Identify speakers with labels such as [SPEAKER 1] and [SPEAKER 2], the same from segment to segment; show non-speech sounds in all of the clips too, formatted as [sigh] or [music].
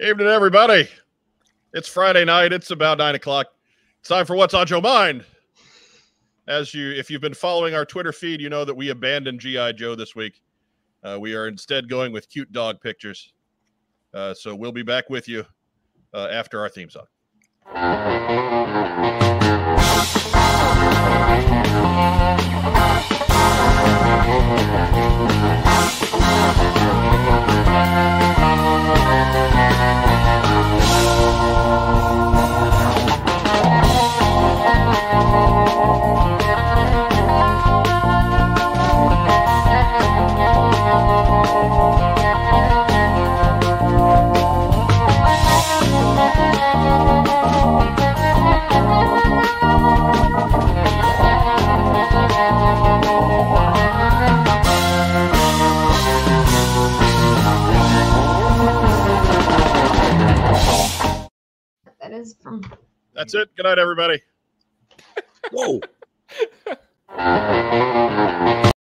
[SPEAKER 1] Evening, everybody. It's Friday night. It's about nine o'clock. It's time for what's on your mind. As you, if you've been following our Twitter feed, you know that we abandoned GI Joe this week. Uh, we are instead going with cute dog pictures. Uh, so we'll be back with you uh, after our theme song.
[SPEAKER 2] That is from.
[SPEAKER 1] That's it. Good night, everybody.
[SPEAKER 3] Whoa!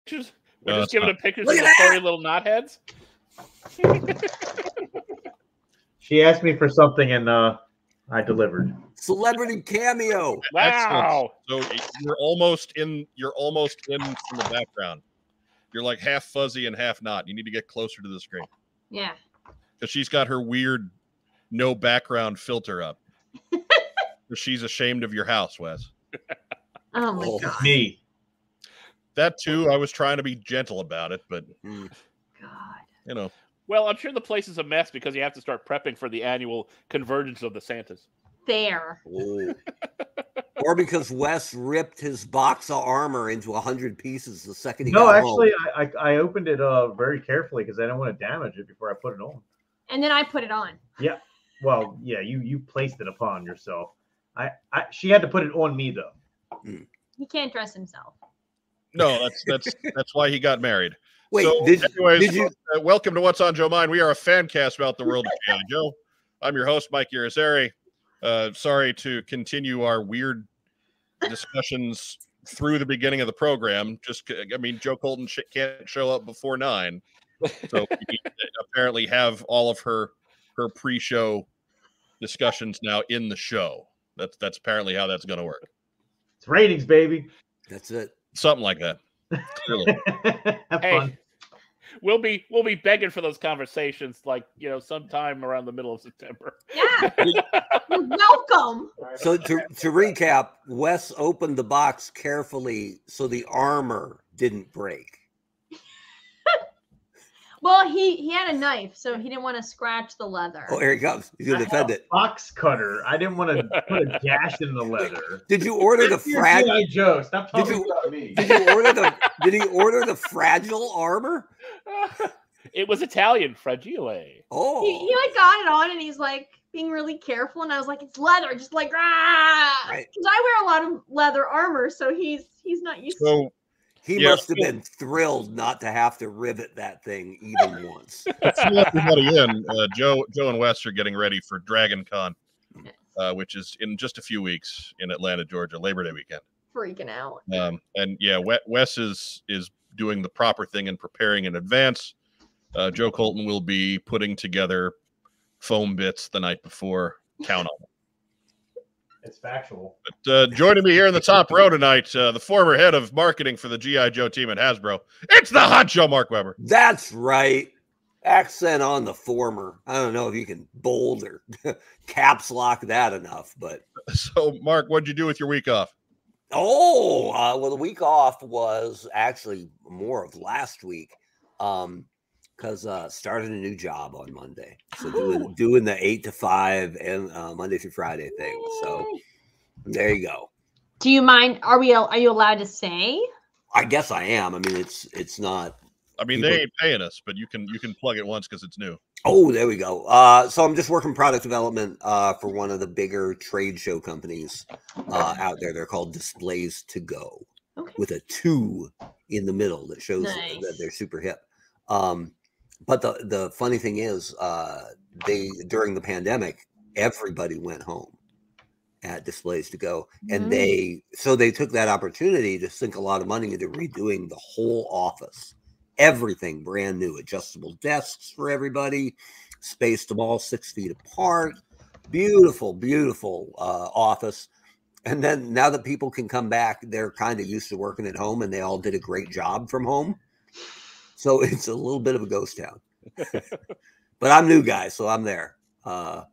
[SPEAKER 4] Just,
[SPEAKER 1] No, it's
[SPEAKER 4] we're just giving them pictures
[SPEAKER 3] Look
[SPEAKER 4] of
[SPEAKER 3] at
[SPEAKER 4] the furry little knotheads.
[SPEAKER 5] She asked me for something and uh, I delivered.
[SPEAKER 3] Celebrity cameo.
[SPEAKER 4] Wow.
[SPEAKER 1] So you're almost in. You're almost in from the background. You're like half fuzzy and half not. You need to get closer to the screen
[SPEAKER 2] Yeah.
[SPEAKER 1] because she's got her weird no background filter up. 'Cause she's ashamed of your house, Wes.
[SPEAKER 2] Oh my
[SPEAKER 3] Oh.
[SPEAKER 2] god.
[SPEAKER 5] Me.
[SPEAKER 1] That too. I was trying to be gentle about it, but
[SPEAKER 3] Mm.
[SPEAKER 2] God.
[SPEAKER 1] you know,
[SPEAKER 4] Well, I'm sure the place is a mess because you have to start prepping for the annual convergence of the Santas.
[SPEAKER 2] There.
[SPEAKER 3] Oh. or because Wes ripped his box of armor into a hundred pieces the second he
[SPEAKER 5] No,
[SPEAKER 3] got
[SPEAKER 5] actually,
[SPEAKER 3] home.
[SPEAKER 5] I, I I opened it uh very carefully because I didn't want to damage it before I put it on.
[SPEAKER 2] And then I put it on.
[SPEAKER 5] Well, yeah, you you placed it upon yourself. I, I she had to put it on me though.
[SPEAKER 2] He can't dress himself.
[SPEAKER 1] no. That's that's that's why he got married.
[SPEAKER 3] Wait,
[SPEAKER 1] so,
[SPEAKER 3] did,
[SPEAKER 1] anyways,
[SPEAKER 3] did you?
[SPEAKER 1] uh, welcome to What's on Joe Mind. We are a fan cast about the world of G.I. Joe. I'm your host, Mike Irizarry. Uh, sorry to continue our weird discussions through the beginning of the program. Just, c- I mean, Joe Colton sh- can't show up before nine, so we need to apparently have all of her her pre-show discussions now in the show. That's that's apparently how that's going to work.
[SPEAKER 5] It's ratings, baby. [laughs]
[SPEAKER 3] That's it.
[SPEAKER 1] Something like that. Clearly.
[SPEAKER 5] Have
[SPEAKER 4] Hey,
[SPEAKER 5] fun.
[SPEAKER 4] we'll be we'll be begging for those conversations like you know sometime around the middle of September. [laughs]
[SPEAKER 3] [laughs]
[SPEAKER 2] Yeah. You're welcome.
[SPEAKER 3] So to, to recap, Wes opened the box carefully so the armor didn't break.
[SPEAKER 2] Well, he he had a knife, so he didn't want to scratch the leather.
[SPEAKER 3] Oh, here he comes. He's gonna
[SPEAKER 5] I
[SPEAKER 3] defend
[SPEAKER 5] had a
[SPEAKER 3] it.
[SPEAKER 5] Box cutter. I didn't want to put a gash in the leather.
[SPEAKER 3] Did you
[SPEAKER 5] [laughs]
[SPEAKER 3] order the
[SPEAKER 5] You're
[SPEAKER 3] frag?
[SPEAKER 5] G.I. Joe. Stop
[SPEAKER 3] Did
[SPEAKER 5] talking
[SPEAKER 3] you-
[SPEAKER 5] about me.
[SPEAKER 3] Did you order the? Did he order the fragile armor?
[SPEAKER 4] it was Italian, fragile.
[SPEAKER 3] Oh,
[SPEAKER 2] He, he like got it on and he's like being really careful and I was like, it's leather, just like ah
[SPEAKER 3] Right.
[SPEAKER 2] because I wear a lot of leather armor, so he's he's not used to
[SPEAKER 1] So
[SPEAKER 3] He
[SPEAKER 1] Yeah.
[SPEAKER 3] must have been thrilled not to have to rivet that thing even once.
[SPEAKER 1] to let everybody in, uh, Joe, Joe and Wes are getting ready for Dragon Con, uh, which is in just a few weeks in Atlanta, Georgia, Labor Day weekend.
[SPEAKER 2] freaking out.
[SPEAKER 1] Um, and yeah, We- Wes is is doing the proper thing and preparing in advance. Uh, Joe Colton will be putting together foam bits the night before. Count on it.
[SPEAKER 5] It's factual.
[SPEAKER 1] But uh, joining me here in the top row tonight, uh, the former head of marketing for the GI Joe team at Hasbro. It's the hot show, Mark Weber.
[SPEAKER 3] That's right. Accent on the former. I don't know if you can bold or [laughs] caps lock that enough, but
[SPEAKER 1] [laughs] So, Mark, what'd you do with your week off?
[SPEAKER 3] oh, uh, well, the week off was actually more of last week. Um, because uh, started a new job on Monday, so doing, doing the eight to five and uh, Monday through Friday thing. So
[SPEAKER 2] Yay.
[SPEAKER 3] there you go.
[SPEAKER 2] do you mind are we al- are you allowed to say?
[SPEAKER 3] I guess I am. I mean, it's it's not
[SPEAKER 1] I mean, they ain't paying us, but you can you can plug it once because it's new.
[SPEAKER 3] Oh, there we go. Uh, so I'm just working product development uh, for one of the bigger trade show companies uh, out there. They're called Displays to Go
[SPEAKER 2] Okay.
[SPEAKER 3] with a two in the middle that shows that- that
[SPEAKER 2] Nice.
[SPEAKER 3] they're super hip. Um, but the the funny thing is, uh, they during the pandemic, everybody went home at Displays to Go, and
[SPEAKER 2] Mm.
[SPEAKER 3] they so they took that opportunity to sink a lot of money into redoing the whole office everything brand new adjustable desks for everybody spaced them all six feet apart. Beautiful, beautiful uh, office. And then now that people can come back, they're kind of used to working at home and they all did a great job from home. So [laughs] it's a little bit of a ghost town. but I'm new guy, so I'm there. Uh,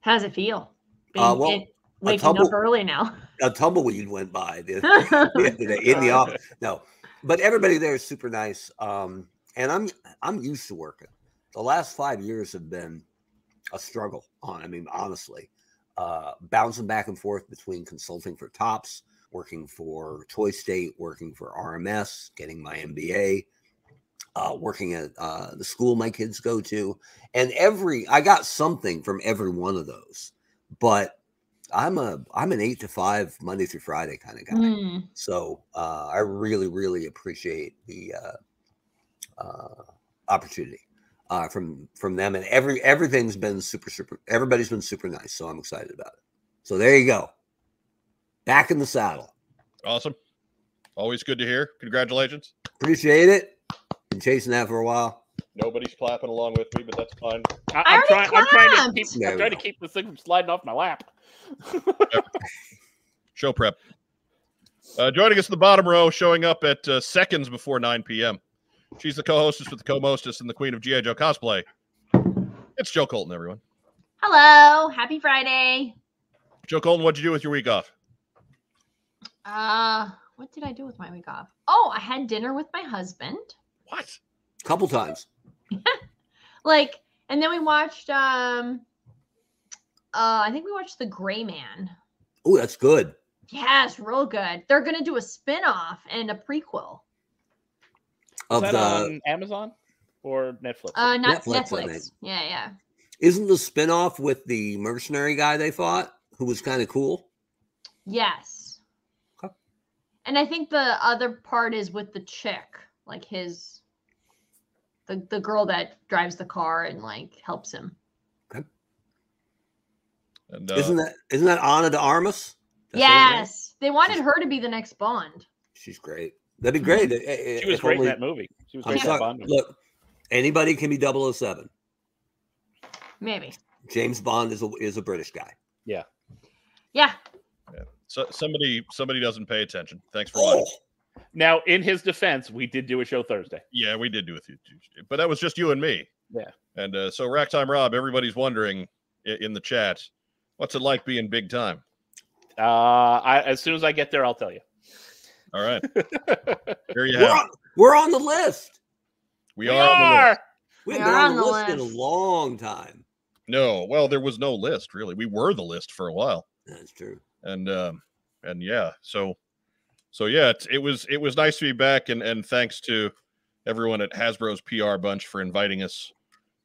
[SPEAKER 2] How does it feel?
[SPEAKER 3] Uh, well,
[SPEAKER 2] in- waking up
[SPEAKER 3] tumble-
[SPEAKER 2] early now.
[SPEAKER 3] a tumbleweed went by [laughs] the,
[SPEAKER 2] [laughs]
[SPEAKER 3] the other day in the office. No, but everybody there is super nice. Um, and I'm I'm used to working. The last five years have been a struggle. On I mean, honestly, uh, bouncing back and forth between consulting for Tops, working for Toy State, working for RMS, getting my MBA, uh, working at uh, the school my kids go to, and every I got something from every one of those. But I'm a I'm an eight to five Monday through Friday kind of guy.
[SPEAKER 2] Mm.
[SPEAKER 3] So uh, I really, really appreciate the uh, uh, opportunity uh, from from them, and every everything's been super, super. Everybody's been super nice, so I'm excited about it. So there you go, back in the saddle.
[SPEAKER 1] Awesome. Always good to hear. Congratulations.
[SPEAKER 3] Appreciate it. Been chasing that for a while.
[SPEAKER 1] Nobody's clapping along with me, but that's fine.
[SPEAKER 4] I,
[SPEAKER 2] I
[SPEAKER 4] I'm
[SPEAKER 2] already
[SPEAKER 4] trying. I'm trying to
[SPEAKER 2] clapped.
[SPEAKER 4] keep.
[SPEAKER 3] There we
[SPEAKER 4] I'm trying to
[SPEAKER 3] go.
[SPEAKER 4] keep this thing from sliding off my lap.
[SPEAKER 1] Show prep. Uh, joining us in the bottom row, showing up at uh, seconds before 9 p.m. She's the co-hostess with the co-mostess and the queen of GI Joe cosplay. It's Joe Colton, everyone.
[SPEAKER 2] Hello, happy Friday.
[SPEAKER 1] Joe Colton, what'd you do with your week off?
[SPEAKER 2] Uh, what did I do with my week off? Oh, I had dinner with my husband.
[SPEAKER 1] What?
[SPEAKER 3] Couple times.
[SPEAKER 2] Like, and then we watched um uh I think we watched The Gray Man.
[SPEAKER 3] Oh, that's good.
[SPEAKER 2] Yes, real good. They're gonna do a spin-off and a prequel.
[SPEAKER 4] Is
[SPEAKER 3] Of
[SPEAKER 4] that
[SPEAKER 3] the
[SPEAKER 4] on Amazon or Netflix?
[SPEAKER 2] Uh not
[SPEAKER 3] Netflix, I
[SPEAKER 2] Netflix.
[SPEAKER 3] think.
[SPEAKER 2] Yeah, yeah.
[SPEAKER 3] isn't the spinoff with the mercenary guy they fought, who was kind of cool.
[SPEAKER 2] Yes.
[SPEAKER 3] Okay.
[SPEAKER 2] And I think the other part is with the chick, like his the the girl that drives the car and like helps him.
[SPEAKER 1] And uh,
[SPEAKER 3] Isn't that isn't that Anna de Armas? That's her name?
[SPEAKER 2] yes. They wanted her to be the next Bond.
[SPEAKER 3] She's great. That'd be great. i- i-
[SPEAKER 4] Mm-hmm. she was
[SPEAKER 3] if
[SPEAKER 4] great
[SPEAKER 3] only-
[SPEAKER 4] in that movie. She was
[SPEAKER 3] I'm
[SPEAKER 4] great in
[SPEAKER 3] sorry,
[SPEAKER 4] that Bond movie.
[SPEAKER 3] Look, anybody can be 007.
[SPEAKER 2] Maybe.
[SPEAKER 3] James Bond is a, is a British guy.
[SPEAKER 1] [laughs]
[SPEAKER 2] Yeah.
[SPEAKER 1] so, somebody somebody doesn't pay attention. Thanks for
[SPEAKER 3] Oh,
[SPEAKER 1] watching.
[SPEAKER 4] Now, in his defense, we did do a show Thursday.
[SPEAKER 1] Yeah, we did do with you, but that was just you and me.
[SPEAKER 4] Yeah.
[SPEAKER 1] And uh, so, Racktime Rob, everybody's wondering i- in the chat, what's it like being big time?
[SPEAKER 4] Uh, I, as soon as I get there, I'll tell you.
[SPEAKER 1] All
[SPEAKER 3] [laughs]
[SPEAKER 1] right, there you
[SPEAKER 3] we're,
[SPEAKER 1] have. it.
[SPEAKER 3] on, we're on the list.
[SPEAKER 1] We, are. on the list.
[SPEAKER 3] We
[SPEAKER 2] We
[SPEAKER 3] haven't been
[SPEAKER 2] are
[SPEAKER 3] on the, list, in a long time.
[SPEAKER 1] No, well, there was no list really. We were the list for a while,
[SPEAKER 3] That's true.
[SPEAKER 1] and um, and yeah, so so yeah, it, it was it was nice to be back, and and thanks to everyone at Hasbro's PR bunch for inviting us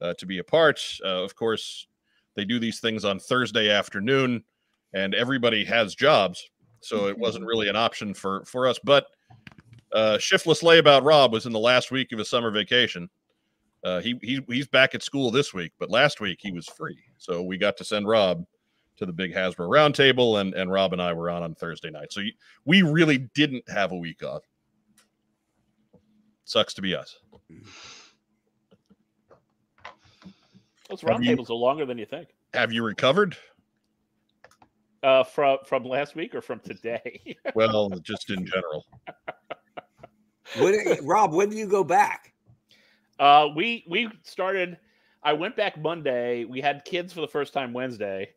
[SPEAKER 1] uh, to be a part. Uh, of course, they do these things on Thursday afternoon, and everybody has jobs, so it wasn't really an option for for us. But uh, shiftless layabout Rob was in the last week of his summer vacation. Uh, he, he he's back at school this week, but last week he was free, so we got to send Rob to the big Hasbro roundtable, and and Rob and I were on on Thursday night. So you, we really didn't have a week off. Sucks to be us.
[SPEAKER 4] Those
[SPEAKER 1] Have you-
[SPEAKER 4] roundtables are longer than you think.
[SPEAKER 1] Have you recovered?
[SPEAKER 4] Uh, from from last week or from today? [laughs]
[SPEAKER 1] Well, just in general.
[SPEAKER 3] When, Rob, when do you go back?
[SPEAKER 4] Uh, we we started. I went back Monday. We had kids for the first time Wednesday,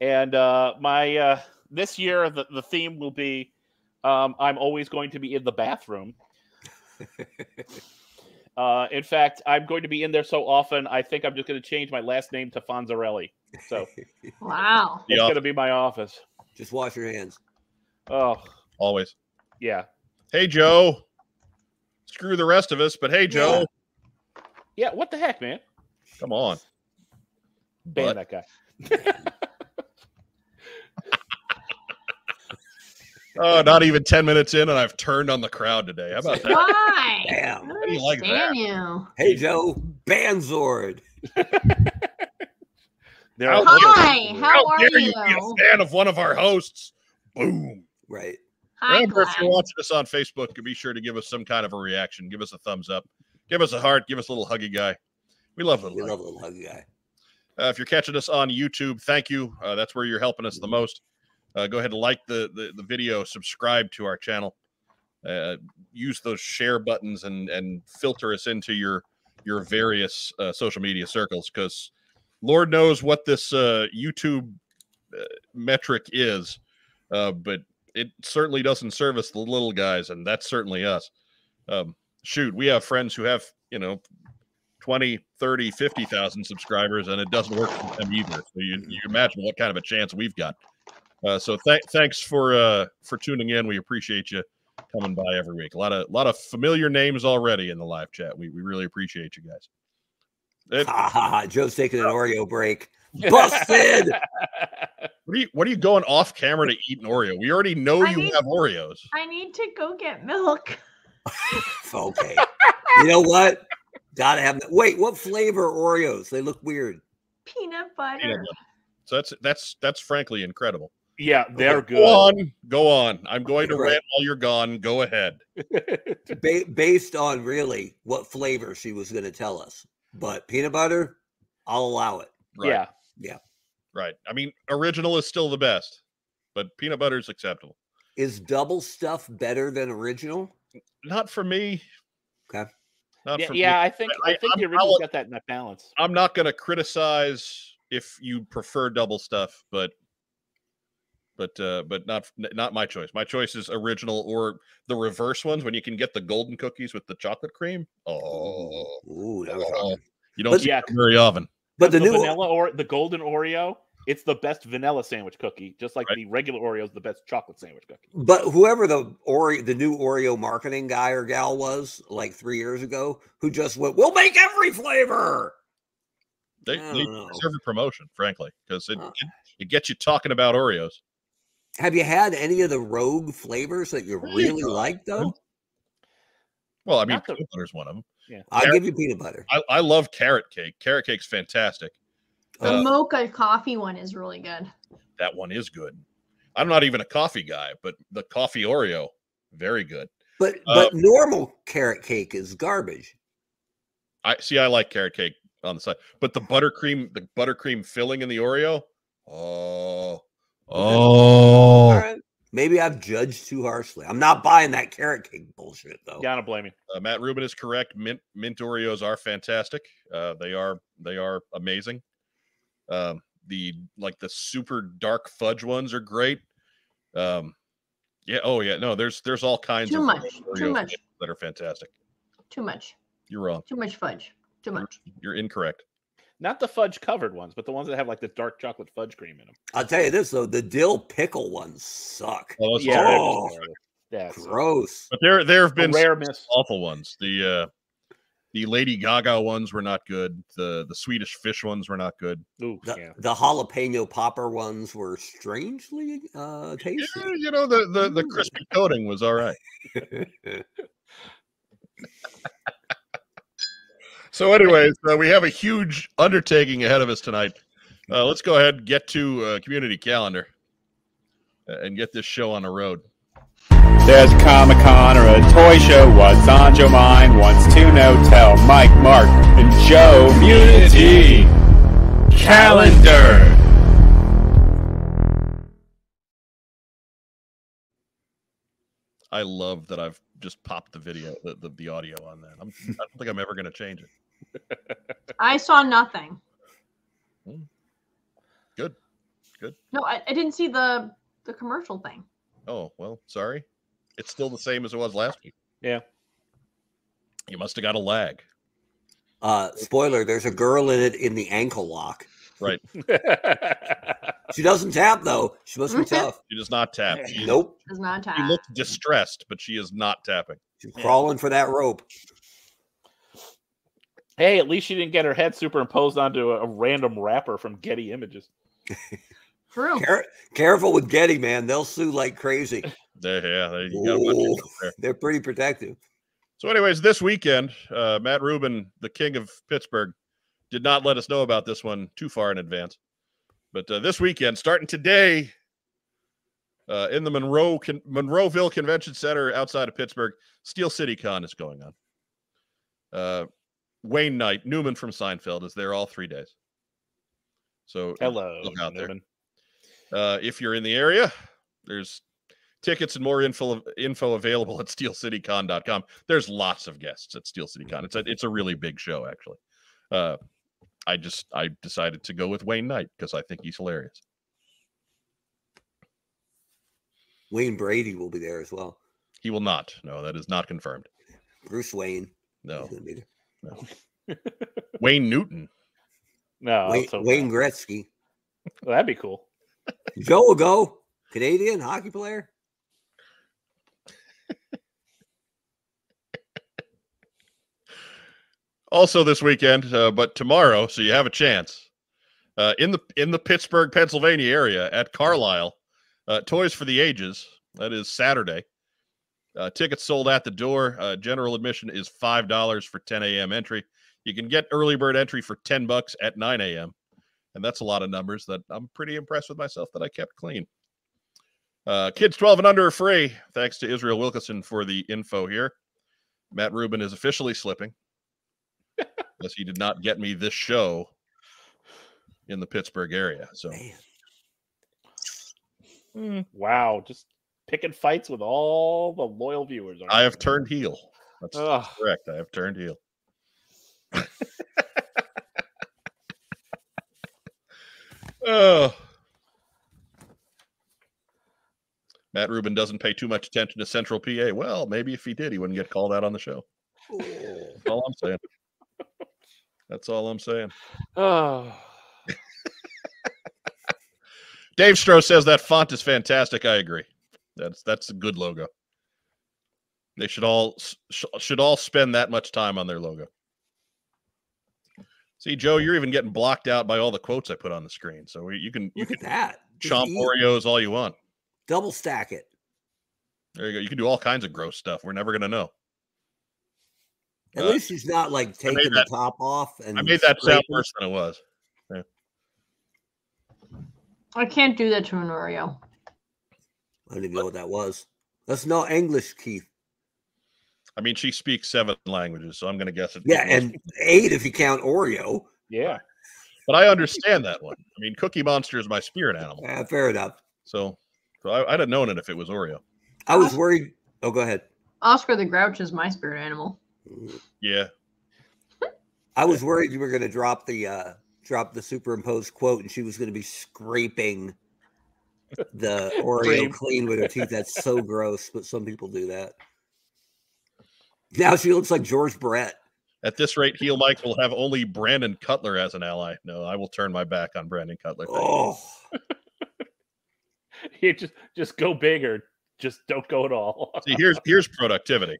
[SPEAKER 4] and uh, my uh, this year the, the theme will be um, I'm always going to be in
[SPEAKER 1] [laughs]
[SPEAKER 4] the bathroom. uh, in fact, I'm going to be in there so often. I think I'm just going to change my last name to Fonzarelli.
[SPEAKER 1] [laughs]
[SPEAKER 4] So
[SPEAKER 2] Wow.
[SPEAKER 1] The
[SPEAKER 4] it's going
[SPEAKER 1] office,
[SPEAKER 4] to be my office.
[SPEAKER 3] Just wash your hands.
[SPEAKER 4] Oh
[SPEAKER 1] always.
[SPEAKER 4] yeah,
[SPEAKER 1] Hey Joe. Screw the rest of us, but hey Joe,
[SPEAKER 4] yeah. What the heck, man?
[SPEAKER 1] come on.
[SPEAKER 4] Ban
[SPEAKER 1] But-
[SPEAKER 4] that guy.
[SPEAKER 1] Oh, not even ten minutes in, and I've turned on the crowd today. How about that?
[SPEAKER 2] Why?
[SPEAKER 3] Damn.
[SPEAKER 2] I
[SPEAKER 1] How do you like that?
[SPEAKER 2] understand you.
[SPEAKER 3] Hey, Joe, Banzord.
[SPEAKER 4] There
[SPEAKER 1] How
[SPEAKER 4] are
[SPEAKER 1] dare
[SPEAKER 4] other-
[SPEAKER 2] Hi, how are
[SPEAKER 1] dare be
[SPEAKER 2] you?
[SPEAKER 1] a fan of one of our hosts? Boom.
[SPEAKER 3] Right.
[SPEAKER 2] Hi,
[SPEAKER 1] Remember, if
[SPEAKER 2] Glenn.
[SPEAKER 1] you're watching us on Facebook, be sure to give us some kind of a reaction. Give us a thumbs up. Give us a heart. Give us a little huggy guy. We love Little
[SPEAKER 3] We
[SPEAKER 1] Huggy.
[SPEAKER 3] love little huggy guy.
[SPEAKER 1] Uh, if you're catching us on YouTube, thank you. Uh, that's where you're helping us the most. Uh, go ahead and like the, the the video, subscribe to our channel, uh, use those share buttons, and and filter us into your your various uh, social media circles because Lord knows what this uh, YouTube uh, metric is, uh, but it certainly doesn't service the little guys, and that's certainly us. Um, shoot, we have friends who have you know 20, 30, 50,000 subscribers, and it doesn't work for them either. So you, you imagine what kind of a chance we've got. Uh, so th- thanks for uh, for tuning in. We appreciate you coming by every week. A lot of lot of familiar names already in the live chat. We, we really appreciate you guys. It-
[SPEAKER 3] Ha ha ha. Joe's taking an Oreo break. Busted.
[SPEAKER 1] what, are you, what are you going off camera to eat an Oreo? We already know
[SPEAKER 2] I
[SPEAKER 1] you
[SPEAKER 2] mean-
[SPEAKER 1] have Oreos.
[SPEAKER 2] I need to go get milk. [laughs]
[SPEAKER 3] okay. You know what? Gotta have. Wait, what flavor Oreos? They look weird.
[SPEAKER 2] Peanut butter.
[SPEAKER 1] Peanut butter. So that's that's that's frankly incredible.
[SPEAKER 4] [laughs] yeah, they're
[SPEAKER 1] Go
[SPEAKER 4] good.
[SPEAKER 1] on, go on. I'm going to
[SPEAKER 3] Right.
[SPEAKER 1] rant while you're gone. Go ahead.
[SPEAKER 3] Ba- based on really what flavor she was going to tell us, but peanut butter, I'll allow it.
[SPEAKER 1] Right.
[SPEAKER 4] Yeah.
[SPEAKER 1] Right. I mean, original is still the best, but peanut butter is acceptable.
[SPEAKER 3] Is double stuff better than original?
[SPEAKER 1] Not for me.
[SPEAKER 3] Okay.
[SPEAKER 1] Not
[SPEAKER 4] Yeah,
[SPEAKER 1] for
[SPEAKER 4] yeah,
[SPEAKER 1] me.
[SPEAKER 4] I think I,
[SPEAKER 1] I-
[SPEAKER 4] think
[SPEAKER 1] I'm
[SPEAKER 4] the original's
[SPEAKER 1] probably-
[SPEAKER 4] got that in that balance.
[SPEAKER 1] I'm not going to criticize if you prefer double stuff, but but uh but not not my choice. My choice is original or the reverse ones when you can get the golden cookies with the chocolate cream. Oh.
[SPEAKER 3] Ooh, that was
[SPEAKER 1] Oh.
[SPEAKER 3] hard.
[SPEAKER 1] You don't
[SPEAKER 3] But-
[SPEAKER 1] see that very often.
[SPEAKER 3] But the,
[SPEAKER 4] the
[SPEAKER 3] new
[SPEAKER 4] vanilla or the golden Oreo, it's the best vanilla sandwich cookie, just like
[SPEAKER 1] Right.
[SPEAKER 4] the regular Oreo's the best chocolate sandwich cookie.
[SPEAKER 3] But whoever the Oreo, the new Oreo marketing guy or gal was, like three years ago, who just went, "We'll make every flavor."
[SPEAKER 1] They,
[SPEAKER 3] I
[SPEAKER 1] they
[SPEAKER 3] don't know.
[SPEAKER 1] deserve a promotion, frankly, because it,
[SPEAKER 3] Uh.
[SPEAKER 1] it it gets you talking about Oreos.
[SPEAKER 3] Have you had any of the rogue flavors that you
[SPEAKER 1] Really?
[SPEAKER 3] really like, though?
[SPEAKER 1] Well, I mean,
[SPEAKER 4] Not the-
[SPEAKER 1] peanut butter's one of them.
[SPEAKER 3] I'll
[SPEAKER 1] Carrot-
[SPEAKER 3] give you peanut butter.
[SPEAKER 1] I, I love carrot cake. Carrot cake's fantastic.
[SPEAKER 2] The
[SPEAKER 1] Uh,
[SPEAKER 2] mocha coffee one is really good.
[SPEAKER 1] that one is good. I'm not even a coffee guy, but the coffee Oreo, very good.
[SPEAKER 3] But
[SPEAKER 1] uh,
[SPEAKER 3] but normal carrot cake is garbage.
[SPEAKER 1] I see. I like carrot cake on the side, but the buttercream, the buttercream filling in the Oreo, oh,
[SPEAKER 3] All
[SPEAKER 1] oh.
[SPEAKER 3] right. Maybe I've judged too harshly. I'm not buying that carrot cake bullshit though.
[SPEAKER 4] Yeah, I don't blame you.
[SPEAKER 1] Uh, Matt Rubin is correct. Mint mint Oreos are fantastic. Uh, they are they are amazing. Um, the like the super dark fudge ones are great. Um, yeah. Oh yeah. No, there's there's all kinds
[SPEAKER 2] Too
[SPEAKER 1] of
[SPEAKER 2] much, too
[SPEAKER 1] Oreos
[SPEAKER 2] much.
[SPEAKER 1] that are fantastic.
[SPEAKER 2] Too much.
[SPEAKER 1] You're wrong.
[SPEAKER 2] Too much fudge.
[SPEAKER 1] [laughs]
[SPEAKER 2] Too much.
[SPEAKER 1] You're incorrect.
[SPEAKER 4] Not the fudge covered ones, but the ones that have like the dark chocolate fudge cream in them.
[SPEAKER 3] I'll tell you this though, the dill pickle ones suck.
[SPEAKER 1] Oh, those are
[SPEAKER 4] yeah,
[SPEAKER 1] terrible.
[SPEAKER 4] they're
[SPEAKER 3] terrible.
[SPEAKER 4] just terrible. That's
[SPEAKER 3] Gross.
[SPEAKER 1] But there there have
[SPEAKER 4] a
[SPEAKER 1] been some
[SPEAKER 4] rare miss.
[SPEAKER 1] awful ones. The uh the Lady Gaga ones were not good. The the Swedish fish ones were not good.
[SPEAKER 4] Ooh,
[SPEAKER 3] The,
[SPEAKER 4] yeah.
[SPEAKER 3] the jalapeno popper ones were strangely uh
[SPEAKER 1] Yeah,
[SPEAKER 3] tasty.
[SPEAKER 1] you know the the, the
[SPEAKER 3] Ooh.
[SPEAKER 1] crispy coating was all right. So, anyways, uh, we have a huge undertaking ahead of us tonight. Uh, let's go ahead and get to uh, community calendar uh, and get this show on the road.
[SPEAKER 6] There's Comic Con or a toy show. What's on your mind? Wants to know? Tell Mike, Mark, and Joe. Unity calendar.
[SPEAKER 1] I love that I've just popped the video, the, the, the audio on that. I'm, I don't think I'm ever going to change it.
[SPEAKER 2] I saw nothing.
[SPEAKER 1] Mm. Good. Good.
[SPEAKER 2] No, I, I didn't see the the commercial thing.
[SPEAKER 1] Oh well, sorry. It's still the same as it was last week.
[SPEAKER 4] Yeah.
[SPEAKER 1] You must have got a lag.
[SPEAKER 3] [laughs] Uh spoiler, there's a girl in it in the ankle lock. She doesn't tap though. She must be tough.
[SPEAKER 1] She does not tap. She,
[SPEAKER 3] Nope.
[SPEAKER 2] Does not
[SPEAKER 1] she
[SPEAKER 2] tap.
[SPEAKER 1] looks distressed, but she is not tapping.
[SPEAKER 3] She's crawling for that rope.
[SPEAKER 4] [laughs] hey, at least she didn't get her head superimposed onto a, a random wrapper from Getty Images.
[SPEAKER 2] uh, True.
[SPEAKER 3] Care- careful with Getty, man. They'll sue like crazy.
[SPEAKER 1] There, yeah, there- you gotta watch
[SPEAKER 3] Ooh.
[SPEAKER 1] yourself there.
[SPEAKER 3] They're pretty protective.
[SPEAKER 1] So, anyways, this weekend, uh, Matt Rubin, the king of Pittsburgh, did not let us know about this one too far in advance. But uh, this weekend, starting today, uh, in the Monroe Con- Monroeville Convention Center outside of Pittsburgh, Steel City Con is going on. Uh, Wayne Knight, Newman from Seinfeld is there all three days. So
[SPEAKER 4] Hello,
[SPEAKER 1] Look out there.
[SPEAKER 4] Newman.
[SPEAKER 1] uh, if you're in the area, there's tickets and more info info available at steelcitycon.com. There's lots of guests at Steel City Con. It's a, it's a really big show actually. Uh, I just I decided to go with Wayne Knight because I think he's hilarious.
[SPEAKER 3] Wayne Brady will be there as well.
[SPEAKER 1] He will not. No, that is not confirmed.
[SPEAKER 3] Bruce Wayne.
[SPEAKER 1] No.
[SPEAKER 3] [laughs] He's gonna be there.
[SPEAKER 1] Wayne Newton.
[SPEAKER 4] No,
[SPEAKER 3] Wayne,
[SPEAKER 4] that's okay.
[SPEAKER 3] Wayne Gretzky.
[SPEAKER 4] Well, that'd be cool.
[SPEAKER 3] Joe will go. Canadian hockey player.
[SPEAKER 1] also this weekend, uh, but tomorrow, so you have a chance. Uh, in the in the Pittsburgh, Pennsylvania area at Carlisle, uh, Toys for the Ages. That is Saturday. Uh, tickets sold at the door. Uh, general admission is five dollars for 10 a.m. entry. You can get early bird entry for 10 bucks at 9 a.m. And that's a lot of numbers that I'm pretty impressed with myself that I kept clean. Uh, kids 12 and under are free. Thanks to Israel Wilkinson for the info here. Matt Rubin is officially slipping unless he did not get me this show in the Pittsburgh area. So
[SPEAKER 3] Man,
[SPEAKER 4] Wow, just picking fights with all the loyal viewers. aren't
[SPEAKER 1] I have
[SPEAKER 4] you?
[SPEAKER 1] turned heel. That's
[SPEAKER 4] Ugh.
[SPEAKER 1] correct. I have turned heel. oh. Matt Rubin doesn't pay too much attention to Central PA. Well, maybe if he did, he wouldn't get called out on the show.
[SPEAKER 3] oh,
[SPEAKER 1] That's all I'm saying. That's all I'm saying.
[SPEAKER 4] Oh,
[SPEAKER 1] Dave Stroh says that font is fantastic. I agree. That's that's a good logo. They should all s- sh- should all spend that much time on their logo. See, Joe, you're even getting blocked out by all the quotes I put on the screen. So we- you can you
[SPEAKER 3] Look
[SPEAKER 1] can
[SPEAKER 3] at that. Just
[SPEAKER 1] chomp
[SPEAKER 3] eat-
[SPEAKER 1] Oreos all you want.
[SPEAKER 3] Double stack it.
[SPEAKER 1] There you go. You can do all kinds of gross stuff. We're never gonna know.
[SPEAKER 3] At
[SPEAKER 1] Uh,
[SPEAKER 3] least he's not like
[SPEAKER 1] made
[SPEAKER 3] taking
[SPEAKER 1] that-
[SPEAKER 3] the top off. And
[SPEAKER 1] I made that sound
[SPEAKER 3] scraping-
[SPEAKER 1] worse than it was.
[SPEAKER 2] I can't do that to an Oreo.
[SPEAKER 3] I don't even know what that was. That's no English, Keith.
[SPEAKER 1] I mean, she speaks seven languages, so I'm gonna guess it.
[SPEAKER 3] Yeah, and eight if you count Oreo.
[SPEAKER 4] yeah. [laughs]
[SPEAKER 1] but I understand that one. I mean, Cookie Monster is my spirit animal.
[SPEAKER 3] Ah, fair enough.
[SPEAKER 1] So, so I, I'd have known it if it was Oreo.
[SPEAKER 3] I was worried. Oh, go ahead.
[SPEAKER 2] Oscar the Grouch is my spirit animal.
[SPEAKER 1] Yeah.
[SPEAKER 3] I was worried you were going to drop the uh drop the superimposed quote, and she was going to be scraping the Oreo
[SPEAKER 4] Cream.
[SPEAKER 3] clean with her teeth. That's so gross, but some people do that. Now she looks like George Brett.
[SPEAKER 1] At this rate, heel Mike will have only Brandon Cutler as an ally. No, I will turn my back on Brandon Cutler. Thank you.
[SPEAKER 3] Oh,
[SPEAKER 4] You just just go big or just don't go at all. [laughs]
[SPEAKER 1] See, here's here's productivity.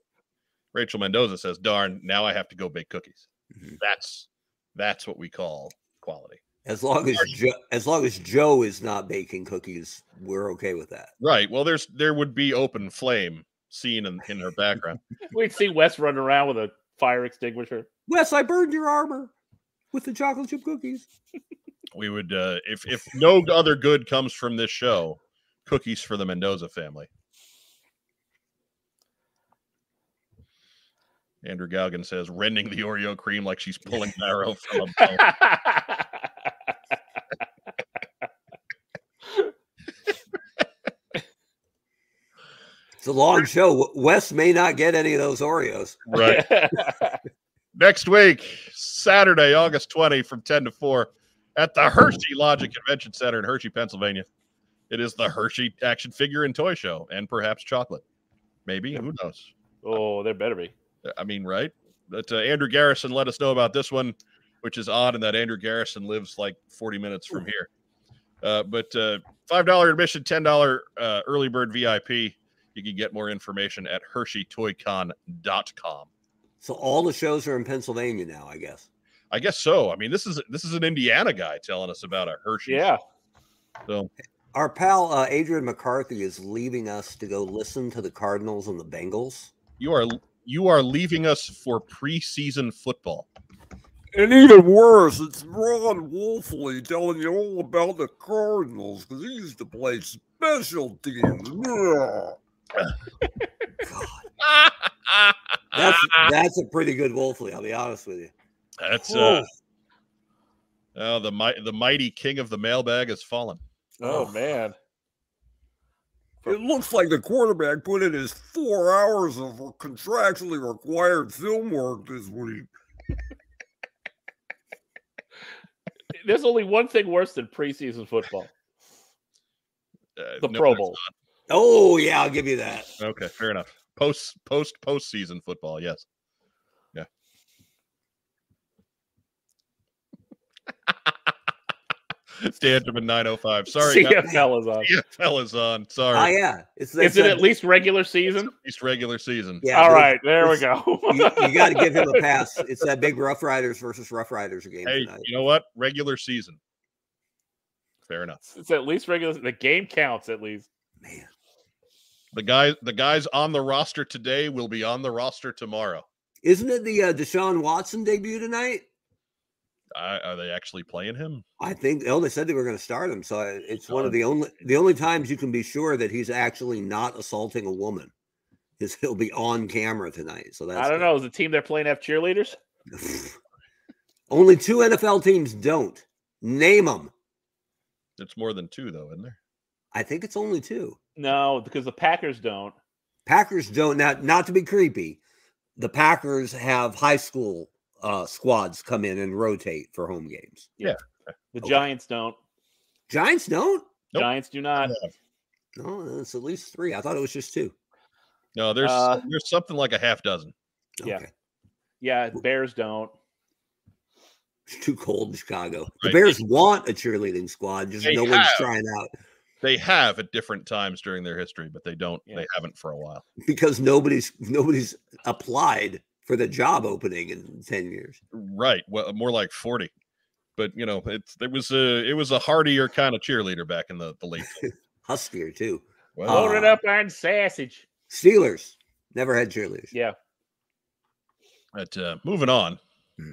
[SPEAKER 1] Rachel Mendoza says, "Darn, now I have to go bake cookies."
[SPEAKER 3] Mhm.
[SPEAKER 1] That's that's what we call quality.
[SPEAKER 3] as long as jo- as long as Joe is not baking cookies, we're okay with that.
[SPEAKER 1] Right. Well, there's there would be open flame seen in, in her background.
[SPEAKER 4] We'd see Wes running around with a fire extinguisher. [laughs]
[SPEAKER 3] Wes, I burned your armor with the chocolate chip cookies.
[SPEAKER 1] we would uh if if no other good comes from this show, cookies for the Mendoza family. Andrew Galgan says, rending the Oreo cream like she's pulling an arrow from a
[SPEAKER 4] [laughs]
[SPEAKER 1] bow.
[SPEAKER 3] It's a long show. W- Wes may not get any of those Oreos.
[SPEAKER 1] Right. next week, Saturday, August 20 from 10 to 4 at the Hershey Logic Convention Center in Hershey, Pennsylvania. It is the Hershey action figure and toy show and perhaps chocolate. Maybe, who knows?
[SPEAKER 4] oh, there better be.
[SPEAKER 1] I mean, right? But uh, Andrew Garrison let us know about this one, which is odd in that Andrew Garrison lives like 40 minutes from here. Uh, but uh, $5 admission, $10 uh, early bird VIP. You can get more information at hersheytoycon.com.
[SPEAKER 3] So all the shows are in Pennsylvania now, I guess.
[SPEAKER 1] I guess so. I mean, this is this is an Indiana guy telling us about a Hershey.
[SPEAKER 4] Yeah.
[SPEAKER 1] So
[SPEAKER 3] Our pal uh, Adrian McCarthy is leaving us to go listen to the Cardinals and the Bengals.
[SPEAKER 1] you are you are leaving us for preseason football.
[SPEAKER 3] And even worse, it's Ron Wolfley telling you all about the Cardinals because he used to play special teams. God,
[SPEAKER 7] Ah.
[SPEAKER 3] that's, that's a pretty good Wolfley, I'll be honest with you.
[SPEAKER 1] [sighs] That's uh, oh, the mi- the mighty king of the mailbag has fallen.
[SPEAKER 4] Oh, man.
[SPEAKER 7] It looks like the quarterback put in his four hours of contractually required film work this week.
[SPEAKER 4] There's only one thing worse than preseason
[SPEAKER 1] [laughs]
[SPEAKER 4] football.
[SPEAKER 1] Uh,
[SPEAKER 4] The
[SPEAKER 1] no,
[SPEAKER 4] Pro
[SPEAKER 1] it's
[SPEAKER 4] Bowl.
[SPEAKER 3] Oh yeah, I'll give you that.
[SPEAKER 1] not. Okay, fair enough. Post post postseason football. Yes. Yeah. Stanton in
[SPEAKER 4] [laughs]
[SPEAKER 1] 905. Sorry, guys.
[SPEAKER 4] CFL
[SPEAKER 3] [laughs]
[SPEAKER 4] is on.
[SPEAKER 1] [laughs] CFL is on. Sorry.
[SPEAKER 3] Oh yeah, it's
[SPEAKER 4] Is it at
[SPEAKER 3] least?
[SPEAKER 4] least regular season?
[SPEAKER 1] least regular season.
[SPEAKER 3] [laughs] Yeah,
[SPEAKER 4] All
[SPEAKER 3] dude,
[SPEAKER 4] right, there we
[SPEAKER 3] It's-
[SPEAKER 4] go.
[SPEAKER 3] [laughs] You,
[SPEAKER 4] [laughs]
[SPEAKER 3] got to give him
[SPEAKER 7] [laughs]
[SPEAKER 3] a pass. It's that big Rough Riders versus Rough Riders game
[SPEAKER 1] Hey,
[SPEAKER 3] tonight.
[SPEAKER 1] you know what? Regular season. Fair enough.
[SPEAKER 4] It's at least regular. The game counts at least.
[SPEAKER 3] Man,
[SPEAKER 1] The guys, the guys on the roster today will be on the roster tomorrow.
[SPEAKER 3] isn't it the uh, Deshaun Watson debut tonight?
[SPEAKER 1] I, are they actually playing him?
[SPEAKER 3] I think. Oh, they said they were going to start him, so I- it's one
[SPEAKER 4] Oh.
[SPEAKER 1] Darn.
[SPEAKER 3] of the only the only times you can be sure that he's actually not assaulting a woman. Is he'll be on camera tonight. So that's
[SPEAKER 4] I don't
[SPEAKER 3] good.
[SPEAKER 4] know. Is the team they're playing have cheerleaders?
[SPEAKER 3] [laughs] Only two NFL teams don't. Name them.
[SPEAKER 1] It's more than two, though, isn't there?
[SPEAKER 3] I think it's only two.
[SPEAKER 4] No, because the Packers don't.
[SPEAKER 3] Packers don't. Not not to be creepy, the Packers have high school uh, squads come in and rotate for home games.
[SPEAKER 4] The
[SPEAKER 3] Okay.
[SPEAKER 4] Giants don't.
[SPEAKER 3] Giants don't.
[SPEAKER 1] Nope.
[SPEAKER 4] Giants do not.
[SPEAKER 3] No, it's at least three. I thought it was just two.
[SPEAKER 1] No, there's
[SPEAKER 4] Uh,
[SPEAKER 1] there's something like a half dozen.
[SPEAKER 3] Okay.
[SPEAKER 4] Yeah. Yeah, the Bears don't.
[SPEAKER 3] It's too cold in Chicago. The
[SPEAKER 1] Right.
[SPEAKER 3] Bears want a cheerleading squad, just
[SPEAKER 1] They
[SPEAKER 3] no one's
[SPEAKER 1] have.
[SPEAKER 3] trying out
[SPEAKER 1] They have at different times during their history, but they don't.
[SPEAKER 4] Yeah.
[SPEAKER 1] They haven't for a while.
[SPEAKER 3] because nobody's nobody's applied for the job opening in ten years.
[SPEAKER 1] Right. Well, more like forty. But you know, it's there was a it was a hardier kind of cheerleader back in the the
[SPEAKER 3] [laughs]
[SPEAKER 1] late.
[SPEAKER 3] Huskier too.
[SPEAKER 1] Well,
[SPEAKER 4] Load it
[SPEAKER 3] Uh,
[SPEAKER 4] up on sausage.
[SPEAKER 3] Steelers never had cheerleaders.
[SPEAKER 4] Yeah.
[SPEAKER 1] but uh, moving on,
[SPEAKER 3] Hmm.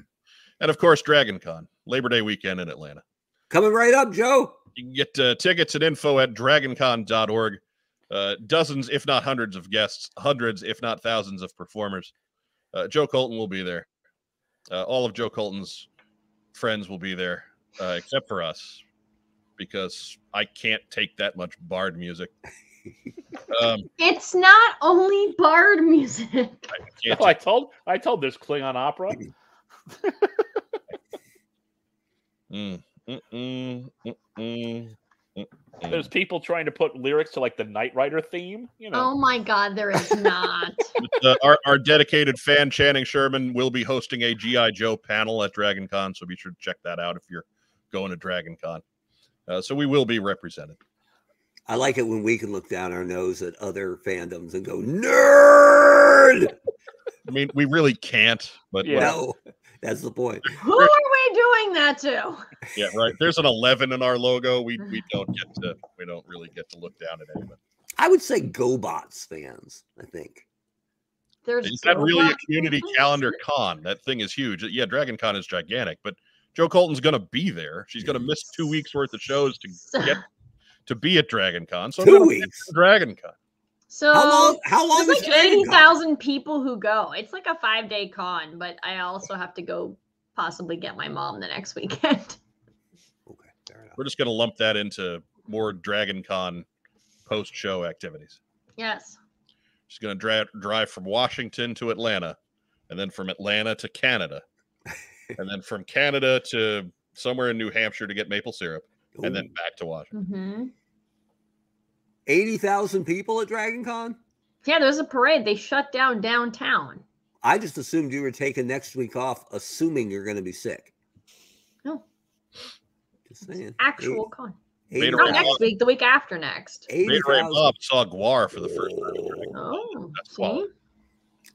[SPEAKER 1] and of course, Dragon Con Labor Day weekend in Atlanta.
[SPEAKER 3] Coming right up, Joe.
[SPEAKER 1] You can get uh, tickets and info at dragoncon.org. Uh, dozens, if not hundreds, of guests, hundreds, if not thousands, of performers. Uh, Joe Colton will be there. Uh, all of Joe Colton's friends will be there, uh, except for us, because I can't take that much bard music. Um,
[SPEAKER 2] It's not only bard music.
[SPEAKER 1] I can't
[SPEAKER 4] No, I told I told there's Klingon opera.
[SPEAKER 1] take- mm, mm, mm, mm, mm, mm, mm.
[SPEAKER 4] There's people trying to put lyrics to like the Knight Rider theme. You know.
[SPEAKER 2] Oh my god, there is [laughs] not.
[SPEAKER 1] Uh, our, our dedicated fan Channing Sherman will be hosting a GI Joe panel at Dragon Con, so be sure to check that out if you're going to Dragon Con. Uh, so we will be represented.
[SPEAKER 3] I like it when we can look down our nose at other fandoms and go, nerd.
[SPEAKER 1] I mean, we really can't, but
[SPEAKER 4] Yeah.
[SPEAKER 3] No, that's the point.
[SPEAKER 2] Who are we doing that to?
[SPEAKER 1] yeah, right. There's an 11 in our logo. We we don't get to we don't really get to look down at anyone.
[SPEAKER 3] I would say GoBots fans, I think.
[SPEAKER 2] There's
[SPEAKER 1] Is that really a
[SPEAKER 2] not-
[SPEAKER 1] community calendar con? That thing is huge. Yeah, Dragon Con is gigantic, but Joe Colton's going to be there. She's going to miss two weeks worth of shows to
[SPEAKER 2] [laughs] So,
[SPEAKER 1] Yep. to be at Dragon Con. So I'm
[SPEAKER 3] Two
[SPEAKER 1] gonna be
[SPEAKER 3] weeks.
[SPEAKER 1] at Dragon Con.
[SPEAKER 2] so
[SPEAKER 3] How long? How long
[SPEAKER 2] there's
[SPEAKER 3] is
[SPEAKER 2] like
[SPEAKER 3] Dragon
[SPEAKER 2] eighty
[SPEAKER 3] Con?
[SPEAKER 2] thousand people who go. It's like a five day con, but I also have to go possibly get my mom the next weekend. [laughs]
[SPEAKER 3] Okay, fair enough.
[SPEAKER 1] We're just going to lump that into more Dragon Con post show activities.
[SPEAKER 2] yes.
[SPEAKER 1] She's going to dra- drive from Washington to Atlanta, and then from Atlanta to
[SPEAKER 3] [laughs]
[SPEAKER 1] Canada, and then from Canada to somewhere in New Hampshire to get maple syrup, and then
[SPEAKER 3] Ooh,
[SPEAKER 1] back to Washington.
[SPEAKER 2] Mm-hmm.
[SPEAKER 3] eighty thousand people at Dragon Con.
[SPEAKER 2] Yeah, there's a parade. They shut down downtown.
[SPEAKER 3] I just assumed you were taking next week off, assuming you're going to be sick.
[SPEAKER 2] No.
[SPEAKER 3] Just saying.
[SPEAKER 2] Actual con.
[SPEAKER 3] Eight-
[SPEAKER 1] Beta
[SPEAKER 2] Not
[SPEAKER 1] Ray
[SPEAKER 3] 80,000
[SPEAKER 2] next
[SPEAKER 1] Bob.
[SPEAKER 2] week, the week after next.
[SPEAKER 3] 80,000.
[SPEAKER 1] Gatorade Bob saw Guar for the first time. at Dragon Con.
[SPEAKER 2] Oh,
[SPEAKER 1] That's
[SPEAKER 2] [laughs] see?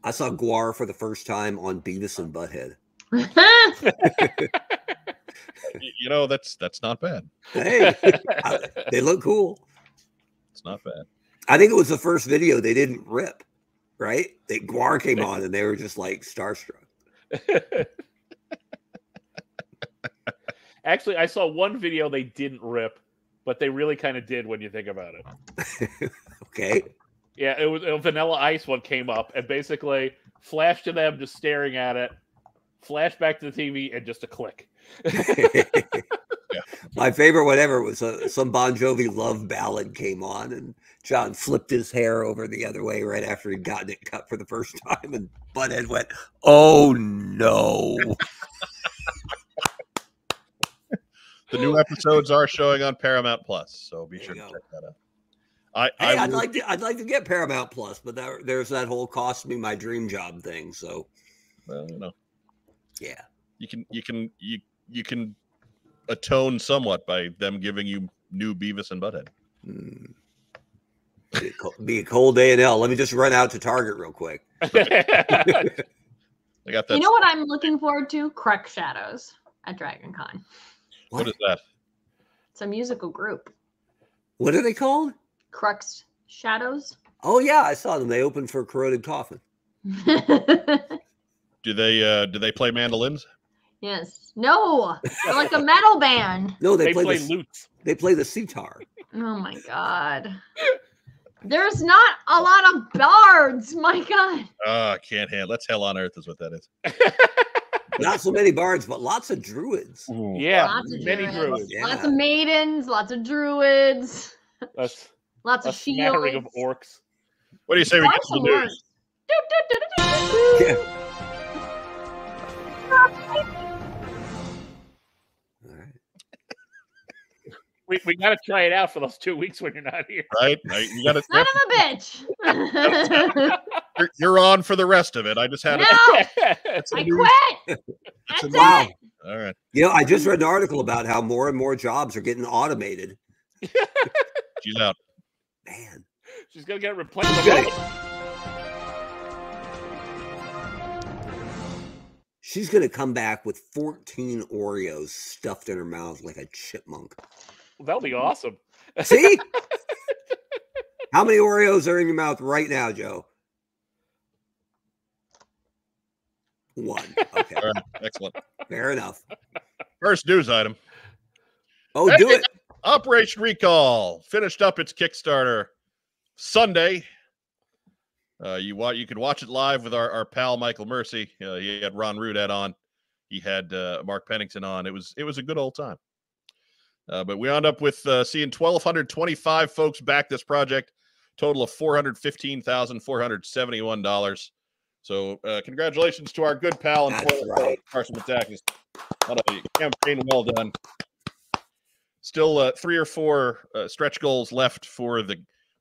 [SPEAKER 3] I saw Guar for the first time on Beavis and Butthead.
[SPEAKER 1] Y- You know that's that's not bad.
[SPEAKER 3] Hey, I- they look cool.
[SPEAKER 1] It's not bad.
[SPEAKER 3] I think it was the first video they didn't rip, right? That Guar came on and they were just like starstruck.
[SPEAKER 4] Actually, I saw one video they didn't rip, but they really kind of did when you think about it.
[SPEAKER 3] Okay.
[SPEAKER 4] Yeah, it was a Vanilla Ice one came up and basically flashed to them just staring at it flashback to the TV, and just a click. [laughs]
[SPEAKER 3] [laughs] My favorite, whatever, was uh, some Bon Jovi love ballad came on, and John flipped his hair over the other way right after he'd gotten it cut for the first [laughs] time, and Butthead went, "Oh no!"
[SPEAKER 1] The new episodes are showing on Paramount Plus, so be
[SPEAKER 3] There
[SPEAKER 1] sure to
[SPEAKER 3] you
[SPEAKER 1] check
[SPEAKER 3] go.
[SPEAKER 1] that out. I,
[SPEAKER 3] Hey,
[SPEAKER 1] I
[SPEAKER 3] I'd
[SPEAKER 1] will-
[SPEAKER 3] like to, I'd like to get Paramount Plus, but that, there's that whole cost me my dream job thing. So
[SPEAKER 1] well, you know
[SPEAKER 3] yeah,
[SPEAKER 1] you can you can you you can atone somewhat by them giving you new Beavis and Butthead.
[SPEAKER 3] Hmm. Be, a cold, be a cold day in hell. Let me just run out to Target real quick.
[SPEAKER 1] They got that.
[SPEAKER 2] You know what I'm looking forward to? Crack Shadows at Dragon Con.
[SPEAKER 1] what is that?
[SPEAKER 2] It's a musical group.
[SPEAKER 3] What are they called?
[SPEAKER 2] Crux Shadows. [laughs]
[SPEAKER 3] Oh yeah, I saw them. They opened for Corroded Coffin.
[SPEAKER 1] Do they uh do they play mandolins?
[SPEAKER 2] yes. No. They're like a metal band.
[SPEAKER 3] No, they,
[SPEAKER 4] they
[SPEAKER 3] play,
[SPEAKER 4] play
[SPEAKER 3] the,
[SPEAKER 4] lutes.
[SPEAKER 3] they play the sitar.
[SPEAKER 2] Oh my god. There's not a lot of bards. My god.
[SPEAKER 1] Ah, can't handle. That's hell on earth is what that is.
[SPEAKER 3] Not so many bards, but lots of druids.
[SPEAKER 1] Mm.
[SPEAKER 4] Yeah,
[SPEAKER 2] lots of
[SPEAKER 4] many
[SPEAKER 2] druids.
[SPEAKER 4] druids.
[SPEAKER 3] Yeah.
[SPEAKER 2] Lots of maidens. Lots of druids.
[SPEAKER 4] A,
[SPEAKER 2] Lots
[SPEAKER 4] a
[SPEAKER 2] of shields.
[SPEAKER 4] smattering of orcs.
[SPEAKER 1] What do you say we get
[SPEAKER 2] Lots
[SPEAKER 1] to the
[SPEAKER 2] of
[SPEAKER 1] news?
[SPEAKER 2] words. Do, do, do, do, do, do.
[SPEAKER 3] All right.
[SPEAKER 4] We, we got to try it out for those two weeks when you're not here.
[SPEAKER 1] Right? I- you
[SPEAKER 2] [laughs]
[SPEAKER 1] gotta,
[SPEAKER 2] Son of a
[SPEAKER 4] [laughs]
[SPEAKER 2] bitch.
[SPEAKER 1] you're, you're on for the rest of it. I just had
[SPEAKER 2] no,
[SPEAKER 1] it.
[SPEAKER 2] I [laughs] quit.
[SPEAKER 1] It's a
[SPEAKER 2] That's
[SPEAKER 1] wow.
[SPEAKER 2] it.
[SPEAKER 1] All right.
[SPEAKER 3] You know, I just read an article about how more and more jobs are getting automated.
[SPEAKER 1] She's out.
[SPEAKER 3] Man,
[SPEAKER 4] She's gonna get replaced.
[SPEAKER 3] she's gonna come back with 14 Oreos stuffed in her mouth like a chipmunk.
[SPEAKER 4] That'll be
[SPEAKER 2] Mm-hmm.
[SPEAKER 4] awesome.
[SPEAKER 3] See? How many Oreos are in your mouth right now, Joe? One. Okay,
[SPEAKER 1] All right. Excellent.
[SPEAKER 3] fair enough.
[SPEAKER 1] First news item.
[SPEAKER 3] Oh, do it.
[SPEAKER 1] Operation Recall finished up its Kickstarter Sunday. Uh, you wa- you could watch it live with our, our pal Michael Mercy. Uh, he had Ron Rudat on. He had uh, Mark Pennington on. It was it was a good old time. Uh, but we wound up with uh, seeing 1,225 folks back this project, total of $415,471. So uh, congratulations to our good pal and
[SPEAKER 3] That's
[SPEAKER 1] former
[SPEAKER 3] right.
[SPEAKER 1] Carson Matakis on a campaign well done still uh, three or four uh, stretch goals left for the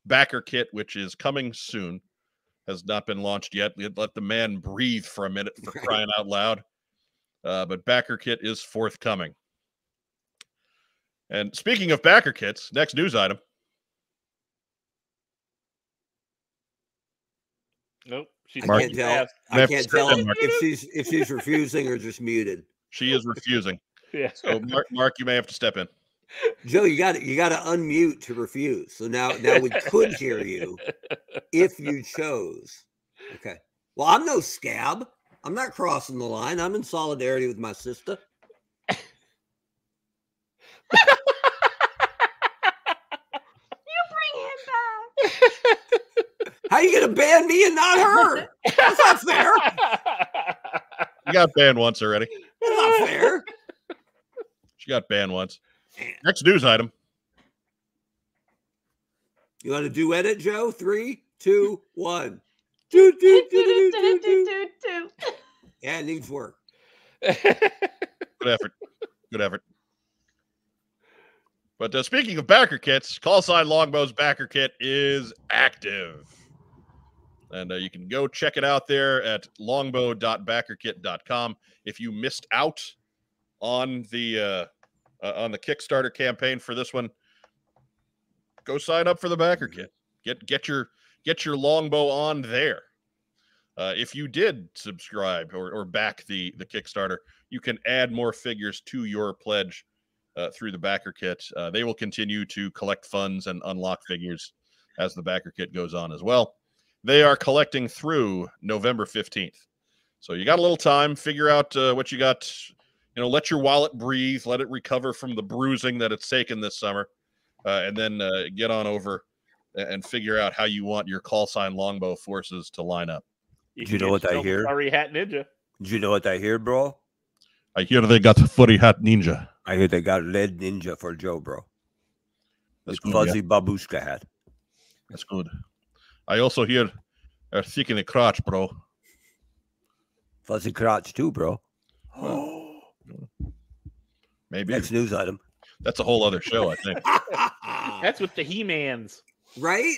[SPEAKER 1] backer kit, which is coming soon. Has not been launched yet. Let- Let the man breathe for a minute for
[SPEAKER 3] Right.
[SPEAKER 1] crying out loud. Uh, but backer kit is forthcoming. And speaking of backer kits, next news item.
[SPEAKER 4] Nope. She's
[SPEAKER 3] I
[SPEAKER 1] Mark,
[SPEAKER 3] can't tell.
[SPEAKER 4] passed.
[SPEAKER 1] I
[SPEAKER 3] I
[SPEAKER 1] have
[SPEAKER 3] can't
[SPEAKER 1] to
[SPEAKER 3] tell
[SPEAKER 1] say that, Mark.
[SPEAKER 3] if she's if she's refusing or just muted.
[SPEAKER 1] She is refusing.
[SPEAKER 4] Yeah. [laughs]
[SPEAKER 1] So Mark, Mark, you may have to step in.
[SPEAKER 3] Joe, you got to you got to unmute to refuse. So now now we could hear you if you chose. Okay. Well, I'm no scab. I'm not crossing the line. I'm in solidarity with my sister.
[SPEAKER 2] Bring him back.
[SPEAKER 3] How you gonna ban me and not her? That's not fair.
[SPEAKER 1] You got banned once already.
[SPEAKER 3] That's not fair.
[SPEAKER 1] She got banned once.
[SPEAKER 3] Man.
[SPEAKER 1] Next news item.
[SPEAKER 3] You want to duet it, Joe? Three, two, one. Do, do,
[SPEAKER 2] [laughs]
[SPEAKER 3] do, do, do, do, do. Yeah, it needs work.
[SPEAKER 1] Good effort. Good effort. But uh, speaking of backer kits, call sign Longbow's backer kit is active. And uh, you can go check it out there at longbow.backerkit.com. If you missed out on the uh, uh, on the Kickstarter campaign for this one, go sign up for the backer kit. Get get your get your longbow on there. Uh, if you did subscribe or, or back the the Kickstarter, you can add more figures to your pledge uh, through the backer kit. Uh, they will continue to collect funds and unlock figures as the backer kit goes on as well. They are collecting through November 15th. So you got a little time. Figure out uh, what you got. You know, let your wallet breathe, let it recover from the bruising that it's taken this summer, uh, and then uh, get on over a- and figure out how you want your call sign longbow forces to line up.
[SPEAKER 4] Do
[SPEAKER 8] you know what I hear?
[SPEAKER 4] Sorry, Hat Ninja.
[SPEAKER 7] Did you know what I hear, bro?
[SPEAKER 1] I hear they got the furry hat ninja.
[SPEAKER 7] I hear they got lead ninja for Joe, bro.
[SPEAKER 1] That's
[SPEAKER 7] With
[SPEAKER 1] good.
[SPEAKER 7] fuzzy
[SPEAKER 1] Oh, yeah.
[SPEAKER 7] babushka hat.
[SPEAKER 1] That's good. I also hear they're seeking a crotch, bro.
[SPEAKER 7] Fuzzy crotch too, bro.
[SPEAKER 1] Maybe
[SPEAKER 7] Next news item.
[SPEAKER 1] that's a whole other show. I think.
[SPEAKER 4] That's with the He-Mans.
[SPEAKER 3] right?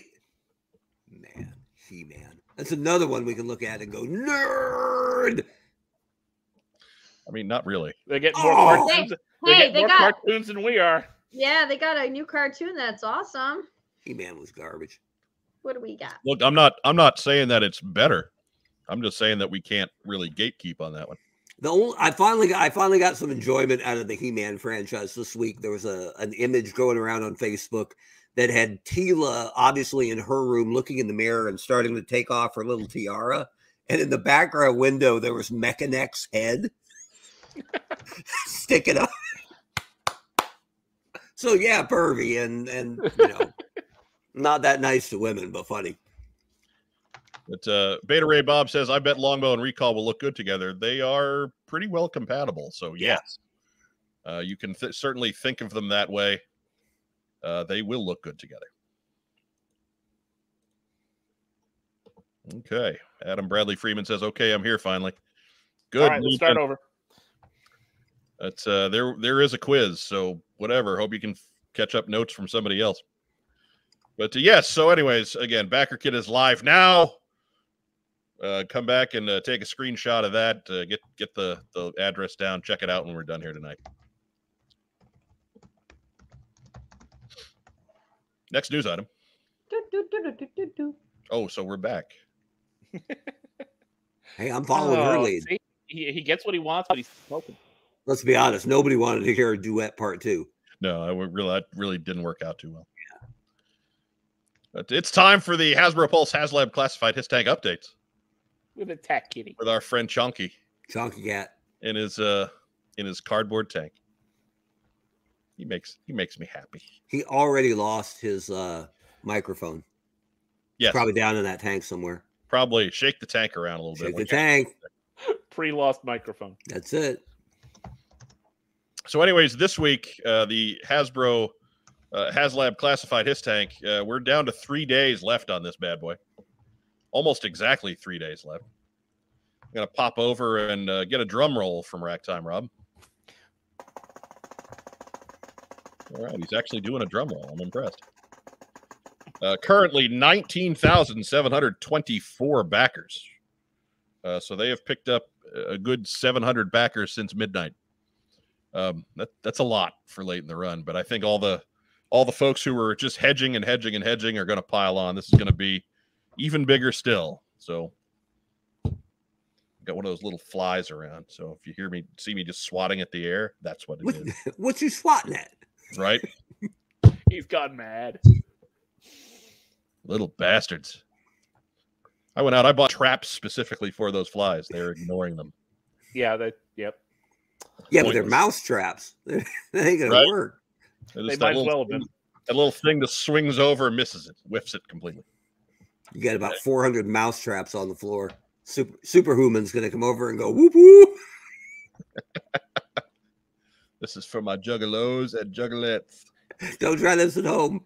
[SPEAKER 3] Man, He Man. That's another one we can look at and go, nerd.
[SPEAKER 1] I mean, not really.
[SPEAKER 4] They get more
[SPEAKER 3] Oh!
[SPEAKER 4] cartoons. They
[SPEAKER 2] Hey,
[SPEAKER 4] get
[SPEAKER 2] they
[SPEAKER 4] more
[SPEAKER 2] got
[SPEAKER 4] cartoons than we are.
[SPEAKER 2] yeah, they got a new cartoon. That's awesome.
[SPEAKER 3] He Man was garbage.
[SPEAKER 2] What do we got?
[SPEAKER 1] Look, I'm not. I'm not saying that it's better. I'm just saying that we can't really gatekeep on that one.
[SPEAKER 3] The only I finally got I finally got some enjoyment out of the He Man franchise this week. There was a an image going around on Facebook that had Tila obviously in her room looking in the mirror and starting to take off her little tiara. And in the background window, there was Mechanex's head sticking up. So yeah, pervy and and you know not that nice to women, but funny.
[SPEAKER 1] But uh, Beta Ray Bob says, "I bet Longbow and Recall will look good together. They are pretty well compatible. So yes, uh, you can th- certainly think of them that way. Uh, they will look good together." Okay, Adam Bradley Freeman says, "Okay, I'm here finally. Good.
[SPEAKER 4] All right, let's start
[SPEAKER 1] Nathan.
[SPEAKER 4] over.
[SPEAKER 1] That's uh, there. There is a quiz, so whatever. Hope you can f- catch up notes from somebody else. But uh, yes, so anyways, again, Backer Kid is live now. Uh, come back and uh, take a screenshot of that. Uh, get get the the address down. Check it out when we're done here tonight. Next news item.
[SPEAKER 2] Do, do, do, do, do, do, do.
[SPEAKER 1] Oh, so we're back.
[SPEAKER 3] Hey, I'm following her
[SPEAKER 4] Oh,
[SPEAKER 3] lead.
[SPEAKER 4] see? He, he gets what he wants, but he's smoking.
[SPEAKER 3] Let's be honest, nobody wanted to hear a duet part two.
[SPEAKER 1] No, I would really that really didn't work out too well. But it's time for the Hasbro Pulse HasLab Classified His Tank updates.
[SPEAKER 4] With a tack kitty.
[SPEAKER 1] with our friend Chunky
[SPEAKER 3] Chonky cat.
[SPEAKER 1] in his uh in his cardboard tank. He makes he makes me happy.
[SPEAKER 3] He already lost his uh, microphone.
[SPEAKER 1] Yes, probably,
[SPEAKER 3] Probably down in that tank somewhere.
[SPEAKER 1] shake the tank around a little
[SPEAKER 3] Shake
[SPEAKER 1] bit.
[SPEAKER 3] the
[SPEAKER 1] like-
[SPEAKER 3] tank.
[SPEAKER 4] Pre-lost microphone.
[SPEAKER 3] That's it.
[SPEAKER 1] So, anyways, this week uh, the Hasbro uh, HasLab classified his tank. Uh, we're down to three days left on this bad boy. Almost exactly three days left. I'm gonna pop over and uh, get a drum roll from Rack Time Rob. All right, he's actually doing a drum roll. I'm impressed. Uh, currently, nineteen thousand seven hundred twenty-four backers. Uh, so they have picked up a good seven hundred backers since midnight. Um, that, that's a lot for late in the run, but I think all the all the folks who were just hedging and hedging and hedging are going to pile on. This is going to be even bigger still. So got one of those little flies around. So if you hear me, see me just swatting at the air, that's what
[SPEAKER 3] What,
[SPEAKER 1] it is,
[SPEAKER 3] [laughs] what you swatting at?
[SPEAKER 1] right?
[SPEAKER 4] He's gone mad.
[SPEAKER 1] Little bastards. I went out. I bought traps specifically for those flies. They're ignoring them.
[SPEAKER 4] Yeah, that. Yep.
[SPEAKER 3] Yeah, but they're
[SPEAKER 1] Pointless.
[SPEAKER 3] mouse traps. [laughs] they ain't gonna
[SPEAKER 1] Right?
[SPEAKER 3] work.
[SPEAKER 1] They're
[SPEAKER 4] They
[SPEAKER 1] just that
[SPEAKER 4] might as
[SPEAKER 1] little
[SPEAKER 4] well have been.
[SPEAKER 1] thing- That little thing that swings over and misses it, whiffs it completely.
[SPEAKER 3] You got about 400 mouse traps on the floor. Super superhuman's gonna come over and go whoop whoop. [laughs]
[SPEAKER 1] This is for my juggalos and juggalettes.
[SPEAKER 3] Don't try this at home.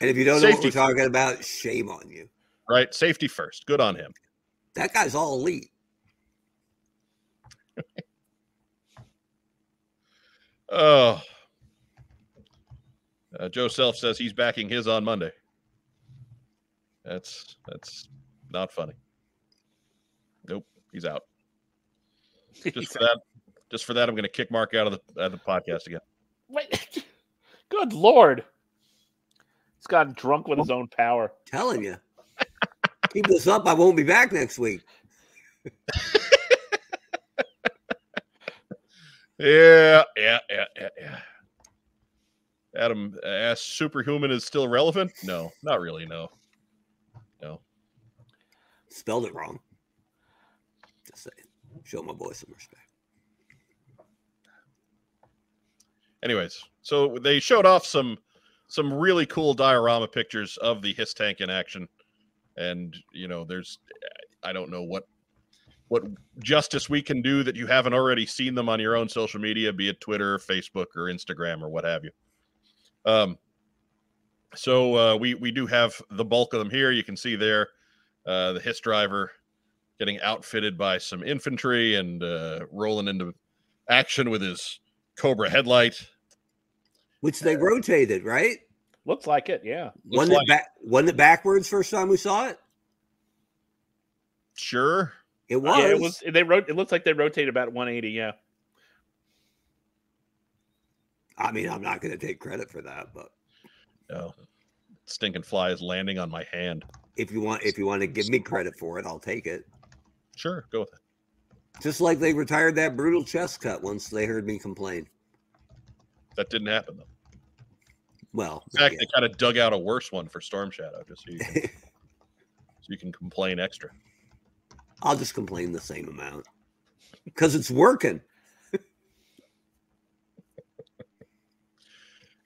[SPEAKER 3] And if you don't know what
[SPEAKER 1] Safety.
[SPEAKER 3] we're talking about, shame on you.
[SPEAKER 1] Right? Safety first. Good on him.
[SPEAKER 3] That guy's all elite.
[SPEAKER 1] Oh. Uh, Joe Self says he's backing his on Monday. That's that's not funny. Nope, he's out. Just [laughs] for that, just for that, I'm going to kick Mark out of the out of the podcast again.
[SPEAKER 4] Wait. Good lord. He's gotten drunk with his own power.
[SPEAKER 1] [laughs]
[SPEAKER 3] Telling you. Keep this up, I won't be back next week.
[SPEAKER 1] Yeah, yeah, yeah, yeah, yeah. Adam uh, asks, "Superhuman is still relevant?" No, not really. No,
[SPEAKER 3] Spelled it wrong. Just saying. Show my boy some respect.
[SPEAKER 1] anyways so they showed off some some really cool diorama pictures of the his tank in action and you know there's I don't know what what justice we can do that you haven't already seen them on your own social media, be it Twitter, Facebook, or Instagram, or what have you. Um, so uh, we we do have the bulk of them here. You can see there uh, the Hiss driver getting outfitted by some infantry and uh, rolling into action with his Cobra headlight.
[SPEAKER 3] which they rotated, right?
[SPEAKER 4] Looks like it. Yeah.
[SPEAKER 1] Looks
[SPEAKER 3] Wasn't
[SPEAKER 1] like-
[SPEAKER 3] it back? Wasn't it backwards? First time we saw it,
[SPEAKER 1] Sure,
[SPEAKER 3] it was.
[SPEAKER 4] Yeah, it was. They wrote. It looks like they rotate about 180.
[SPEAKER 3] [laughs]
[SPEAKER 4] Yeah.
[SPEAKER 3] I mean, I'm not going to take credit for that, but
[SPEAKER 1] no stinking fly is landing on my hand.
[SPEAKER 3] if you want, if you want to give me credit for it, I'll take it.
[SPEAKER 1] Sure, go with it.
[SPEAKER 3] Just like they retired that brutal chest cut once they heard me complain.
[SPEAKER 1] That didn't happen though.
[SPEAKER 3] Well,
[SPEAKER 1] In
[SPEAKER 3] not
[SPEAKER 1] fact,
[SPEAKER 3] yet.
[SPEAKER 1] they kind of dug out a worse one for Storm Shadow, just so you can, so you can complain extra.
[SPEAKER 3] I'll just complain the same amount because it's working.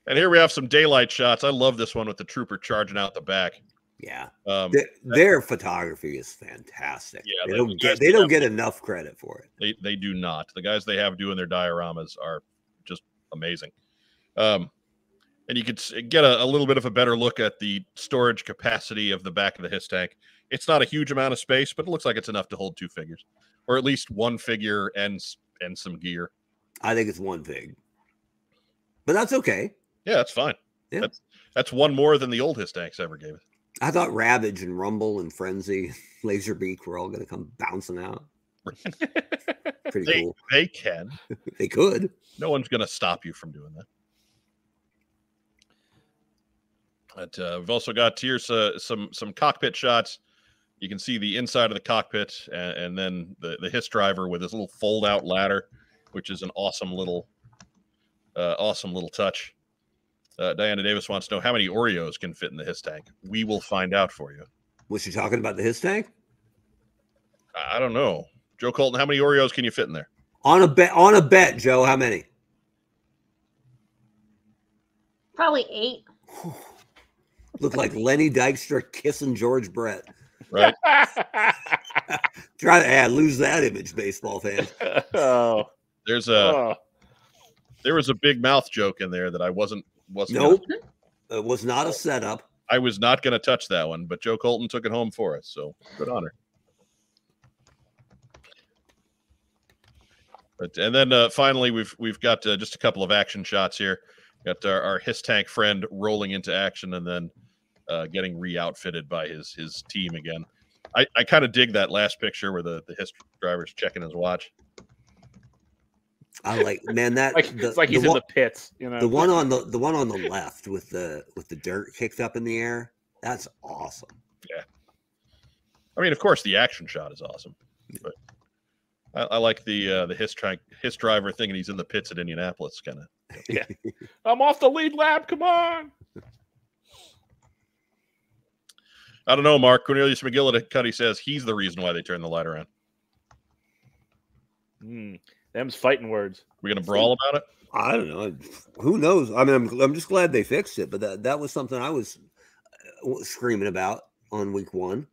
[SPEAKER 1] And here we have some daylight shots. I love this one with the trooper charging out the back.
[SPEAKER 3] Yeah,
[SPEAKER 1] Um,
[SPEAKER 3] Their- their photography is fantastic.
[SPEAKER 1] Yeah,
[SPEAKER 3] they
[SPEAKER 1] the-
[SPEAKER 3] don't
[SPEAKER 1] the
[SPEAKER 3] get
[SPEAKER 1] guys
[SPEAKER 3] they
[SPEAKER 1] that
[SPEAKER 3] don't
[SPEAKER 1] have-
[SPEAKER 3] get enough credit for it.
[SPEAKER 1] They they do not. The guys they have doing their dioramas are just amazing. Um, and you could s- get a, a little bit of a better look at the storage capacity of the back of the his tank. It's not a huge amount of space, but it looks like it's enough to hold two figures, or at least one figure and s- and some gear.
[SPEAKER 3] I think it's one thing, but that's okay.
[SPEAKER 1] Yeah, that's fine.
[SPEAKER 3] Yeah.
[SPEAKER 1] That's that's one more than the old his tanks ever gave us.
[SPEAKER 3] I thought Ravage and Rumble and Frenzy, [laughs] Laserbeak were all going to come bouncing out. Pretty
[SPEAKER 1] They,
[SPEAKER 3] cool.
[SPEAKER 1] they can.
[SPEAKER 3] They could.
[SPEAKER 1] No one's going to stop you from doing that. But uh, we've also got here so, some some cockpit shots. You can see the inside of the cockpit, and, and then the the hiss driver with his little fold out ladder, which is an awesome little, uh, awesome little touch. Uh, Diana Davis wants to know how many Oreos can fit in the hiss tank. We will find out for you.
[SPEAKER 3] Was she talking about the his tank?
[SPEAKER 1] I, I don't know, Joe Colton. How many Oreos can you fit in there?
[SPEAKER 3] On a bet, on a bet, Joe. How many?
[SPEAKER 2] Probably eight.
[SPEAKER 3] Look like Lenny Dykstra kissing George Brett.
[SPEAKER 1] Right?
[SPEAKER 3] Try to yeah, lose that image, baseball fans.
[SPEAKER 4] oh, [laughs]
[SPEAKER 1] There's a
[SPEAKER 4] oh.
[SPEAKER 1] there was a big mouth joke in there that I wasn't wasn't gonna
[SPEAKER 3] Nope, it was not a setup.
[SPEAKER 1] I was not going to touch that one, but Joe Colton took it home for us. So good honor. But and then uh, finally, we've we've got uh, just a couple of action shots here. Got our, our his tank friend rolling into action and then uh, getting re-outfitted by his his team again. I, I kind of dig that last picture where the the his driver's checking his watch.
[SPEAKER 3] I like man that
[SPEAKER 4] [laughs] Like,
[SPEAKER 3] the,
[SPEAKER 4] it's like he's
[SPEAKER 3] the,
[SPEAKER 4] in
[SPEAKER 3] one,
[SPEAKER 4] the pits. You know.
[SPEAKER 3] the one on the the one on the left with the with the dirt kicked up in the air. That's awesome.
[SPEAKER 1] I mean, of course, the action shot is awesome, but I, I like the uh, the his tank his driver thing, and he's in the pits at Indianapolis, kind of
[SPEAKER 4] I'm off the lead lap. Come on.
[SPEAKER 1] I don't know, Mark. Cornelius McGillicuddy says he's the reason why they turned the light around.
[SPEAKER 4] Hmm. Them's fighting words.
[SPEAKER 1] We're gonna brawl about it.
[SPEAKER 3] I don't know. Who knows? I mean, I'm, I'm just glad they fixed it, but that, that was something I was uh, screaming about on week one.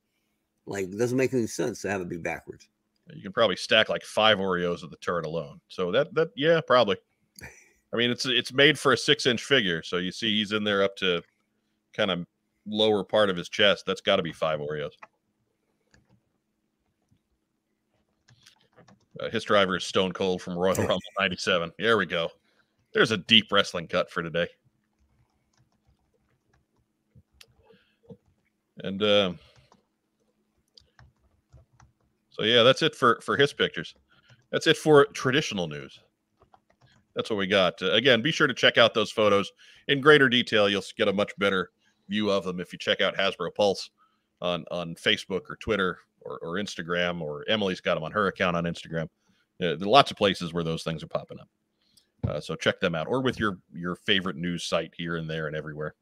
[SPEAKER 3] Like, it doesn't make any sense to have it be backwards.
[SPEAKER 1] You can probably stack like five Oreos at the turret alone. So that that yeah, probably. I mean, it's it's made for a six inch figure, so you see he's in there up to kind of lower part of his chest. That's got to be five Oreos. Uh, his driver is Stone Cold from Royal Rumble '97. There we go. There's a deep wrestling cut for today. And um, so yeah, that's it for for his pictures. That's it for traditional news. That's what we got. Uh, again, be sure to check out those photos in greater detail. You'll get a much better view of them if you check out Hasbro Pulse on on Facebook or Twitter or, or Instagram. Or Emily's got them on her account on Instagram. Uh, there are lots of places where those things are popping up. Uh, so check them out, or with your your favorite news site here and there and everywhere.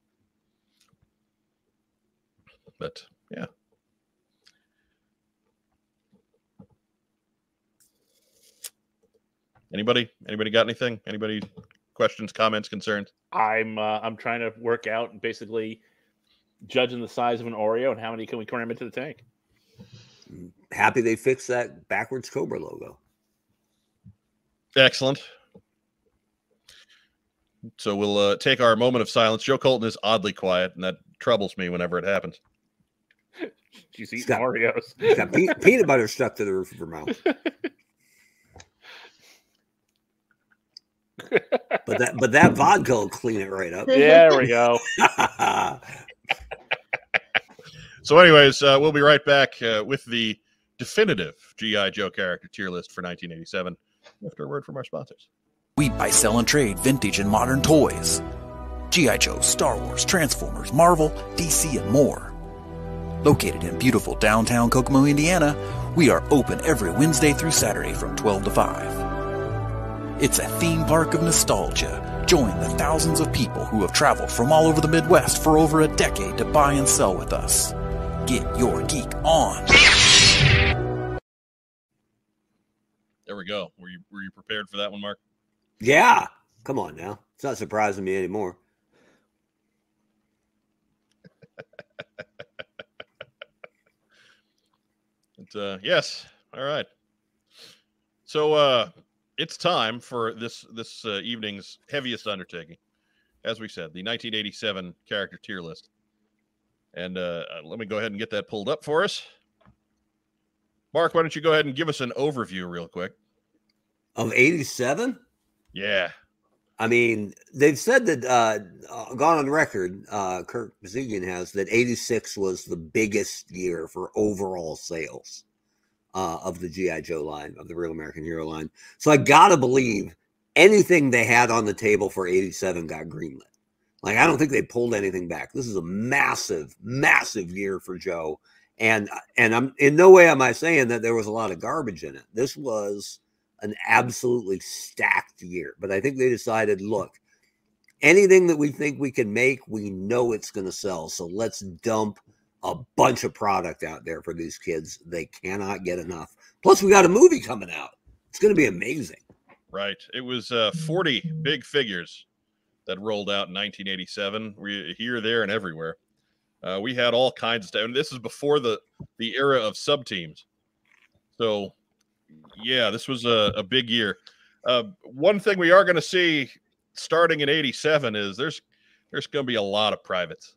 [SPEAKER 1] But yeah, anybody anybody got anything? Anybody questions, comments, concerns?
[SPEAKER 4] I'm uh, I'm trying to work out and basically judging the size of an Oreo and how many can we cram into the tank.
[SPEAKER 3] happy they fixed that backwards Cobra logo.
[SPEAKER 1] Excellent. So we'll uh, take our moment of silence. Joe Colton is oddly quiet, and that troubles me whenever it happens.
[SPEAKER 4] She's eating
[SPEAKER 3] got- [laughs]
[SPEAKER 4] Oreos.
[SPEAKER 3] She's got pe- peanut butter stuck to the roof of her mouth. But that but that vodka will clean it right up.
[SPEAKER 4] Yeah, there
[SPEAKER 3] [laughs]
[SPEAKER 4] we go.
[SPEAKER 1] So, anyways, uh, we'll be right back uh, with the definitive GI Joe character tier list for 1987. After a word from our sponsors.
[SPEAKER 8] We buy, sell, and trade vintage and modern toys. G.I. Joe, Star Wars, Transformers, Marvel, DC, and more. Located in beautiful downtown Kokomo, Indiana, we are open every Wednesday through Saturday from 12 to 5. It's a theme park of nostalgia. Join the thousands of people who have traveled from all over the Midwest for over a decade to buy and sell with us. Get your geek on.
[SPEAKER 1] There we go. Were you were you prepared for that one, Mark?
[SPEAKER 3] yeah. Come on now. It's not surprising me anymore.
[SPEAKER 1] But, uh, yes. All right. So uh, it's time for this this uh, evening's heaviest undertaking. As we said, the 1987 character tier list. And uh, let me go ahead and get that pulled up for us. Mark, why don't you go ahead and give us an overview real quick?
[SPEAKER 3] Of 87?
[SPEAKER 1] Yeah.
[SPEAKER 3] I mean, they've said that uh, uh, gone on record, uh, Kirk Bazigian has that 86 was the biggest year for overall sales uh, of the G.I. Joe line, of the Real American Hero line. So I gotta believe anything they had on the table for 87 got greenlit. Like, I don't think they pulled anything back. This is a massive, massive year for Joe. And uh, and I'm in no way am I saying that there was a lot of garbage in it. This was an absolutely stacked year. But I think they decided, look, anything that we think we can make, we know it's going to sell. So let's dump a bunch of product out there for these kids. They cannot get enough. Plus, we got a movie coming out. It's going to be amazing.
[SPEAKER 1] Right. It was uh, 40 big figures that rolled out in 1987. We here, there, and everywhere. Uh, we had all kinds of stuff. And this is before the the era of sub teams. So, yeah, this was a, a big year. Uh, one thing we are going to see starting in '87 is there's there's going to be a lot of privates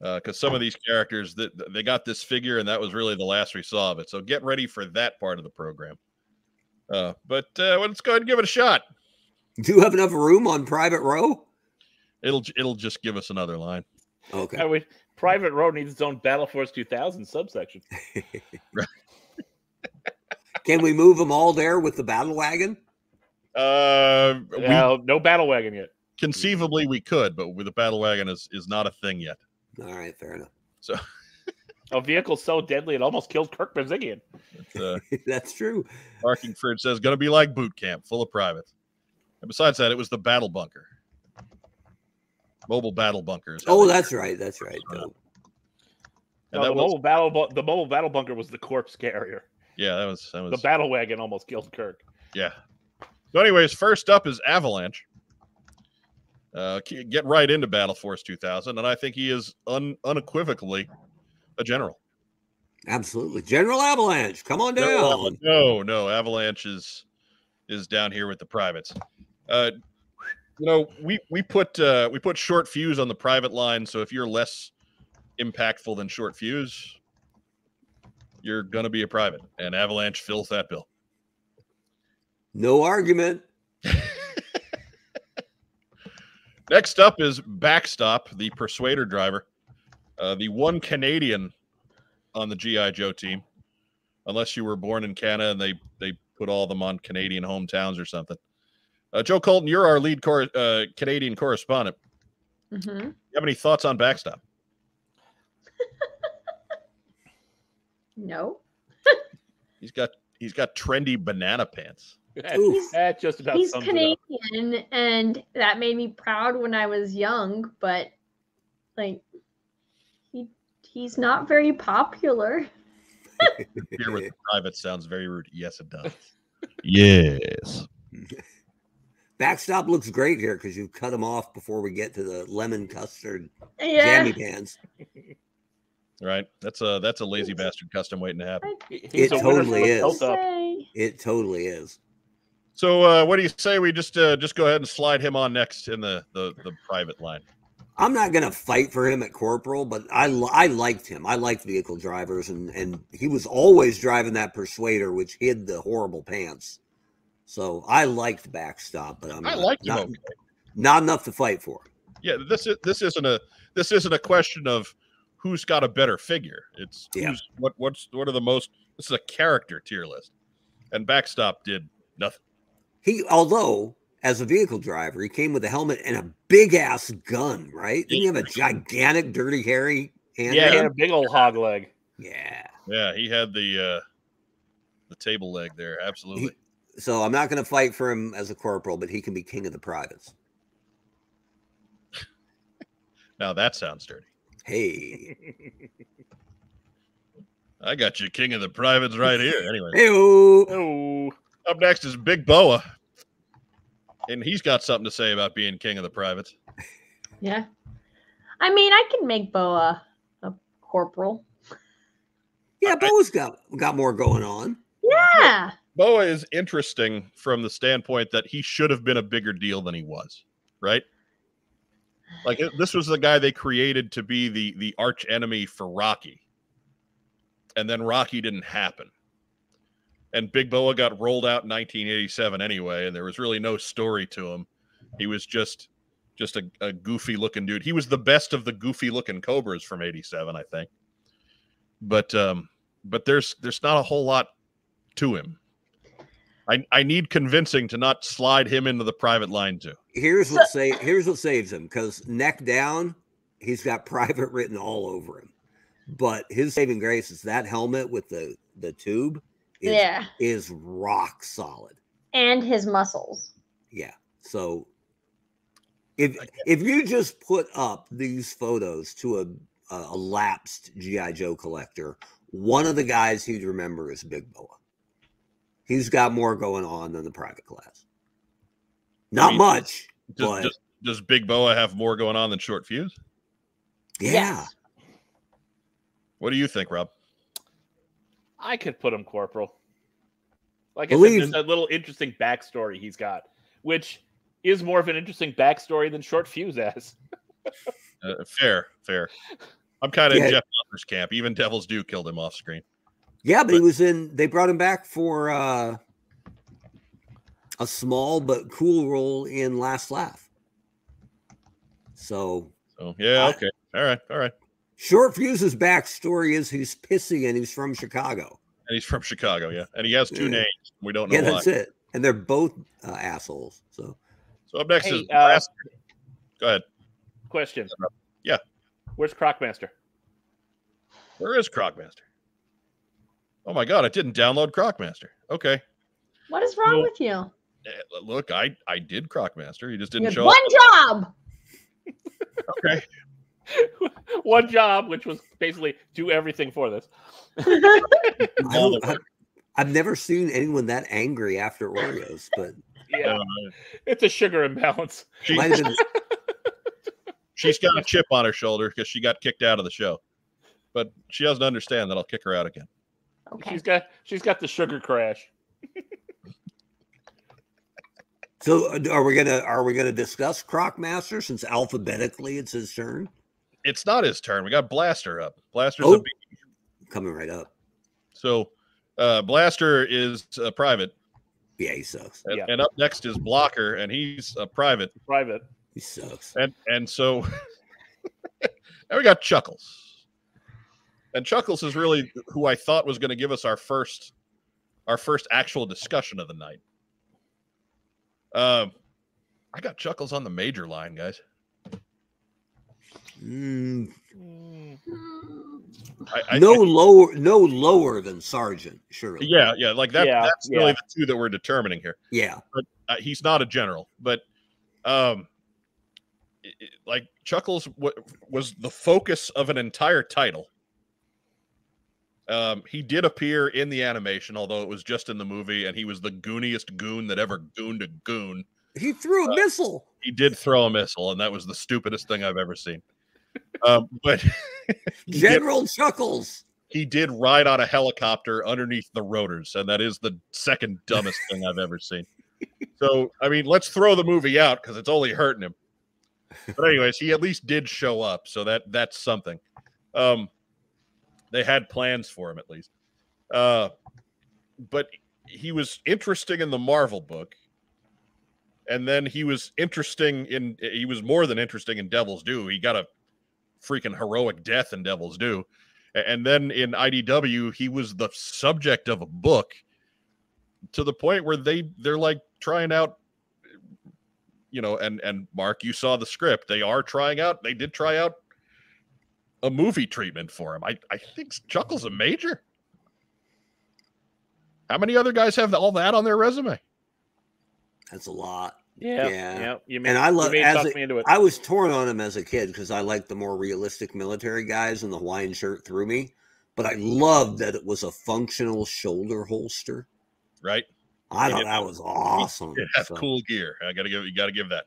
[SPEAKER 1] because some of these characters that they got this figure and that was really the last we saw of it. So get ready for that part of the program. Uh, but uh, well, let's go ahead and give it a shot.
[SPEAKER 3] Do you have enough room on private row?
[SPEAKER 1] It'll it'll just give us another line.
[SPEAKER 3] Okay.
[SPEAKER 4] I would. Private Road needs its own Battle Force 2000 subsection.
[SPEAKER 3] Can we move them all there with the battle wagon?
[SPEAKER 1] Uh, we
[SPEAKER 4] No, no battle wagon yet.
[SPEAKER 1] conceivably we could, but with the battle wagon is is not a thing yet.
[SPEAKER 3] All right, fair enough. [laughs]
[SPEAKER 4] A vehicle so deadly it almost killed Kirk Bazigian.
[SPEAKER 1] It's,
[SPEAKER 4] [laughs]
[SPEAKER 1] uh,
[SPEAKER 3] That's true.
[SPEAKER 1] Markingford says going to uh, be like boot camp, full of privates. And besides that, it was the battle bunker, mobile battle bunkers.
[SPEAKER 3] Oh, that's right. That's right.
[SPEAKER 1] Uh-huh.
[SPEAKER 3] though.
[SPEAKER 4] No,
[SPEAKER 1] And that
[SPEAKER 4] the
[SPEAKER 1] was-
[SPEAKER 4] mobile battle bu- the mobile battle bunker was the corpse carrier.
[SPEAKER 1] yeah, that was that was
[SPEAKER 4] The battle wagon almost killed Kirk. [laughs]
[SPEAKER 1] Yeah. So, anyways, first up is Avalanche. Uh, ke- get right into Battle Force 2000, and I think he is un- unequivocally a general.
[SPEAKER 3] Absolutely. General Avalanche, come on
[SPEAKER 1] No,
[SPEAKER 3] down.
[SPEAKER 1] no, no, Avalanche is is down here with the privates. Uh, you know, we we put uh, we put short fuse on the private line, so if you're less impactful than short fuse, you're gonna be a private, and Avalanche fills that bill.
[SPEAKER 3] No argument.
[SPEAKER 1] Next up is Backstop, the Persuader driver, uh, the one Canadian on the GI Joe team, unless you were born in Canada and they they put all them on Canadian hometowns or something. Uh, Joe Colton, you're our lead cor- uh, Canadian correspondent.
[SPEAKER 2] hmm
[SPEAKER 1] You have any thoughts on Backstop?
[SPEAKER 2] No.
[SPEAKER 1] He's got he's got trendy banana pants.
[SPEAKER 3] Oof.
[SPEAKER 4] That just about
[SPEAKER 2] He's
[SPEAKER 4] sums it up.
[SPEAKER 2] Canadian, and that made me proud when I was young. But like, he he's not very popular. [laughs]
[SPEAKER 1] Here with the private sounds very rude. Yes, it does. yes.
[SPEAKER 3] Backstop looks great here because you cut them off before we get to the lemon custard
[SPEAKER 2] Yeah,
[SPEAKER 3] jammy pants.
[SPEAKER 1] right? That's a that's a lazy bastard custom waiting to happen.
[SPEAKER 4] He-
[SPEAKER 3] It
[SPEAKER 4] he's a winner
[SPEAKER 3] totally
[SPEAKER 4] from the
[SPEAKER 3] is.
[SPEAKER 4] belt up.
[SPEAKER 2] Say.
[SPEAKER 3] It totally is.
[SPEAKER 1] So uh, what do you say we just uh, just go ahead and slide him on next in the the, the private line?
[SPEAKER 3] I'm not going to fight for him at corporal, but I li- I liked him. I liked vehicle drivers, and and he was always driving that Persuader, which hid the horrible pants. So I liked backstop, but I'm
[SPEAKER 1] I
[SPEAKER 3] not-
[SPEAKER 1] liked him.
[SPEAKER 3] [laughs] not,
[SPEAKER 1] okay.
[SPEAKER 3] not enough to fight for.
[SPEAKER 1] Yeah, this is this isn't a this isn't a question of who's got a better figure. It's
[SPEAKER 3] Yeah.
[SPEAKER 1] who's what what's what are the most. This is a character tier list, and backstop did nothing.
[SPEAKER 3] He, although as a vehicle driver, he came with a helmet and a big ass gun, right? Didn't he have a gigantic dirty hairy hand?
[SPEAKER 4] Yeah, he
[SPEAKER 3] gun?
[SPEAKER 4] had a big old hog leg.
[SPEAKER 3] yeah.
[SPEAKER 1] Yeah, he had the uh, the table leg there. Absolutely.
[SPEAKER 3] So I'm not going to fight for him as a corporal, but he can be king of the privates.
[SPEAKER 1] Now that sounds dirty.
[SPEAKER 3] Hey,
[SPEAKER 1] I got you, king of the
[SPEAKER 3] [laughs]
[SPEAKER 1] privates, right here. Anyway.
[SPEAKER 3] hey,
[SPEAKER 4] Oh,
[SPEAKER 1] Up next is Big Boa. And he's got something to say about being king of the privates.
[SPEAKER 2] Yeah. I mean, I can make Boa a corporal.
[SPEAKER 3] yeah, Bo's got got more going on.
[SPEAKER 2] Yeah.
[SPEAKER 1] Boa is interesting from the standpoint that he should have been a bigger deal than he was, right? Like it- this was the guy they created to be the the arch enemy for Rocky. And then Rocky didn't happen. And Big Boa got rolled out in 1987 anyway, and there was really no story to him. He was just just a, a goofy looking dude. He was the best of the goofy looking Cobras from 87, I think. But um but there's there's not a whole lot to him. I, I need convincing to not slide him into the private line too.
[SPEAKER 3] Here's what say here's what saves him because neck down, he's got [laughs] private written all over him. But his saving grace is that helmet with the the tube is,
[SPEAKER 2] Yeah.
[SPEAKER 3] is rock solid.
[SPEAKER 2] And his muscles.
[SPEAKER 3] Yeah. So if if you just put up these photos to a a, a lapsed GI Joe collector, one of the guys he'd remember is Big Boa. He's got more going on than the private class. Not
[SPEAKER 1] mean,
[SPEAKER 3] much,
[SPEAKER 1] Does,
[SPEAKER 3] but
[SPEAKER 1] does, does Big Boa have more going on than Short Fuse?
[SPEAKER 3] yeah.
[SPEAKER 2] Yes.
[SPEAKER 1] What do you think, Rob?
[SPEAKER 4] I could put him corporal. Like I
[SPEAKER 3] Believe-
[SPEAKER 4] said, just a little interesting backstory he's got, which is more of an interesting backstory than Short Fuse has. [laughs]
[SPEAKER 1] Uh, fair, fair. I'm kind of
[SPEAKER 3] Yeah.
[SPEAKER 1] in Jeff Butler's camp. Even Devils do killed him off screen.
[SPEAKER 3] Yeah, but he was in they brought him back for uh a small but cool role in Last Laugh. So
[SPEAKER 1] So yeah,
[SPEAKER 3] I-
[SPEAKER 1] okay, all right, all right.
[SPEAKER 3] Short Fuse's backstory is he's pissy and he's from Chicago.
[SPEAKER 1] And he's from Chicago, yeah, and he has two
[SPEAKER 3] Yeah.
[SPEAKER 1] names. We don't know
[SPEAKER 3] Yeah,
[SPEAKER 1] why.
[SPEAKER 3] that's it. And they're both uh, assholes. So
[SPEAKER 1] So up next
[SPEAKER 4] Hey,
[SPEAKER 1] is
[SPEAKER 4] uh,
[SPEAKER 1] Brass- Go ahead.
[SPEAKER 4] Question.
[SPEAKER 1] Yeah.
[SPEAKER 4] Where's Crockmaster? [laughs]
[SPEAKER 1] Where is Crocmaster? Oh my God, I didn't download Crocmaster. Okay,
[SPEAKER 2] What is wrong
[SPEAKER 4] No.
[SPEAKER 2] with you?
[SPEAKER 1] Eh, look, I I did Crocmaster. He just
[SPEAKER 2] You
[SPEAKER 1] didn't
[SPEAKER 2] had
[SPEAKER 1] show
[SPEAKER 2] one
[SPEAKER 1] up.
[SPEAKER 2] job.
[SPEAKER 1] Okay.
[SPEAKER 4] One job, which was basically do everything for this.
[SPEAKER 3] I
[SPEAKER 1] All
[SPEAKER 3] don't,
[SPEAKER 1] the
[SPEAKER 3] I, I've never seen anyone that angry after Oreos,
[SPEAKER 1] [laughs]
[SPEAKER 3] but
[SPEAKER 4] Yeah.
[SPEAKER 1] Uh,
[SPEAKER 4] It's a sugar imbalance.
[SPEAKER 1] she-
[SPEAKER 3] might have been,
[SPEAKER 1] She's got a chip on her shoulder because she got kicked out of the show. But she doesn't understand that I'll kick her out again.
[SPEAKER 2] Okay.
[SPEAKER 4] She's got she's got the sugar crash.
[SPEAKER 3] so uh, are we gonna are we gonna discuss Crockmaster since alphabetically it's his turn?
[SPEAKER 1] It's not his turn. We got Blaster up. Blaster's a
[SPEAKER 3] Oh.
[SPEAKER 1] B.
[SPEAKER 3] Coming right up.
[SPEAKER 1] So uh, Blaster is a private.
[SPEAKER 3] Yeah, he sucks.
[SPEAKER 1] And,
[SPEAKER 4] Yeah.
[SPEAKER 1] and up next is Blocker, and he's a private.
[SPEAKER 4] Private.
[SPEAKER 3] He sucks.
[SPEAKER 1] And and so [laughs] and we got Chuckles. And Chuckles is really who I thought was going to give us our first our first actual discussion of the night. Um I got Chuckles on the major line, guys.
[SPEAKER 3] Mm,
[SPEAKER 1] I, I,
[SPEAKER 3] no lower, no lower than sergeant. Surely.
[SPEAKER 1] Yeah, yeah, like that.
[SPEAKER 4] Yeah,
[SPEAKER 1] that's really
[SPEAKER 4] yeah.
[SPEAKER 1] the two that we're determining here.
[SPEAKER 3] Yeah.
[SPEAKER 1] Uh, he's not a general, but um, i- i- like Chuckles w- was the focus of an entire title. Um, he did appear in the animation, although it was just in the movie, and he was the gooniest goon that ever gooned a goon.
[SPEAKER 3] He threw a
[SPEAKER 1] Uh,
[SPEAKER 3] missile.
[SPEAKER 1] He did throw a missile, and that was the stupidest thing I've ever seen. [laughs] Um, but he did,
[SPEAKER 3] General Chuckles.
[SPEAKER 1] he did ride on a helicopter underneath the rotors, and that is the second dumbest thing I've ever seen. So, I mean, let's throw the movie out because it's only hurting him. But anyways, he at least did show up, so that that's something. Um, they had plans for him at least. Uh, but he was interesting in the Marvel book, and then he was interesting in he was more than interesting in Devil's Due. He got a freaking heroic death in Devil's Due, A- and then in IDW he was the subject of a book to the point where they they're like trying out you know and and mark you saw the script they are trying out they did try out a movie treatment for him i i think chuckles a major how many other guys have all that on their resume
[SPEAKER 3] That's a lot.
[SPEAKER 4] Yeah,
[SPEAKER 3] Yeah.
[SPEAKER 4] yeah. You made,
[SPEAKER 3] And I love-
[SPEAKER 4] you made
[SPEAKER 3] as
[SPEAKER 4] talk
[SPEAKER 3] a-
[SPEAKER 4] me into it.
[SPEAKER 3] I was torn on him as a kid because I liked the more realistic military guys, and the Hawaiian shirt threw me. But I loved that it was a functional shoulder holster.
[SPEAKER 1] right
[SPEAKER 3] I
[SPEAKER 1] They
[SPEAKER 3] thought
[SPEAKER 1] did-
[SPEAKER 3] that was
[SPEAKER 1] [laughs]
[SPEAKER 3] awesome.
[SPEAKER 1] They have
[SPEAKER 3] So-
[SPEAKER 1] cool gear i gotta give you gotta give that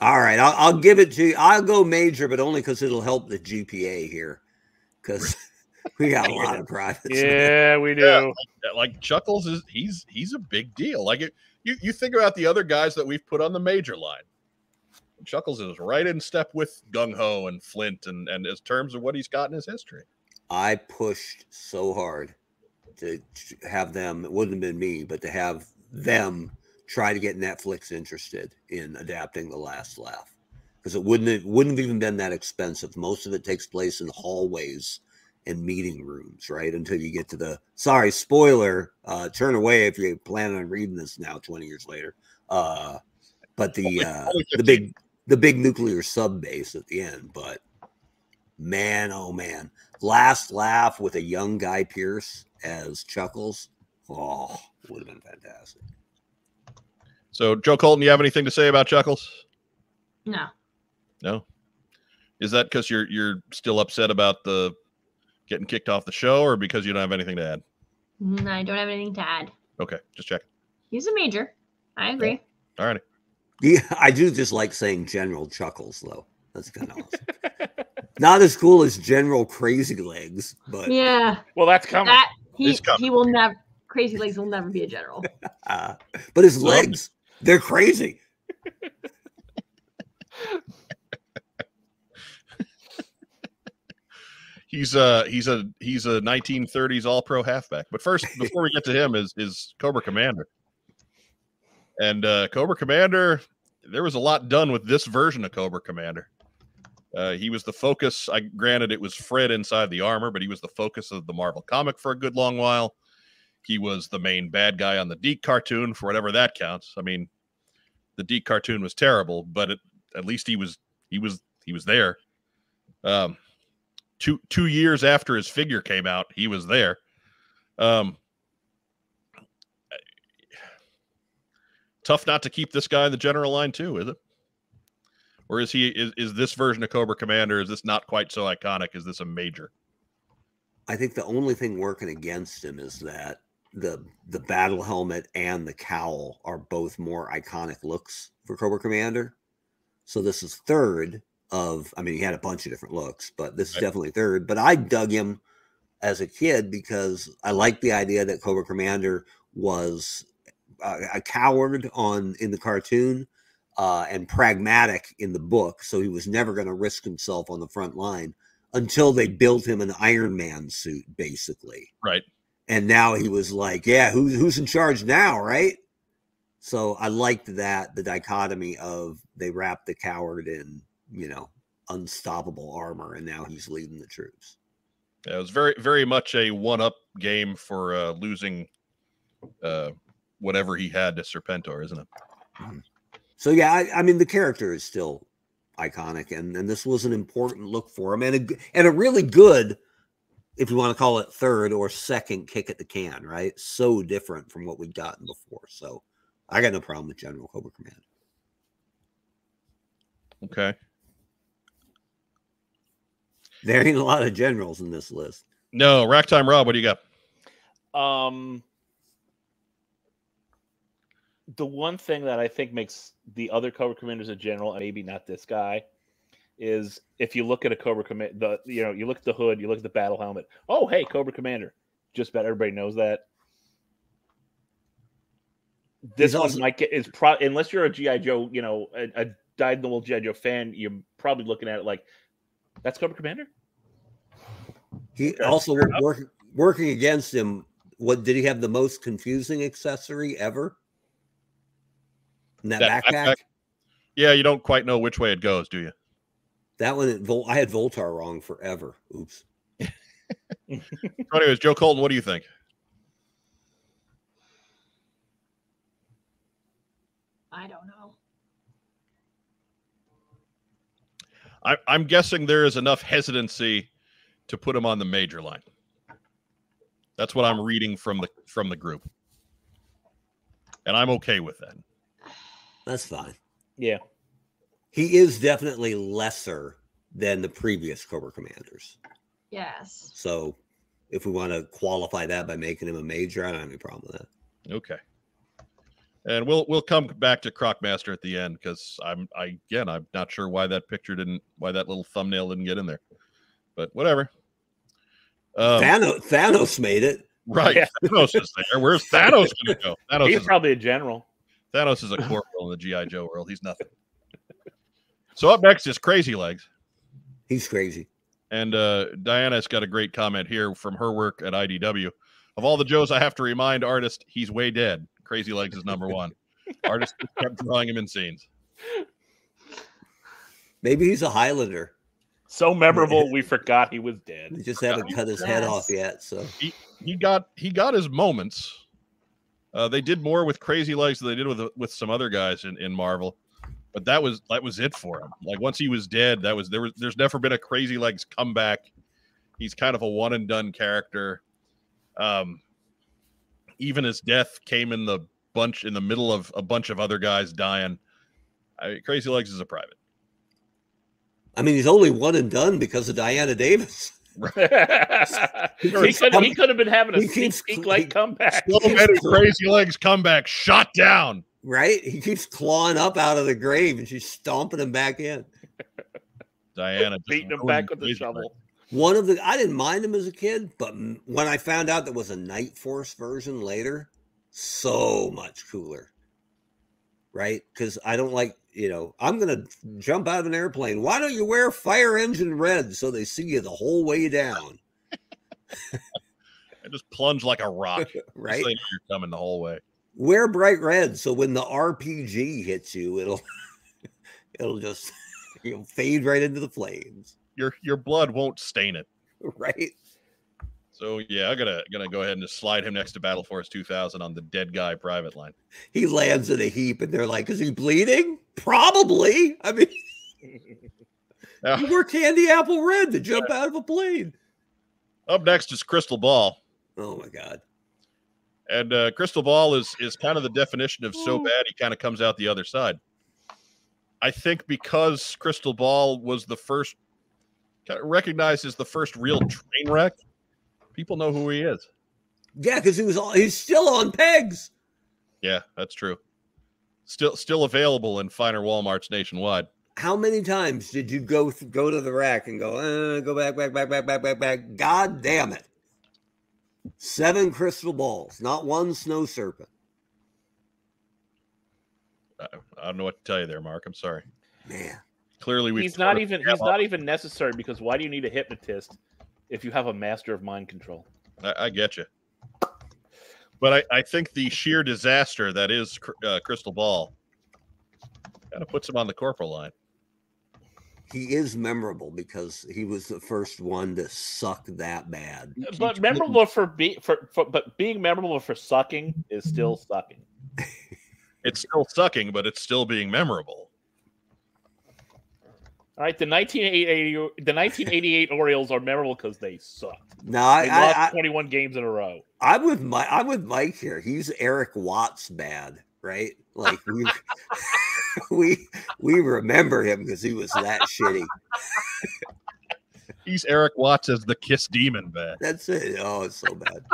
[SPEAKER 3] All right, I'll, I'll give it to you. I'll go major, but only because it'll help the GPA here, because [laughs] we got a lot of privates.
[SPEAKER 4] yeah, we do.
[SPEAKER 1] Yeah. that, like Chuckles is he's he's a big deal. Like it, you you think about the other guys that we've put on the major line. Chuckles is right in step with Gung Ho and Flint and and in terms of what he's got in his history.
[SPEAKER 3] I pushed so hard to t- have them. It wouldn't have been me, but to have them try to get Netflix interested in adapting The Last Laugh, because it wouldn't it wouldn't have even been that expensive. Most of it takes place in hallways and meeting rooms, right? Until you get to the sorry spoiler. Uh, turn away if you plan on reading this now, twenty years later. Uh, but the uh,
[SPEAKER 1] Only
[SPEAKER 3] the big the big nuclear sub base at the end, but man, oh man, last laugh with a young guy Pierce as Chuckles. Oh, would have been fantastic.
[SPEAKER 1] So Joe Colton, you have anything to say about Chuckles?
[SPEAKER 2] No.
[SPEAKER 1] No. Is that because you're you're still upset about the getting kicked off the show, or because you don't have anything to add?
[SPEAKER 2] Mm, I don't have anything to add.
[SPEAKER 1] Okay, just check.
[SPEAKER 2] He's a major. I agree.
[SPEAKER 1] All righty.
[SPEAKER 3] Yeah, I do just like saying General Chuckles though. That's kind of awesome. Not as cool as General Crazy Legs, but
[SPEAKER 2] Yeah.
[SPEAKER 4] Well, that's coming.
[SPEAKER 2] That he
[SPEAKER 1] It's coming.
[SPEAKER 2] he will never crazy legs will never be a [laughs] general.
[SPEAKER 3] uh, but his
[SPEAKER 1] Love it.
[SPEAKER 3] legs, they're crazy.
[SPEAKER 1] He's a he's a he's a 1930s All Pro halfback. But first, before we get to him, is is Cobra Commander. And uh, Cobra Commander, there was a lot done with this version of Cobra Commander. Uh, he was the focus. I granted it was Fred inside the armor, but he was the focus of the Marvel comic for a good long while. He was the main bad guy on the Deke cartoon for whatever that counts. I mean, the Deke cartoon was terrible, but it, at least he was he was he was there. Um, two two years after his figure came out, he was there. Um, tough not to keep this guy in the general line too, is it? Or is he is, is this version of Cobra Commander? Is this not quite so iconic? Is this a major?
[SPEAKER 3] I think the only thing working against him is that the the battle helmet and the cowl are both more iconic looks for Cobra Commander. So this is third of I mean he had a bunch of different looks, but this is
[SPEAKER 1] Right.
[SPEAKER 3] definitely third. But I dug him as a kid because I liked the idea that Cobra Commander was uh, a, a coward on in the cartoon uh, and pragmatic in the book, so he was never going to risk himself on the front line until they built him an Iron Man suit, basically.
[SPEAKER 1] Right.
[SPEAKER 3] And now he was like, "Yeah, who's who's in charge now?" Right. So I liked that the dichotomy of they wrapped the coward in you know unstoppable armor, and now he's leading the troops.
[SPEAKER 1] Yeah, it was very very much a one up game for uh, losing uh, whatever he had to Serpentor, isn't it?
[SPEAKER 3] So yeah, I, I mean the character is still iconic, and and this was an important look for him, and a g- and a really good, if you want to call it third or second kick at the can, right? So different from what we'd gotten before. So I got no problem with General Cobra Command.
[SPEAKER 1] Okay.
[SPEAKER 3] There ain't a lot of generals in this list.
[SPEAKER 1] No, rack time, Rob. What do you got?
[SPEAKER 4] Um, the one thing that I think makes the other cover commanders a general, and maybe not this guy, is if you look at a Cobra Command, the you know you look at the hood, you look at the battle helmet. Oh, hey, Cobra Commander. Just about everybody knows that. This
[SPEAKER 3] He's
[SPEAKER 4] one
[SPEAKER 3] also-
[SPEAKER 4] might get is pro unless you're a GI Joe, you know, a, a died in the wool GI Joe fan. You're probably looking at it like, that's Cobra Commander.
[SPEAKER 3] He also working working against him. What did he have the most confusing accessory ever? In that,
[SPEAKER 1] That
[SPEAKER 3] backpack,
[SPEAKER 1] backpack. Yeah, you don't quite know which way it goes, do you? [laughs]
[SPEAKER 3] that one. at Vol- I had Voltar wrong forever. Oops.
[SPEAKER 1] So anyways, Joe Colton, what do you think?
[SPEAKER 2] I don't know.
[SPEAKER 1] I, I'm guessing there is enough hesitancy to put him on the major line. That's what I'm reading from the from the group, and I'm okay with that.
[SPEAKER 3] That's fine.
[SPEAKER 4] Yeah.
[SPEAKER 3] He is definitely lesser than the previous Cobra commanders.
[SPEAKER 2] Yes.
[SPEAKER 3] So, if we want to qualify that by making him a major, I don't have any problem with that.
[SPEAKER 1] Okay. And we'll we'll come back to Crocmaster at the end because I'm I again I'm not sure why that picture didn't why that little thumbnail didn't get in there, but whatever.
[SPEAKER 4] Oh.
[SPEAKER 1] Um,
[SPEAKER 3] Thano- Thanos made it.
[SPEAKER 1] right,
[SPEAKER 4] Yeah.
[SPEAKER 1] Thanos is there. Where's Thanos going to go? Thanos
[SPEAKER 4] He's
[SPEAKER 1] is
[SPEAKER 4] probably a general.
[SPEAKER 1] Thanos is a corporal in the GI Joe world. He's nothing. So up next is Crazy Legs,
[SPEAKER 3] He's crazy.
[SPEAKER 1] and uh, Diana's got a great comment here from her work at IDW. Of all the Joes, I have to remind artist he's way dead. Crazy Legs is number one. artist just kept drawing him in scenes.
[SPEAKER 3] Maybe he's a Highlander.
[SPEAKER 4] So memorable,
[SPEAKER 3] [laughs]
[SPEAKER 4] we forgot he was dead.
[SPEAKER 3] They just haven't cut his head off yet. So
[SPEAKER 1] He got he got his moments. Uh, they did more with Crazy Legs than they did with with some other guys in, in Marvel, but that was that was it for him. Like once he was dead, that was there was there's never been a Crazy Legs comeback. He's kind of a one and done character. Um, even his death came in the bunch in the middle of a bunch of other guys dying. I, Crazy Legs is a private.
[SPEAKER 3] I mean, he's only one and done because of Diana Davis.
[SPEAKER 4] he could he could have been having a
[SPEAKER 3] He
[SPEAKER 4] sneak
[SPEAKER 3] keeps-
[SPEAKER 4] peek like
[SPEAKER 3] he-
[SPEAKER 4] comeback.
[SPEAKER 1] So
[SPEAKER 3] [laughs]
[SPEAKER 1] many Crazy Legs comeback shot down.
[SPEAKER 3] Right? He keeps clawing up out of the grave and she's stomping him back in.
[SPEAKER 1] Diana just
[SPEAKER 4] Beating him
[SPEAKER 1] ruined
[SPEAKER 4] back with a
[SPEAKER 1] Crazy Legs.
[SPEAKER 4] shovel.
[SPEAKER 3] One of the I didn't mind him as a kid, but m- when I found out there was a Night Force version later, so much cooler. Right? Because I don't like, you know, I'm gonna jump out of an airplane. Why don't you wear fire engine red so they see you the whole way down?
[SPEAKER 1] I just plunge like a rock. Just
[SPEAKER 3] Right?
[SPEAKER 1] so they know you're coming the whole way.
[SPEAKER 3] wear bright red so when the RPG hits you, it'll [laughs] it'll just [laughs] you'll fade right into the flames, [laughs]
[SPEAKER 1] Your your blood won't stain it.
[SPEAKER 3] right?
[SPEAKER 1] So yeah, I'm gonna gonna go ahead and just slide him next to Battle Force 2000 on the dead guy private line.
[SPEAKER 3] He lands in a heap, and they're like, "Is he bleeding?" Probably. I mean,
[SPEAKER 1] Yeah.
[SPEAKER 3] you wear candy apple red to jump out of a plane.
[SPEAKER 1] Up next is Crystal Ball,
[SPEAKER 3] Oh my god!
[SPEAKER 1] and uh, Crystal Ball is is kind of the definition of so bad he kind of comes out the other side. I think because Crystal Ball was the first kind of recognized as the first real train wreck, people know who he is.
[SPEAKER 3] Yeah, because he was all, he's still on pegs.
[SPEAKER 1] Yeah, that's true. Still still available in finer WalMarts nationwide.
[SPEAKER 3] How many times did you go th- go to the rack and go uh, go back back back back back back back? God damn it! Seven crystal balls, not one snow serpent.
[SPEAKER 1] I, I don't know what to tell you there, Mark. I'm sorry.
[SPEAKER 3] Man,
[SPEAKER 1] Clearly, we
[SPEAKER 4] He's not even he's not even necessary because why do you need a hypnotist if you have a master of mind control?
[SPEAKER 1] I, I get you, but I, I think the sheer disaster that is Cr- uh, Crystal Ball kind of puts him on the corporal line.
[SPEAKER 3] he is memorable because he was the first one to suck that bad.
[SPEAKER 4] But memorable for be for, for but being memorable for sucking is still sucking.
[SPEAKER 1] It's still sucking, but it's still being memorable.
[SPEAKER 4] All right, the 1988
[SPEAKER 3] [laughs]
[SPEAKER 4] the 1988 Orioles are memorable because they sucked.
[SPEAKER 3] Now I,
[SPEAKER 4] They
[SPEAKER 3] I,
[SPEAKER 4] lost
[SPEAKER 3] I
[SPEAKER 4] 21 games in a row.
[SPEAKER 3] I'm with my I'm with Mike here. He's Eric Watts bad, right? Like we [laughs] we we remember him because he was that shitty.
[SPEAKER 1] He's Eric Watts as the Kiss Demon bad.
[SPEAKER 4] [laughs]
[SPEAKER 3] That's it. Oh, it's so bad.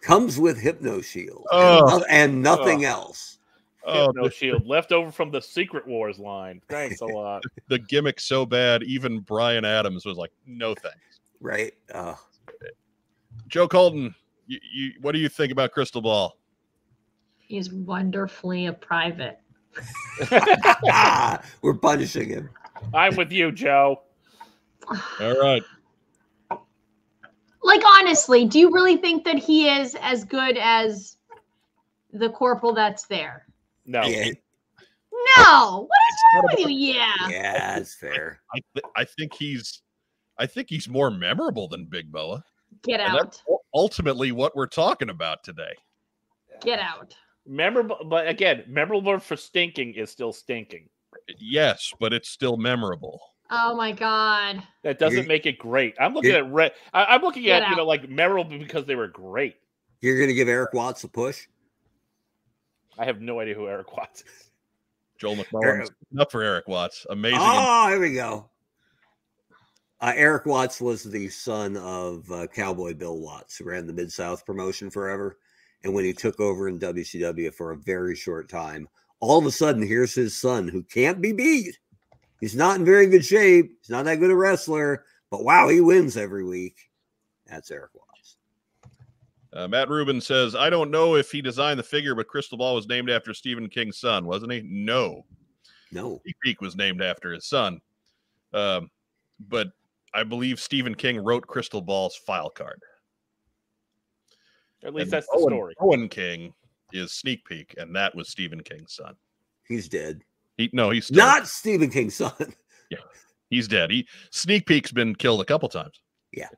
[SPEAKER 3] Comes with Hypno Shield
[SPEAKER 1] Oh.
[SPEAKER 3] and nothing else.
[SPEAKER 1] Oh,
[SPEAKER 4] no shield left over from the Secret Wars line. Thanks
[SPEAKER 3] [laughs]
[SPEAKER 4] a lot. [laughs]
[SPEAKER 1] the gimmick so bad, even Brian Adams was like, "No thanks."
[SPEAKER 3] right? Uh,
[SPEAKER 1] Joe Colton, you, you, what do you think about Crystal Ball?
[SPEAKER 2] He's wonderfully a private.
[SPEAKER 3] Ah, we're punishing him.
[SPEAKER 4] I'm with you, Joe.
[SPEAKER 1] All right,
[SPEAKER 2] [sighs] Like honestly, do you really think that he is as good as the corporal that's there?
[SPEAKER 4] No,
[SPEAKER 3] Yeah,
[SPEAKER 2] No. What is wrong with you? Yeah.
[SPEAKER 3] yeah, that's fair.
[SPEAKER 1] I, th- I think he's, I think he's more memorable than Big Boa.
[SPEAKER 2] Get
[SPEAKER 1] And
[SPEAKER 2] out.
[SPEAKER 1] that's u- ultimately what we're talking about today.
[SPEAKER 2] Get out.
[SPEAKER 4] memorable, but again, memorable for stinking is still stinking.
[SPEAKER 1] Yes, but it's still memorable.
[SPEAKER 2] Oh my god.
[SPEAKER 4] That doesn't
[SPEAKER 3] You're-
[SPEAKER 4] make it great. I'm looking
[SPEAKER 3] you're-
[SPEAKER 4] at red. I, I'm looking
[SPEAKER 2] Get
[SPEAKER 4] at you know like memorable because they were great.
[SPEAKER 3] You're gonna give Eric Watts a push.
[SPEAKER 4] I have no idea who Eric Watts is.
[SPEAKER 1] Joel McMullen
[SPEAKER 3] Eric-
[SPEAKER 1] sticking up for Eric Watts. Amazing.
[SPEAKER 3] Oh, here we go. Uh, Eric Watts was the son of uh, Cowboy Bill Watts, who ran the Mid South promotion forever. And when he took over in WCW for a very short time, all of a sudden, here's his son who can't be beat. He's not in very good shape. He's not that good a wrestler, but wow, he wins every week. That's Eric Watts.
[SPEAKER 1] Uh, Matt Rubin says, I don't know if he designed the figure, but Crystal Ball was named after Stephen King's son, wasn't he? No.
[SPEAKER 3] No.
[SPEAKER 1] Sneak Peek was named after his son. Um, but I believe Stephen King wrote Crystal Ball's file card.
[SPEAKER 4] At least
[SPEAKER 1] And
[SPEAKER 4] that's the
[SPEAKER 1] Owen-
[SPEAKER 4] story.
[SPEAKER 1] Owen King is Sneak Peek, and that was Stephen King's son.
[SPEAKER 3] He's dead.
[SPEAKER 1] He no, he's still,
[SPEAKER 3] Not Stephen King's son.
[SPEAKER 1] he's dead. He Sneak Peek's been killed a couple times.
[SPEAKER 3] Yeah.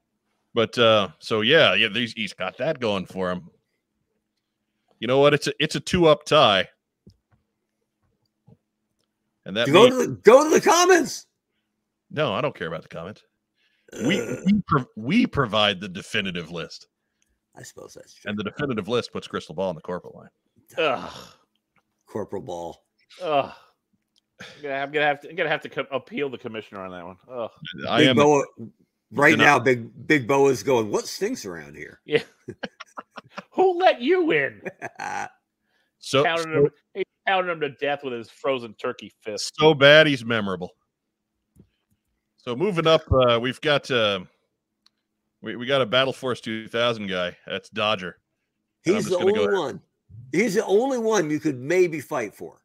[SPEAKER 1] But uh, so yeah, yeah, he's, he's got that going for him. You know what? It's a it's a two up tie. And that
[SPEAKER 3] Go
[SPEAKER 1] means,
[SPEAKER 3] to the, go to the comments.
[SPEAKER 1] no, I don't care about the comments. We
[SPEAKER 3] Ugh,
[SPEAKER 1] we, pro- we provide the definitive list,
[SPEAKER 3] I suppose that's true.
[SPEAKER 1] and the definitive list puts Crystal Ball in the corporate line.
[SPEAKER 4] Ugh.
[SPEAKER 3] Corporal Ball.
[SPEAKER 4] Ugh. I'm gonna, I'm gonna have to. I'm gonna have to co- appeal the commissioner on that one. Ugh.
[SPEAKER 1] I
[SPEAKER 3] Big
[SPEAKER 1] am
[SPEAKER 3] Boa, right
[SPEAKER 1] gonna-
[SPEAKER 3] now, Big Big Boa's going. What stinks around here? [laughs]
[SPEAKER 4] Yeah. Who let
[SPEAKER 1] [laughs]
[SPEAKER 4] you in?
[SPEAKER 1] so
[SPEAKER 4] Pounded
[SPEAKER 1] so,
[SPEAKER 4] him, he pounded him to death with his frozen turkey fist.
[SPEAKER 1] so bad he's memorable. So moving up, uh, we've got uh, we we got a Battle Force 2000 guy. That's Dodger. I'm
[SPEAKER 3] He's
[SPEAKER 1] just
[SPEAKER 3] the
[SPEAKER 1] gonna
[SPEAKER 3] only
[SPEAKER 1] go ahead.
[SPEAKER 3] one. He's the only one you could maybe fight for.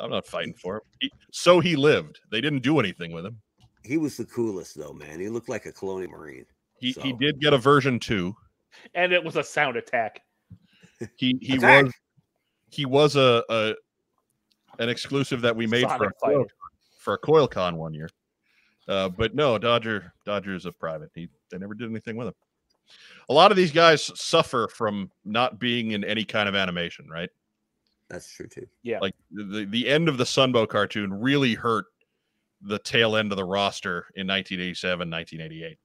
[SPEAKER 1] I'm not fighting for him. He, so he lived. They didn't do anything with him.
[SPEAKER 3] He was the coolest though, man. He looked like a colonial marine.
[SPEAKER 1] He he
[SPEAKER 3] So-
[SPEAKER 1] did get a version two.
[SPEAKER 4] and it was a sound attack.
[SPEAKER 1] He he
[SPEAKER 3] Attack.
[SPEAKER 1] was he was a, a an exclusive that we made for
[SPEAKER 4] Sonic
[SPEAKER 1] a coil,
[SPEAKER 4] fighter.
[SPEAKER 1] for a coil con one year. Uh, but no, Dodger Dodger's a private. He they never did anything with him. A lot of these guys suffer from not being in any kind of animation, right?
[SPEAKER 3] That's true too.
[SPEAKER 1] Like the, the end of the Sunbow cartoon really hurt the tail end of the roster in 1987, 1988.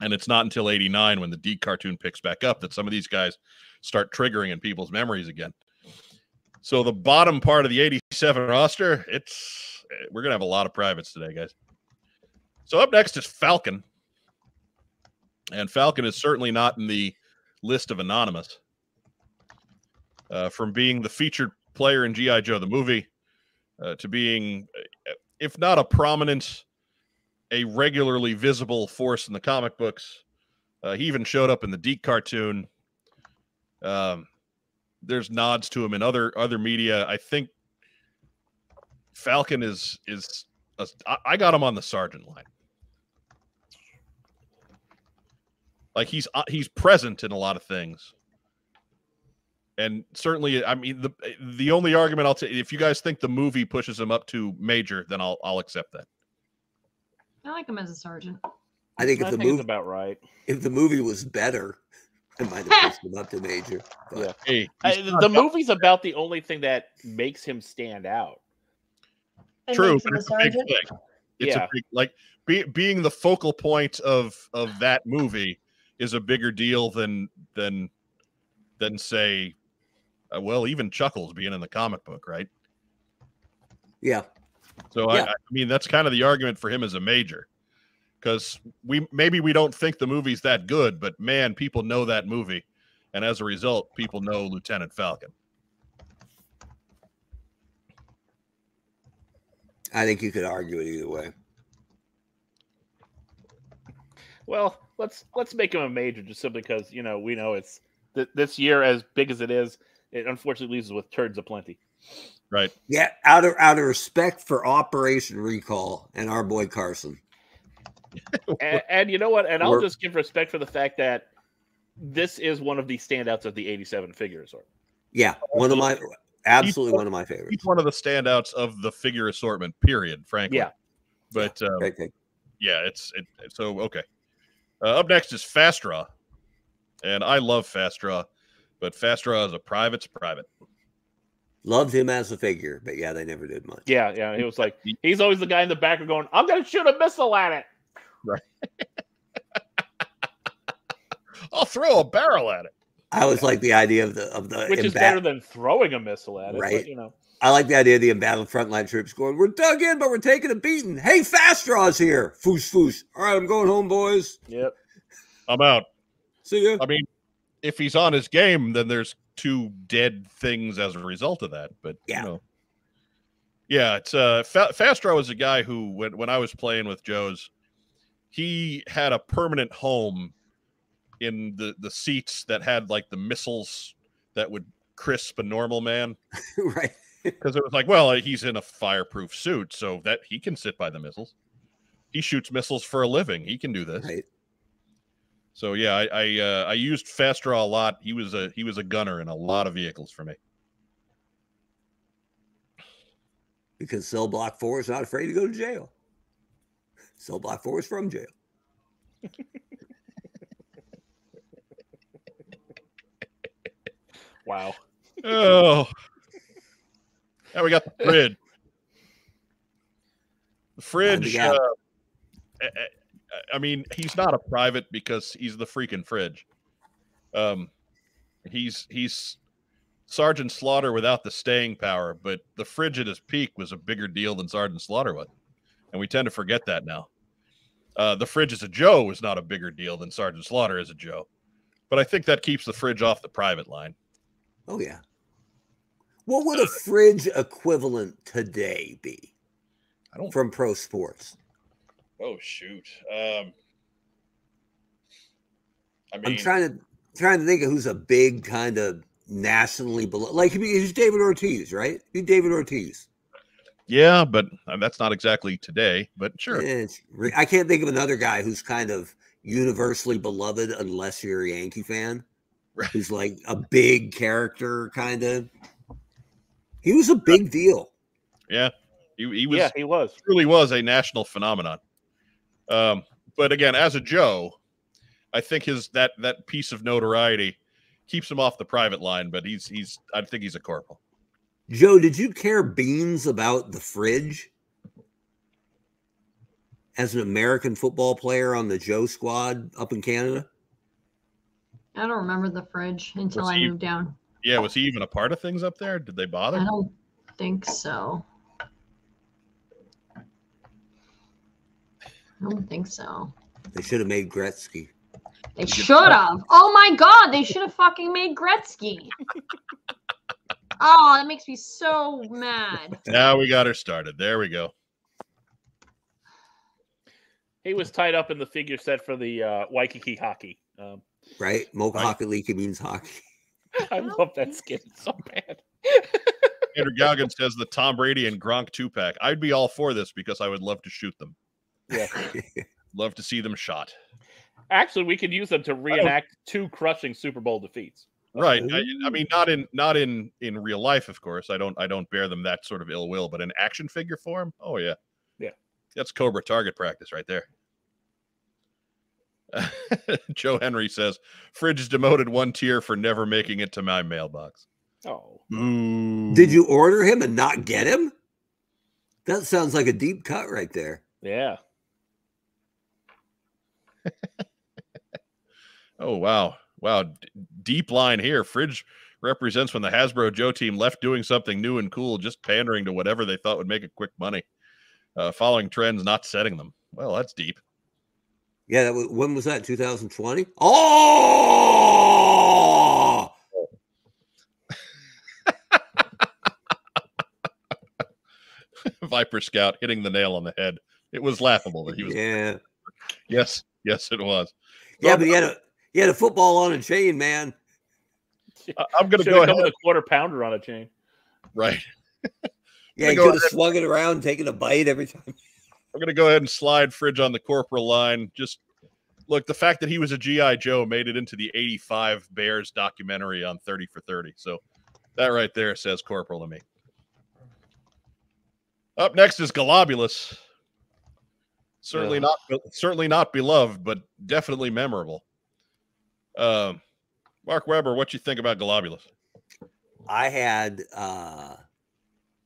[SPEAKER 1] And it's not until 89 when the D cartoon picks back up that some of these guys start triggering in people's memories again. So the bottom part of the 87 roster, it's eh, we're going to have a lot of privates today, guys. So up next is Falcon. And Falcon is certainly not in the list of anonymous. Uh, from being the featured player in G.I. Joe the movie uh, to being, eh, if not a prominent, a regularly visible force in the comic books. Uh, he even showed up in the Deke cartoon. Um, there's nods to him in other other media. I think Falcon is is a, I, I got him on the sergeant line. Like he's uh, he's present in a lot of things and certainly i mean the the only argument i'll take if you guys think the movie pushes him up to major then i'll i'll accept that
[SPEAKER 2] I like him as a sergeant.
[SPEAKER 3] I think
[SPEAKER 4] I
[SPEAKER 3] if the
[SPEAKER 4] think it's
[SPEAKER 3] movie
[SPEAKER 4] about right.
[SPEAKER 3] if the movie was better, [laughs] I might have pushed him up to major. But
[SPEAKER 4] Yeah.
[SPEAKER 1] hey
[SPEAKER 4] I,
[SPEAKER 1] he's
[SPEAKER 4] the
[SPEAKER 1] not-
[SPEAKER 4] the movie's about the only thing that makes him stand out.
[SPEAKER 2] And
[SPEAKER 1] true
[SPEAKER 2] makes him
[SPEAKER 1] but
[SPEAKER 2] a
[SPEAKER 1] it's a big
[SPEAKER 2] sergeant.
[SPEAKER 1] thing it's
[SPEAKER 4] Yeah.
[SPEAKER 1] a big like be, being the focal point of of that movie is a bigger deal than than than say uh, well even chuckles being in the comic book right
[SPEAKER 3] yeah,
[SPEAKER 1] So I,
[SPEAKER 3] Yeah.
[SPEAKER 1] I mean, that's kind of the argument for him as a major, because we maybe we don't think the movie's that good, but man, people know that movie, and as a result, people know Lieutenant Falcon.
[SPEAKER 3] I think you could argue it either way.
[SPEAKER 4] Well, let's let's make him a major just simply because you know we know it's th- this year as big as it is. It unfortunately leaves us with turds aplenty.
[SPEAKER 1] Right.
[SPEAKER 3] Yeah, out of out of respect for Operation Recall and our boy Carson.
[SPEAKER 4] And, and you know what? And I'll
[SPEAKER 3] We're-
[SPEAKER 4] just give respect for the fact that this is one of the standouts of the '87 figure assortment.
[SPEAKER 3] Yeah,
[SPEAKER 4] Oh,
[SPEAKER 3] one of my absolutely one of my favorites.
[SPEAKER 1] He's one of the standouts of the figure assortment. Period. Frankly.
[SPEAKER 4] Yeah.
[SPEAKER 1] But um,
[SPEAKER 3] Great pick.
[SPEAKER 1] yeah, it's it, so okay. Uh, up next is Fast Draw, and I love Fast Draw, but Fast Draw is a private's private.
[SPEAKER 3] Loved him as a figure, but yeah, they never did much.
[SPEAKER 4] Yeah, yeah. He was like, he's always the guy in the back going, "I'm gonna shoot a missile at it."
[SPEAKER 1] I'll throw a barrel at it.
[SPEAKER 3] I always like the idea of the of the
[SPEAKER 4] which
[SPEAKER 3] Uh, in
[SPEAKER 4] is
[SPEAKER 3] bat-
[SPEAKER 4] better than throwing a missile at it.
[SPEAKER 3] Right.
[SPEAKER 4] But, you know,
[SPEAKER 3] I like the idea of the embattled frontline troops going, We're dug in, but we're taking a beating. Hey, fast draws here. Foos foos. All right, I'm going home, boys.
[SPEAKER 4] yep.
[SPEAKER 1] I'm out.
[SPEAKER 3] See ya.
[SPEAKER 1] I mean, if he's on his game, then there's two dead things as a result of that. But
[SPEAKER 3] Yeah.
[SPEAKER 1] you know, yeah, it's uh, Fa- Fast Draw was a guy who, when when I was playing with Joe's, he had a permanent home in the the seats that had like the missiles that would crisp a normal man
[SPEAKER 3] [laughs] right.
[SPEAKER 1] because it was like, well, he's in a fireproof suit, so that he can sit by the missiles. He shoots missiles for a living. He can do this.
[SPEAKER 3] Right.
[SPEAKER 1] So yeah, I I, uh, I used fast draw a lot. He was a he was a gunner in a lot of vehicles for me.
[SPEAKER 3] Because cell block four is not afraid to go to jail. Cell block four is from jail.
[SPEAKER 4] Wow.
[SPEAKER 1] Oh, now we got the fridge. The fridge.
[SPEAKER 3] Time
[SPEAKER 1] Uh,
[SPEAKER 3] to
[SPEAKER 1] I- I- I mean, he's not a private because he's the freaking fridge. Um, he's he's Sergeant Slaughter without the staying power, but the fridge at his peak was a bigger deal than Sergeant Slaughter was, and we tend to forget that now. Uh, the fridge as a Joe is not a bigger deal than Sergeant Slaughter as a Joe, but I think that keeps the fridge off the private line.
[SPEAKER 3] Oh, yeah. What would a fridge equivalent today be
[SPEAKER 1] I don't
[SPEAKER 3] from pro sports?
[SPEAKER 1] Oh shoot. Um I mean
[SPEAKER 3] I'm trying to trying to think of who's a big kind of nationally below like who's David Ortiz, right? Who's David Ortiz.
[SPEAKER 1] Yeah, but uh, that's not exactly today, but sure.
[SPEAKER 3] Yeah, Eh, it's re- I can't think of another guy who's kind of universally beloved unless you're a Yankee fan,
[SPEAKER 1] Right.
[SPEAKER 3] who's like a big character kind of. He was a big deal.
[SPEAKER 1] He, he was
[SPEAKER 4] yeah, he was.
[SPEAKER 1] truly was a national phenomenon. Um but again, as a Joe, I think his that that piece of notoriety keeps him off the private line, but he's he's I think he's a corporal.
[SPEAKER 3] Joe, did you care beans about the fridge? As an American football player on the Joe squad up in Canada?
[SPEAKER 2] I don't remember the fridge until
[SPEAKER 1] Was
[SPEAKER 2] I
[SPEAKER 1] he-
[SPEAKER 2] moved down.
[SPEAKER 1] Yeah, was he even a part of things up there? Did they bother?
[SPEAKER 2] I don't think so. I don't think so.
[SPEAKER 3] They should have made Gretzky.
[SPEAKER 2] They should have. Oh my god, they should have fucking
[SPEAKER 1] [laughs]
[SPEAKER 2] made Gretzky. oh, that makes me so mad.
[SPEAKER 1] Now we got her started. There we go.
[SPEAKER 4] He was tied up in the figure set for the uh, Waikiki hockey. Um, [laughs]
[SPEAKER 3] Right? Mocha
[SPEAKER 1] Right.
[SPEAKER 3] hockey league means hockey.
[SPEAKER 4] I love that skin so bad.
[SPEAKER 1] Andrew Galgan says the Tom Brady and Gronk two pack. I'd be all for this because I would love to shoot them.
[SPEAKER 4] Yeah.
[SPEAKER 1] Love to see them shot.
[SPEAKER 4] Actually, we could use them
[SPEAKER 1] Oh.
[SPEAKER 4] to reenact two crushing Super Bowl defeats.
[SPEAKER 1] right I, I mean not in not in in real life of course i don't i don't bear them that sort of ill will but in action figure form oh yeah
[SPEAKER 4] Yeah.
[SPEAKER 1] that's cobra target practice right there [laughs] joe henry says fridge is demoted one tier for never making it to my mailbox
[SPEAKER 4] Oh,
[SPEAKER 1] Mm-hmm.
[SPEAKER 3] Did you order him and not get him? That sounds like a deep cut right there.
[SPEAKER 4] yeah.
[SPEAKER 1] oh wow wow D- deep line here fridge represents when the hasbro joe team left doing something new and cool just pandering to whatever they thought would make a quick money uh, following trends not setting them well that's deep
[SPEAKER 3] Yeah, that was, when was that? 2020? Oh!
[SPEAKER 1] Viper Scout hitting the nail on the head. It was laughable that he was.
[SPEAKER 3] [laughs] Yeah,
[SPEAKER 1] Yes, yes, it was.
[SPEAKER 3] yeah, but he had a he had a football on a chain, man.
[SPEAKER 1] I- I'm going to
[SPEAKER 4] Should
[SPEAKER 1] go
[SPEAKER 4] have
[SPEAKER 1] ahead.
[SPEAKER 4] come with a quarter pounder on a chain.
[SPEAKER 1] Right.
[SPEAKER 3] Yeah, he
[SPEAKER 1] go
[SPEAKER 3] could have swung it around, taking a bite every time.
[SPEAKER 1] I'm going to go ahead and slide Fridge on the corporal line. Just look, the fact that he was a GI Joe made it into the '85 Bears documentary on 30 for 30. So that right there says corporal to me. Up next is Globulus. Certainly
[SPEAKER 4] Yeah.
[SPEAKER 1] not, certainly not beloved, but definitely memorable. Um, Mark Weber, what you think about Globulus?
[SPEAKER 3] I had uh,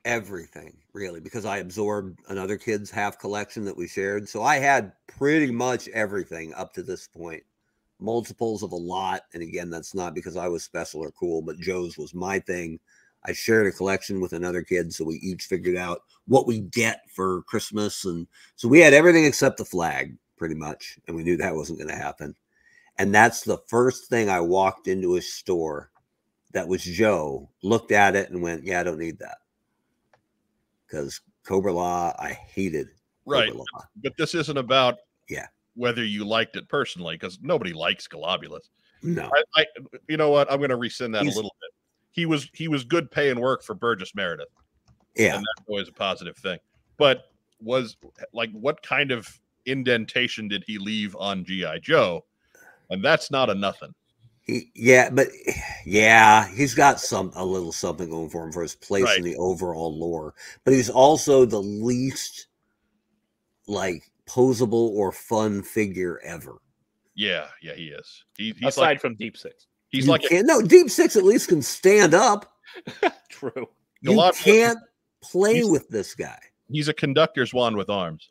[SPEAKER 3] everything really because I absorbed another kid's half collection that we shared. So I had pretty much everything up to this point. Multiples of a lot. And again, that's not because I was special or cool, but Joe's was my thing. I shared a collection with another kid. So we each figured out what we get for Christmas. And so we had everything except the flag pretty much. And we knew that wasn't going to happen. And that's the first thing I walked into a store that was Joe looked at it and went, "Yeah, I don't need that," because Cobra Law, I hated Cobra
[SPEAKER 1] Right,
[SPEAKER 3] Law.
[SPEAKER 1] but this isn't about
[SPEAKER 3] Yeah.
[SPEAKER 1] whether you liked it personally because nobody likes Globulus.
[SPEAKER 3] No,
[SPEAKER 1] I, I you know what? I'm going to rescind that
[SPEAKER 3] He's-
[SPEAKER 1] a little bit. He was he was good paying work for Burgess Meredith.
[SPEAKER 3] yeah,
[SPEAKER 1] And that's always a positive thing. But was like what kind of indentation did he leave on GI Joe? And that's not a nothing.
[SPEAKER 3] he, yeah, but yeah, he's got some a little something going for him for his place
[SPEAKER 1] Right.
[SPEAKER 3] in the overall lore, but he's also the least like posable or fun figure ever.
[SPEAKER 1] Yeah, yeah, he is. He, he's
[SPEAKER 4] aside
[SPEAKER 1] like
[SPEAKER 4] from Deep Six.
[SPEAKER 1] he's
[SPEAKER 3] You
[SPEAKER 1] like a
[SPEAKER 3] can't- no Deep Six at least can stand up.
[SPEAKER 4] True.
[SPEAKER 3] You
[SPEAKER 1] Galactus-
[SPEAKER 3] can't play
[SPEAKER 1] he's-
[SPEAKER 3] with this guy.
[SPEAKER 1] he's a conductor's wand with arms.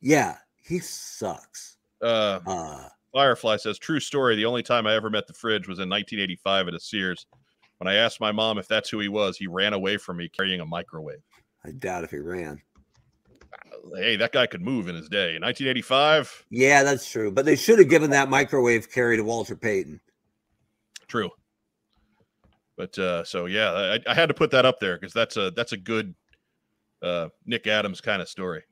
[SPEAKER 3] Yeah, he sucks.
[SPEAKER 1] Uh
[SPEAKER 3] Uh,
[SPEAKER 1] Firefly says, "True story. The only time I ever met the fridge was in 1985 at a Sears. When I asked my mom if that's who he was, he ran away from me carrying a microwave.
[SPEAKER 3] I doubt if he ran.
[SPEAKER 1] Hey, that guy could move in his day. In 1985,
[SPEAKER 3] Yeah, that's true. But they should have given that microwave carry to Walter Payton.
[SPEAKER 1] true. But uh, so yeah, I, I had to put that up there because that's a that's a good uh, Nick Adams kind of story.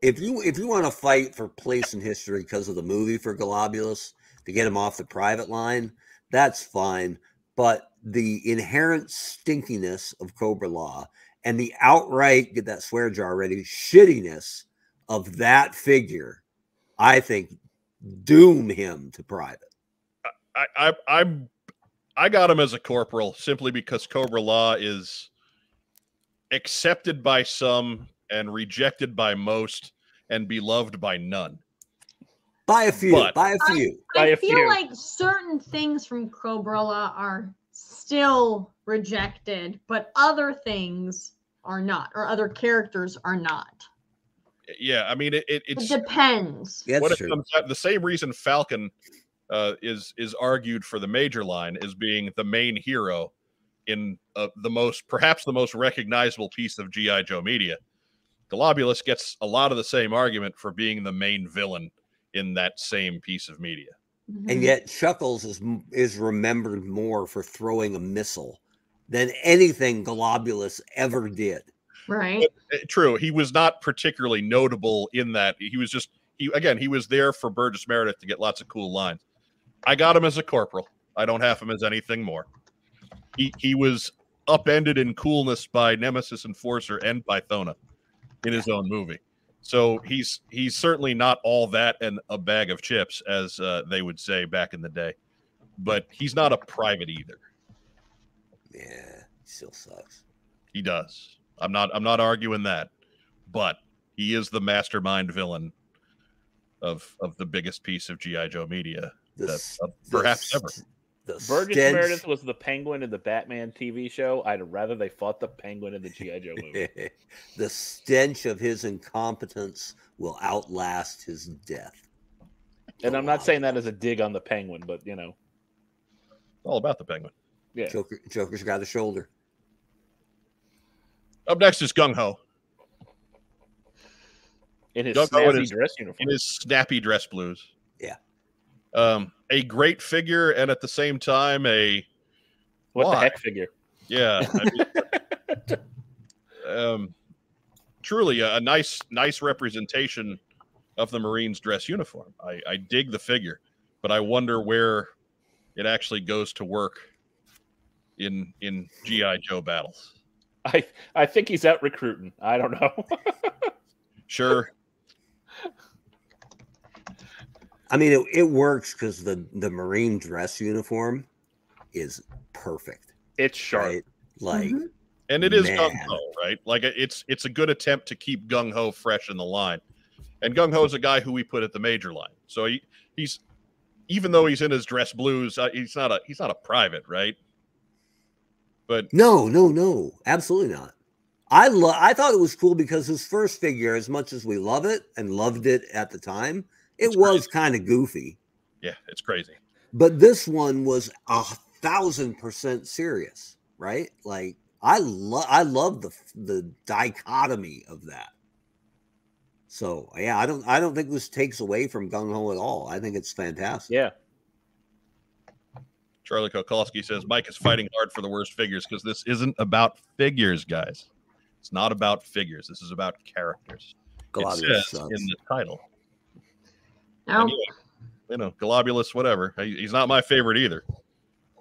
[SPEAKER 3] If you if you want to fight for place in history because of the movie for Globulus to get him off the private line, that's fine. But the inherent stinkiness of Cobra Law and the outright get that swear jar ready shittiness of that figure, I think doom him to private.
[SPEAKER 1] I, I I'm I got him as a corporal simply because Cobra Law is accepted by some and rejected by most and beloved by none.
[SPEAKER 3] By a few,
[SPEAKER 1] But-
[SPEAKER 3] by a few.
[SPEAKER 4] By
[SPEAKER 2] I
[SPEAKER 4] a
[SPEAKER 2] feel
[SPEAKER 4] few.
[SPEAKER 2] like certain things from Cobrola are still rejected, but other things are not, or other characters are not.
[SPEAKER 1] Yeah, I mean it, it
[SPEAKER 2] It
[SPEAKER 1] it's
[SPEAKER 2] depends.
[SPEAKER 1] what
[SPEAKER 3] That's
[SPEAKER 1] it
[SPEAKER 3] true.
[SPEAKER 1] comes out the same reason Falcon uh, is is argued for the major line as being the main hero in uh, the most perhaps the most recognizable piece of GI Joe media. Globulus gets a lot of the same argument for being the main villain in that same piece of media.
[SPEAKER 3] and
[SPEAKER 2] Mhm.
[SPEAKER 3] yet Chuckles is m- is remembered more for throwing a missile than anything Globulus ever did.
[SPEAKER 2] right?
[SPEAKER 1] Uh, True, he was not particularly notable in that. He was just he again he was there for Burgess Meredith to get lots of cool lines. I got him as a corporal. I don't have him as anything more. He he was upended in coolness by Nemesis Enforcer and Pythona in his own movie. So he's he's certainly not all that and a bag of chips as uh, they would say back in the day. But he's not a private either.
[SPEAKER 3] Yeah, still sucks.
[SPEAKER 1] He does. I'm not I'm not arguing that, but he is the mastermind villain of of the biggest piece of GI Joe media.
[SPEAKER 3] The
[SPEAKER 1] that-
[SPEAKER 3] s-
[SPEAKER 1] of
[SPEAKER 3] the
[SPEAKER 1] perhaps ever.
[SPEAKER 3] s- The
[SPEAKER 4] Burgess
[SPEAKER 3] stench-
[SPEAKER 4] Meredith was the Penguin in the Batman TV show. I'd rather they fought the Penguin in the GI
[SPEAKER 1] [laughs]
[SPEAKER 4] Joe movie.
[SPEAKER 3] [laughs] the stench of his incompetence will outlast his death.
[SPEAKER 4] and I'm not saying that as a dig on the Penguin, but you know,
[SPEAKER 1] All about the penguin.
[SPEAKER 4] yeah.
[SPEAKER 3] Joker, Joker's got a shoulder.
[SPEAKER 1] Up next is Gung Ho
[SPEAKER 4] In his
[SPEAKER 1] Don't know what
[SPEAKER 4] snazzy
[SPEAKER 1] his-
[SPEAKER 4] dress uniform.
[SPEAKER 1] in his snappy dress blues.
[SPEAKER 3] Yeah.
[SPEAKER 1] Um, a great figure and at the same time a
[SPEAKER 4] what
[SPEAKER 1] why?
[SPEAKER 4] the heck figure?
[SPEAKER 1] yeah. I mean, um truly a, a nice, nice representation of the Marines' dress uniform. I, I dig the figure, but I wonder where it actually goes to work in in GI Joe battles.
[SPEAKER 4] I I think he's out recruiting. I don't
[SPEAKER 1] [laughs]
[SPEAKER 4] know.
[SPEAKER 1] Sure,
[SPEAKER 3] I mean, it, it works because the the Marine dress uniform is perfect,
[SPEAKER 4] it's sharp.
[SPEAKER 3] right? Like,
[SPEAKER 2] Mhm.
[SPEAKER 1] and it is
[SPEAKER 3] Man.
[SPEAKER 1] gung ho, right? Like it's it's a good attempt to keep gung ho fresh in the line. And gung ho is a guy who we put at the major line, so he, he's even though he's in his dress blues, uh, he's not a he's not a private, right? But
[SPEAKER 3] no, no, no, absolutely not. I love. I thought it was cool because his first figure, as much as we love it and loved it at the time, it
[SPEAKER 1] It's
[SPEAKER 3] was kind of goofy.
[SPEAKER 1] yeah, it's crazy.
[SPEAKER 3] But this one was a thousand percent serious, right? Like, I love. I love the the dichotomy of that. So yeah, I don't. I don't think this takes away from Gung Ho at all. I think it's fantastic.
[SPEAKER 4] Yeah. [laughs]
[SPEAKER 1] Charlie Kokolski says Mike is fighting hard for the worst figures because this isn't about figures, guys. It's not about figures. This is about characters. it
[SPEAKER 3] Gladius
[SPEAKER 1] says
[SPEAKER 3] sucks.
[SPEAKER 1] in the title.
[SPEAKER 2] Now,
[SPEAKER 1] Anyway, you know, Globulus, whatever. He- He's not my favorite either,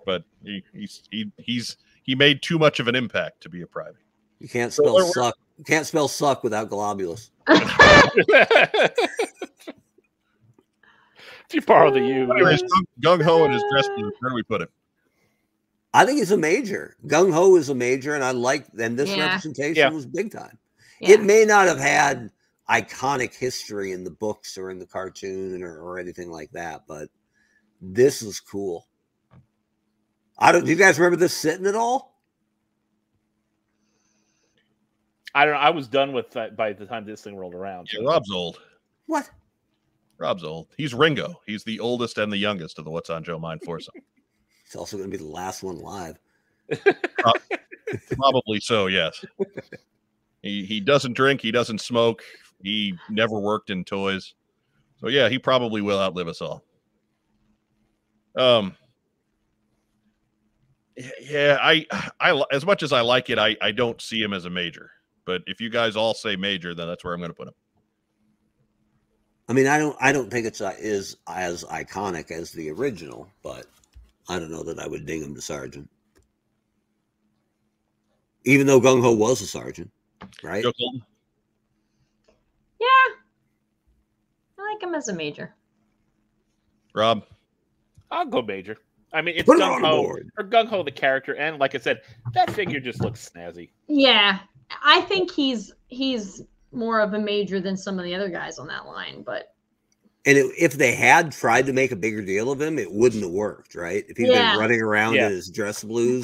[SPEAKER 1] but he he's he, he's he made too much of an impact to be a private.
[SPEAKER 3] You can't
[SPEAKER 1] So
[SPEAKER 3] spell
[SPEAKER 1] what we're-
[SPEAKER 3] suck. You can't spell suck without globulus.
[SPEAKER 4] if you borrow the U,
[SPEAKER 1] Anyways, Gung Ho and his dress blues. Where do we put it?
[SPEAKER 3] I think it's a major. Gung Ho is a major, and I like. And this
[SPEAKER 2] Yeah.
[SPEAKER 3] representation
[SPEAKER 4] Yeah.
[SPEAKER 3] was big time.
[SPEAKER 2] [laughs] yeah.
[SPEAKER 3] It may not have had iconic history in the books or in the cartoon or, or anything like that, but this is cool. I don't. Do you guys remember this sitting at all?
[SPEAKER 4] I don't know. I was done with that by the time this thing rolled around.
[SPEAKER 1] Yeah, Rob's old.
[SPEAKER 3] What?
[SPEAKER 1] Rob's old. He's Ringo. He's the oldest and the youngest of the What's on Joe Mind foursome.
[SPEAKER 3] It's also going to be the last one live.
[SPEAKER 1] Probably so. Yes. He he doesn't drink. He doesn't smoke. He never worked in toys. So yeah, he probably will outlive us all. Um. y- Yeah, I I li- as much as I like it, I I don't see him as a major. But if you guys all say major, then that's where I'm going to put him.
[SPEAKER 3] I mean, I don't. I don't think it's uh, is as iconic as the original, but I don't know that I would ding him to sergeant. Even though Gung Ho was a sergeant, right?
[SPEAKER 1] Joe Colton?
[SPEAKER 2] yeah. I like him as a major.
[SPEAKER 1] Rob,
[SPEAKER 4] I'll go major. I mean, it's
[SPEAKER 3] Put him on
[SPEAKER 4] gung
[SPEAKER 3] the
[SPEAKER 4] ho
[SPEAKER 3] board.
[SPEAKER 4] or gung ho the character, and like I said, that figure just looks snazzy.
[SPEAKER 2] Yeah, I think he's he's more of a major than some of the other guys on that line, but [laughs]
[SPEAKER 3] And it, if they had tried to make a bigger deal of him, it wouldn't have worked, right? If he'd
[SPEAKER 2] Yeah.
[SPEAKER 3] been running around
[SPEAKER 4] Yeah.
[SPEAKER 3] in his dress blues,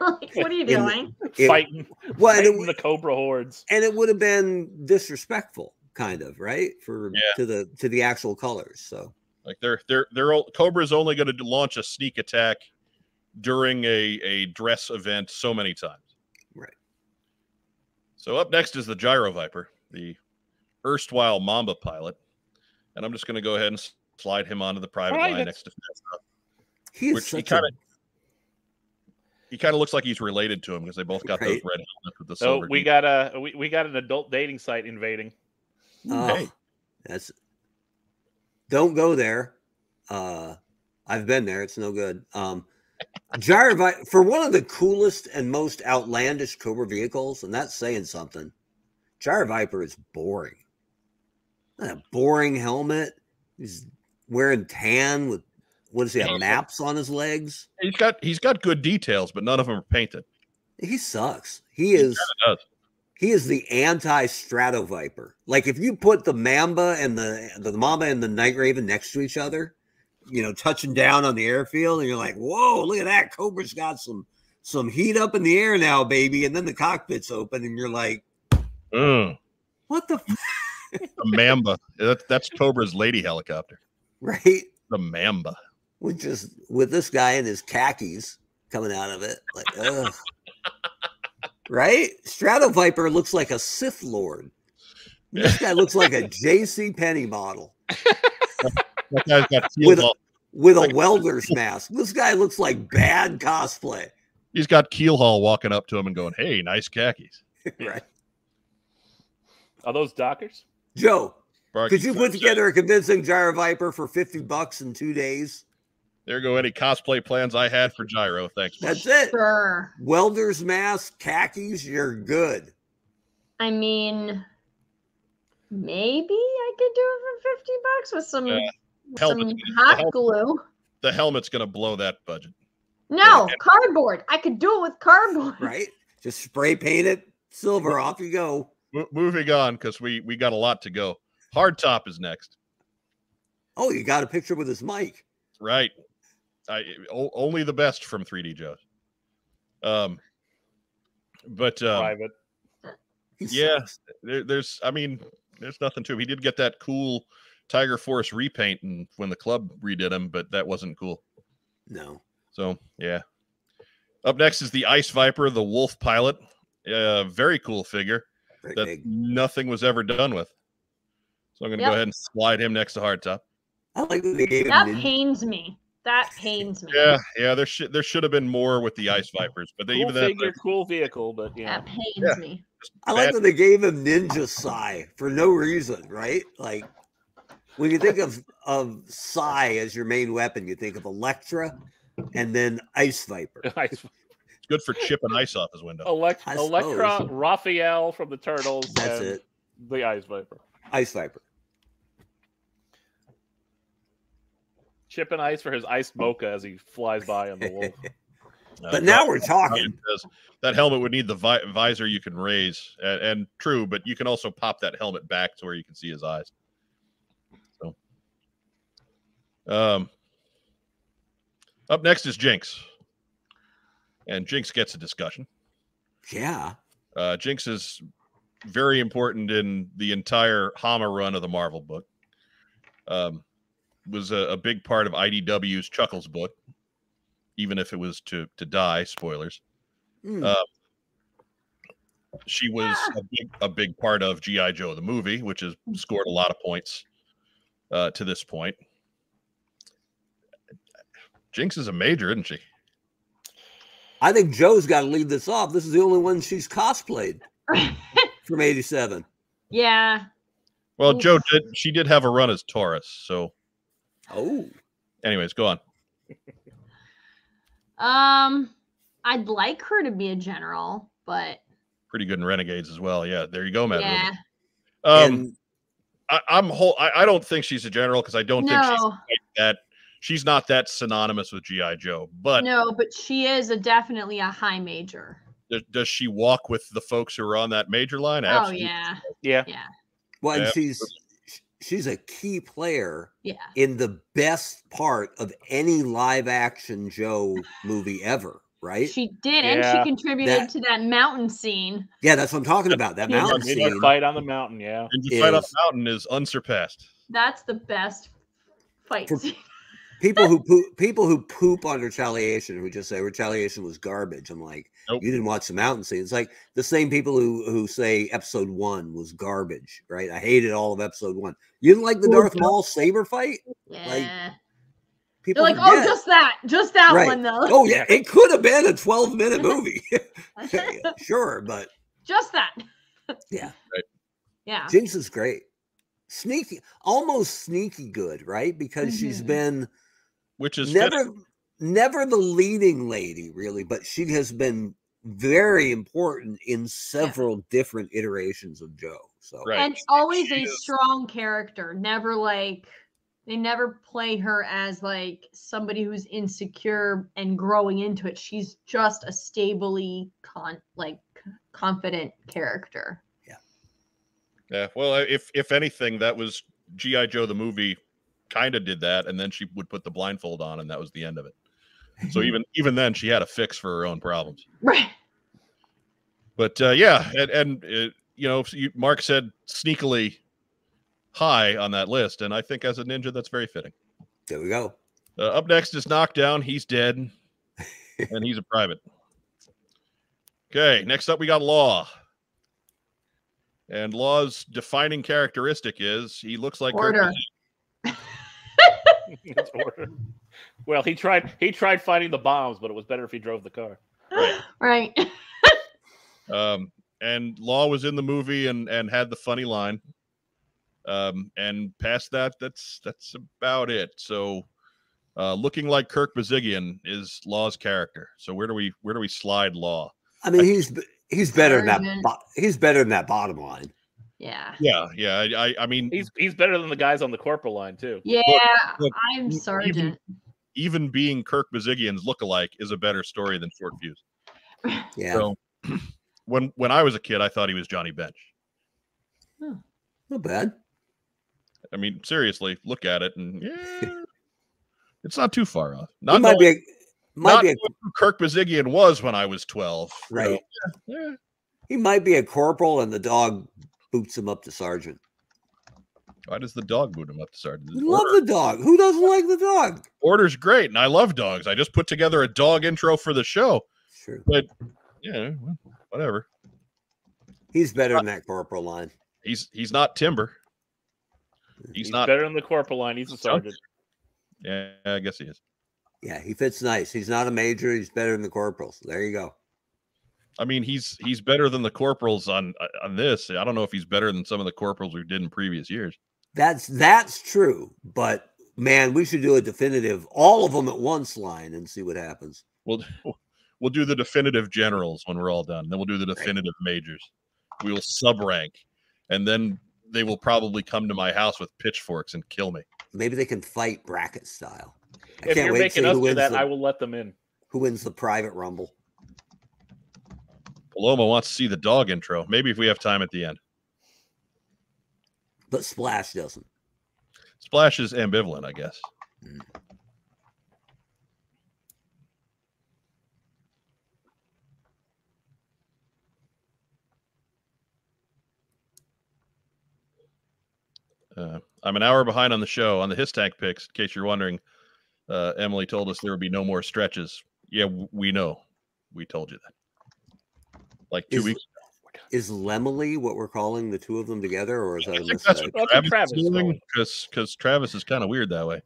[SPEAKER 2] like, what are you
[SPEAKER 3] In-
[SPEAKER 2] doing?
[SPEAKER 3] it, [laughs]
[SPEAKER 4] fighting,
[SPEAKER 3] well, and it,
[SPEAKER 4] fighting
[SPEAKER 3] w-
[SPEAKER 4] the cobra hordes.
[SPEAKER 3] and it would have been disrespectful, kind of, right? For
[SPEAKER 1] Yeah.
[SPEAKER 3] to the to the actual colors. So
[SPEAKER 1] like they're they're they're all, Cobra's only going to launch a sneak attack during a a dress event so many times.
[SPEAKER 3] Right.
[SPEAKER 1] So up next is the Gyro Viper, the erstwhile Mamba pilot, and I'm just going to go ahead and s- slide him onto the private
[SPEAKER 4] Private.
[SPEAKER 1] line next to Festa,
[SPEAKER 3] he is
[SPEAKER 1] which he
[SPEAKER 3] such
[SPEAKER 1] kind
[SPEAKER 3] a
[SPEAKER 1] of. He kind of looks like he's related to him because they both got those
[SPEAKER 3] Right.
[SPEAKER 1] red helmets with the
[SPEAKER 4] So
[SPEAKER 1] silver.
[SPEAKER 4] we
[SPEAKER 1] deep-
[SPEAKER 4] got a we, we got an adult dating site invading.
[SPEAKER 3] Oh,
[SPEAKER 1] Hey.
[SPEAKER 3] That's don't go there. Uh I've been there, it's no good. Um Gyrovi for one of the coolest and most outlandish Cobra vehicles, and that's saying something. Gyro Viper is boring. Not a boring helmet. He's wearing tan with what is he have maps on his legs?
[SPEAKER 1] he's got he's got good details, but none of them are painted.
[SPEAKER 3] He sucks. He is
[SPEAKER 1] does.
[SPEAKER 3] he is the anti Stratoviper. Like if you put the Mamba and the the Mamba and the Night Raven next to each other, you know, touching down on the airfield, and you're like, whoa, look at that. Cobra's got some some heat up in the air now, baby. And then the cockpit's open and you're like,
[SPEAKER 1] Mm,
[SPEAKER 3] what the f-? [laughs]
[SPEAKER 1] the Mamba, that, that's Cobra's lady helicopter.
[SPEAKER 3] right?
[SPEAKER 1] The Mamba.
[SPEAKER 3] With just with this guy and his khakis coming out of it. Like, ugh. right? Stratoviper looks like a Sith Lord. This guy looks
[SPEAKER 1] [laughs]
[SPEAKER 3] like a JC Penny model.
[SPEAKER 1] That guy's got heels
[SPEAKER 3] With a-
[SPEAKER 1] all,
[SPEAKER 3] with a
[SPEAKER 1] Like-
[SPEAKER 3] welder's mask. This guy looks like bad cosplay,
[SPEAKER 1] he's got Keelhaul walking up to him and going, "Hey, nice khakis."
[SPEAKER 3] right?
[SPEAKER 4] Are those Dockers?
[SPEAKER 3] Joe,
[SPEAKER 1] Bark-
[SPEAKER 3] could you put together a convincing Gyro Viper for 50 bucks in two days?
[SPEAKER 1] There go any cosplay plans I had for Gyro. Thanks. Mark.
[SPEAKER 3] That's it.
[SPEAKER 2] Sure.
[SPEAKER 3] Welder's mask, khakis, you're good.
[SPEAKER 2] I mean, maybe I could do it for 50 bucks with some,
[SPEAKER 1] Uh,
[SPEAKER 2] with
[SPEAKER 1] help
[SPEAKER 2] some
[SPEAKER 1] it.
[SPEAKER 2] hot
[SPEAKER 1] Help.
[SPEAKER 2] glue.
[SPEAKER 1] The helmet's gonna blow that budget.
[SPEAKER 2] No,
[SPEAKER 1] Yeah.
[SPEAKER 2] cardboard. I could do it with cardboard.
[SPEAKER 3] Right? Just spray paint it silver. Off you go.
[SPEAKER 1] Mo- moving on because we we got a lot to go. Hardtop is next,
[SPEAKER 3] Oh, you got a picture with his mic.
[SPEAKER 1] right? I o- only the best from 3D Joe's. Um, but
[SPEAKER 3] Uh,
[SPEAKER 1] um,
[SPEAKER 4] Private.
[SPEAKER 3] He
[SPEAKER 1] Yeah.
[SPEAKER 3] sucks.
[SPEAKER 1] there, there's I mean there's nothing to him. He did get that cool Tiger Force repaint and when the club redid him, but that wasn't cool.
[SPEAKER 3] No.
[SPEAKER 1] So yeah. Up next is the Ice Viper, the Wolf Pilot. Uh, very cool figure
[SPEAKER 3] Very
[SPEAKER 1] that
[SPEAKER 3] big.
[SPEAKER 1] nothing was ever done with. So I'm gonna
[SPEAKER 2] Yep.
[SPEAKER 1] go ahead and slide him next to Hardtop.
[SPEAKER 3] I like that they gave him
[SPEAKER 2] That
[SPEAKER 3] nin-
[SPEAKER 2] pains me. That pains me.
[SPEAKER 1] Yeah, yeah. There should there should have been more with the
[SPEAKER 4] [laughs]
[SPEAKER 1] Ice Vipers, but they,
[SPEAKER 4] Cool
[SPEAKER 1] even that
[SPEAKER 4] figure, cool vehicle, but yeah.
[SPEAKER 2] That pains
[SPEAKER 1] Yeah.
[SPEAKER 2] me. [laughs]
[SPEAKER 3] I like
[SPEAKER 1] bad-
[SPEAKER 3] that they gave him ninja psi for no reason, right? Like when you think of of psi as your main weapon, you think of Electra and then Ice Viper.
[SPEAKER 4] [laughs]
[SPEAKER 1] it's good for chipping ice off his window.
[SPEAKER 4] Elect-
[SPEAKER 3] I
[SPEAKER 4] Electra,
[SPEAKER 3] suppose.
[SPEAKER 4] Raphael from the Turtles.
[SPEAKER 3] That's
[SPEAKER 4] and
[SPEAKER 3] it,
[SPEAKER 4] The Ice Viper.
[SPEAKER 3] Ice Viper.
[SPEAKER 4] Chip and ice for his iced mocha as he flies by on the
[SPEAKER 3] [laughs]
[SPEAKER 4] wolf.
[SPEAKER 1] Uh,
[SPEAKER 3] But now
[SPEAKER 1] Doc-
[SPEAKER 3] we're
[SPEAKER 1] Doc
[SPEAKER 3] talking.
[SPEAKER 1] says that helmet would need the vi- visor you can raise, and, and true, but you can also pop that helmet back to where you can see his eyes. So, um, up next is Jinx, and Jinx gets a discussion.
[SPEAKER 3] Yeah,
[SPEAKER 1] Uh, Jinx is very important in the entire Hama run of the Marvel book. Um, was a, a big part of IDW's Chuckles book, even if it was to to die. Spoilers.
[SPEAKER 3] Hmm.
[SPEAKER 1] Uh, She was a big, a big part of GI Joe the movie, which has
[SPEAKER 2] Mm.
[SPEAKER 1] scored a lot of points uh, to this point. Jinx is a major, isn't she?
[SPEAKER 3] I think Joe's got to lead this off. This is the only one she's cosplayed from '87.
[SPEAKER 2] yeah.
[SPEAKER 1] Well,
[SPEAKER 2] Ooh.
[SPEAKER 1] Joe did. She did have a run as Taurus. So, Um,
[SPEAKER 3] Oh,
[SPEAKER 1] anyways, go on.
[SPEAKER 2] Um, I'd like her to be a general, but
[SPEAKER 1] Pretty good in Renegades as well. Yeah, there you go, Matt. Rubin.
[SPEAKER 2] yeah,
[SPEAKER 1] Um,
[SPEAKER 3] and
[SPEAKER 1] I, I'm whole. I, I don't think she's a general because I don't think she's
[SPEAKER 2] no,
[SPEAKER 1] that. She's not that synonymous with GI Joe. But
[SPEAKER 2] no, but she is a definitely a high major.
[SPEAKER 1] th- does she walk with the folks who are on that major line?
[SPEAKER 2] Oh yeah,
[SPEAKER 4] yeah.
[SPEAKER 3] well, and
[SPEAKER 1] yeah.
[SPEAKER 3] she's she's a key player
[SPEAKER 2] yeah,
[SPEAKER 3] in the best part of any live action Joe movie ever, right?
[SPEAKER 2] she did, and
[SPEAKER 4] Yeah.
[SPEAKER 2] she contributed
[SPEAKER 3] That-
[SPEAKER 2] to that mountain scene.
[SPEAKER 3] Yeah, that's what I'm talking about. That
[SPEAKER 2] Yeah.
[SPEAKER 4] Ninja
[SPEAKER 3] mountain scene.
[SPEAKER 4] fight on the mountain, yeah.
[SPEAKER 1] And you fight on the
[SPEAKER 3] is-
[SPEAKER 1] mountain is unsurpassed.
[SPEAKER 2] That's the best fight.
[SPEAKER 3] For- [laughs]
[SPEAKER 2] scene.
[SPEAKER 3] People who poop, people who poop on retaliation, who just say retaliation was garbage. I'm like,
[SPEAKER 1] Nope.
[SPEAKER 3] you didn't watch the mountain scene. It's like the same people who who say episode one was garbage, right? I hated all of episode one. You didn't like the Darth Maul saber fight.
[SPEAKER 2] yeah,
[SPEAKER 3] People
[SPEAKER 2] they're like, oh,
[SPEAKER 3] forget.
[SPEAKER 2] just that, just that
[SPEAKER 3] Right.
[SPEAKER 2] one though,
[SPEAKER 3] oh yeah, it could have been a 12 [laughs] minute movie, sure, but
[SPEAKER 2] just that. [laughs]
[SPEAKER 3] Yeah.
[SPEAKER 1] Right.
[SPEAKER 2] Yeah.
[SPEAKER 3] Jinx is great. Sneaky, almost sneaky good, right? Because she's
[SPEAKER 2] Mhm.
[SPEAKER 3] been
[SPEAKER 1] Which is
[SPEAKER 3] never
[SPEAKER 1] fitting.
[SPEAKER 3] never the leading lady, really, but she has been very important in several different iterations of Joe. So
[SPEAKER 1] Right.
[SPEAKER 2] and always
[SPEAKER 1] She
[SPEAKER 2] a
[SPEAKER 1] is-
[SPEAKER 2] strong character never like they never play her as like somebody who's insecure and growing into it she's just a stably con like confident character [laughs]
[SPEAKER 1] Yeah. Well, I- if if anything, that was GI Joe the movie kind of did that, and then she would put the blindfold on, and that was the end of it. So even even then, she had a fix for her own problems.
[SPEAKER 2] right
[SPEAKER 1] but uh, yeah, and, and uh, you know, you, Mark said sneakily high on that list, and I think as a ninja, that's very fitting.
[SPEAKER 3] there we go.
[SPEAKER 1] Uh, up next is knockdown. He's dead, and he's a private. Okay, next up we got Law, and Law's defining characteristic is he looks like Kurt [laughs]
[SPEAKER 2] order
[SPEAKER 4] It's order. [laughs] Well, he tried he tried fighting the bombs, but it was better if he drove the car.
[SPEAKER 2] right
[SPEAKER 1] Um, and Law was in the movie and and had the funny line. Um, and past that, that's that's about it. So, uh, looking like Kirk Bazigian is Law's character. So where do we where do we slide Law?
[SPEAKER 3] I mean, he's he's better than that.
[SPEAKER 2] Sergeant.
[SPEAKER 3] bo- He's better than that bottom line.
[SPEAKER 2] [laughs] Yeah.
[SPEAKER 1] Yeah, yeah. I I, I mean,
[SPEAKER 4] He's he's better than the guys on the corporal line too.
[SPEAKER 2] Yeah,
[SPEAKER 1] look,
[SPEAKER 2] I'm
[SPEAKER 1] you-
[SPEAKER 2] sergeant.
[SPEAKER 1] even being Kirk Bazigian's lookalike is a better story than Short Fuse.
[SPEAKER 3] Yeah,
[SPEAKER 1] So [clears throat] when when I was a kid, I thought he was Johnny Bench.
[SPEAKER 3] not bad.
[SPEAKER 1] I mean, seriously, look at it, and
[SPEAKER 3] [laughs]
[SPEAKER 1] yeah, it's not too far off.
[SPEAKER 3] He
[SPEAKER 1] Not
[SPEAKER 3] might
[SPEAKER 1] knowing,
[SPEAKER 3] be a, might
[SPEAKER 1] not
[SPEAKER 3] be a,
[SPEAKER 1] knowing who Kirk Bazigian was when I was twelve. you know, eh,
[SPEAKER 3] right.
[SPEAKER 1] yeah.
[SPEAKER 3] He might be a corporal, and the dog boots him up to sergeant.
[SPEAKER 1] Why does the dog boot him up to sergeant?
[SPEAKER 3] We love the dog. Who doesn't like the dog?
[SPEAKER 1] Order's great, and I love dogs. I just put together a dog intro for the show.
[SPEAKER 3] Sure,
[SPEAKER 1] Yeah, well, whatever.
[SPEAKER 3] he's better than that corporal line.
[SPEAKER 1] He's he's not Timber. He's,
[SPEAKER 4] He's
[SPEAKER 1] not.
[SPEAKER 4] better than the corporal line. He's a sergeant.
[SPEAKER 1] Yeah, I guess he is.
[SPEAKER 3] Yeah, he fits nice. He's not a major. He's better than the corporals. There you go.
[SPEAKER 1] I mean, he's he's better than the corporals on on this. I don't know if he's better than some of the corporals we did in previous years.
[SPEAKER 3] That's that's true. But man, we should do a definitive all of them at once line and see what happens.
[SPEAKER 1] We'll we'll do the definitive generals when we're all done. Then we'll do the definitive majors. We will sub rank, and then they will probably come to my house with pitchforks and kill me.
[SPEAKER 3] Maybe they can fight bracket style. I
[SPEAKER 4] If
[SPEAKER 3] can't
[SPEAKER 4] you're
[SPEAKER 3] wait to see
[SPEAKER 4] making us
[SPEAKER 3] who
[SPEAKER 4] do
[SPEAKER 3] wins,
[SPEAKER 4] that,
[SPEAKER 3] the,
[SPEAKER 4] I will let them in.
[SPEAKER 3] who wins the private rumble.
[SPEAKER 1] Paloma wants to see the dog intro. Maybe if we have time at the end.
[SPEAKER 3] But Splash doesn't.
[SPEAKER 1] Splash is ambivalent, I guess. Uh, I'm an hour behind on the show on the his tank picks. In case you're wondering, uh, Emily told us there would be no more stretches. Yeah, w- we know. We told you that. Like two
[SPEAKER 3] Is-
[SPEAKER 1] weeks.
[SPEAKER 3] Is Lemily what we're calling the two of them together, or is that
[SPEAKER 1] I
[SPEAKER 3] a
[SPEAKER 1] think that's
[SPEAKER 3] mistake?
[SPEAKER 1] what
[SPEAKER 4] That's what
[SPEAKER 1] Travis,
[SPEAKER 4] Travis
[SPEAKER 1] is
[SPEAKER 4] told
[SPEAKER 1] doing
[SPEAKER 4] us.
[SPEAKER 1] because because Travis is kind of weird that way.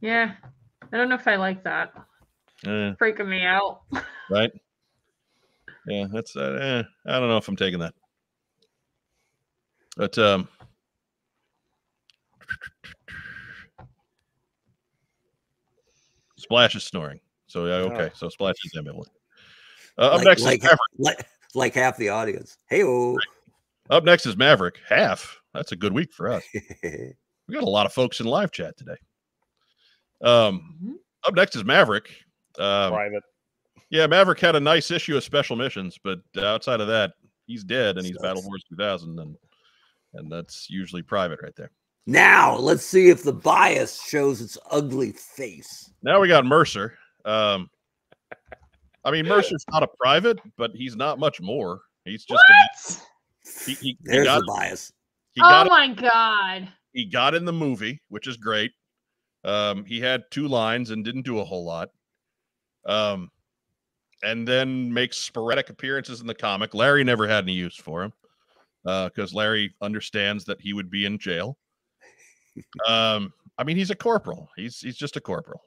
[SPEAKER 2] Yeah. I don't know if I like that.
[SPEAKER 1] Eh.
[SPEAKER 2] Freaking me out.
[SPEAKER 1] right? Yeah, that's uh, eh, I don't know if I'm taking that, but um, Splash is snoring. So yeah, okay, so Splash is ambivalent. Uh, up
[SPEAKER 3] Oh. like,
[SPEAKER 1] next
[SPEAKER 3] like,
[SPEAKER 1] is Maverick.
[SPEAKER 3] like, like half the audience. Hey, oh,
[SPEAKER 1] Up next is Maverick. Half. That's a good week for us. We got a lot of folks in live chat today. Um,
[SPEAKER 2] Mhm.
[SPEAKER 1] up next is Maverick. Um,
[SPEAKER 4] Private.
[SPEAKER 1] Yeah, Maverick had a nice issue of special missions, but uh, outside of that, he's dead and he's
[SPEAKER 3] Sucks.
[SPEAKER 1] Battle Wars 2000, and and that's usually private right there.
[SPEAKER 3] [laughs] now let's see if the bias shows its ugly face.
[SPEAKER 1] Now we got Mercer. Um, I mean, Mercer's not a private, but he's not much more. He's just a,
[SPEAKER 2] What?
[SPEAKER 1] he, he, he
[SPEAKER 3] There's
[SPEAKER 1] got
[SPEAKER 3] the bias.
[SPEAKER 1] he
[SPEAKER 2] Oh
[SPEAKER 1] got
[SPEAKER 2] my god.
[SPEAKER 1] he got in the movie, which is great. Um, he had two lines and didn't do a whole lot. Um, and then makes sporadic appearances in the comic. Larry never had any use for him because Larry understands that he would be in jail. Um, I mean, he's a corporal. He's he's just a corporal.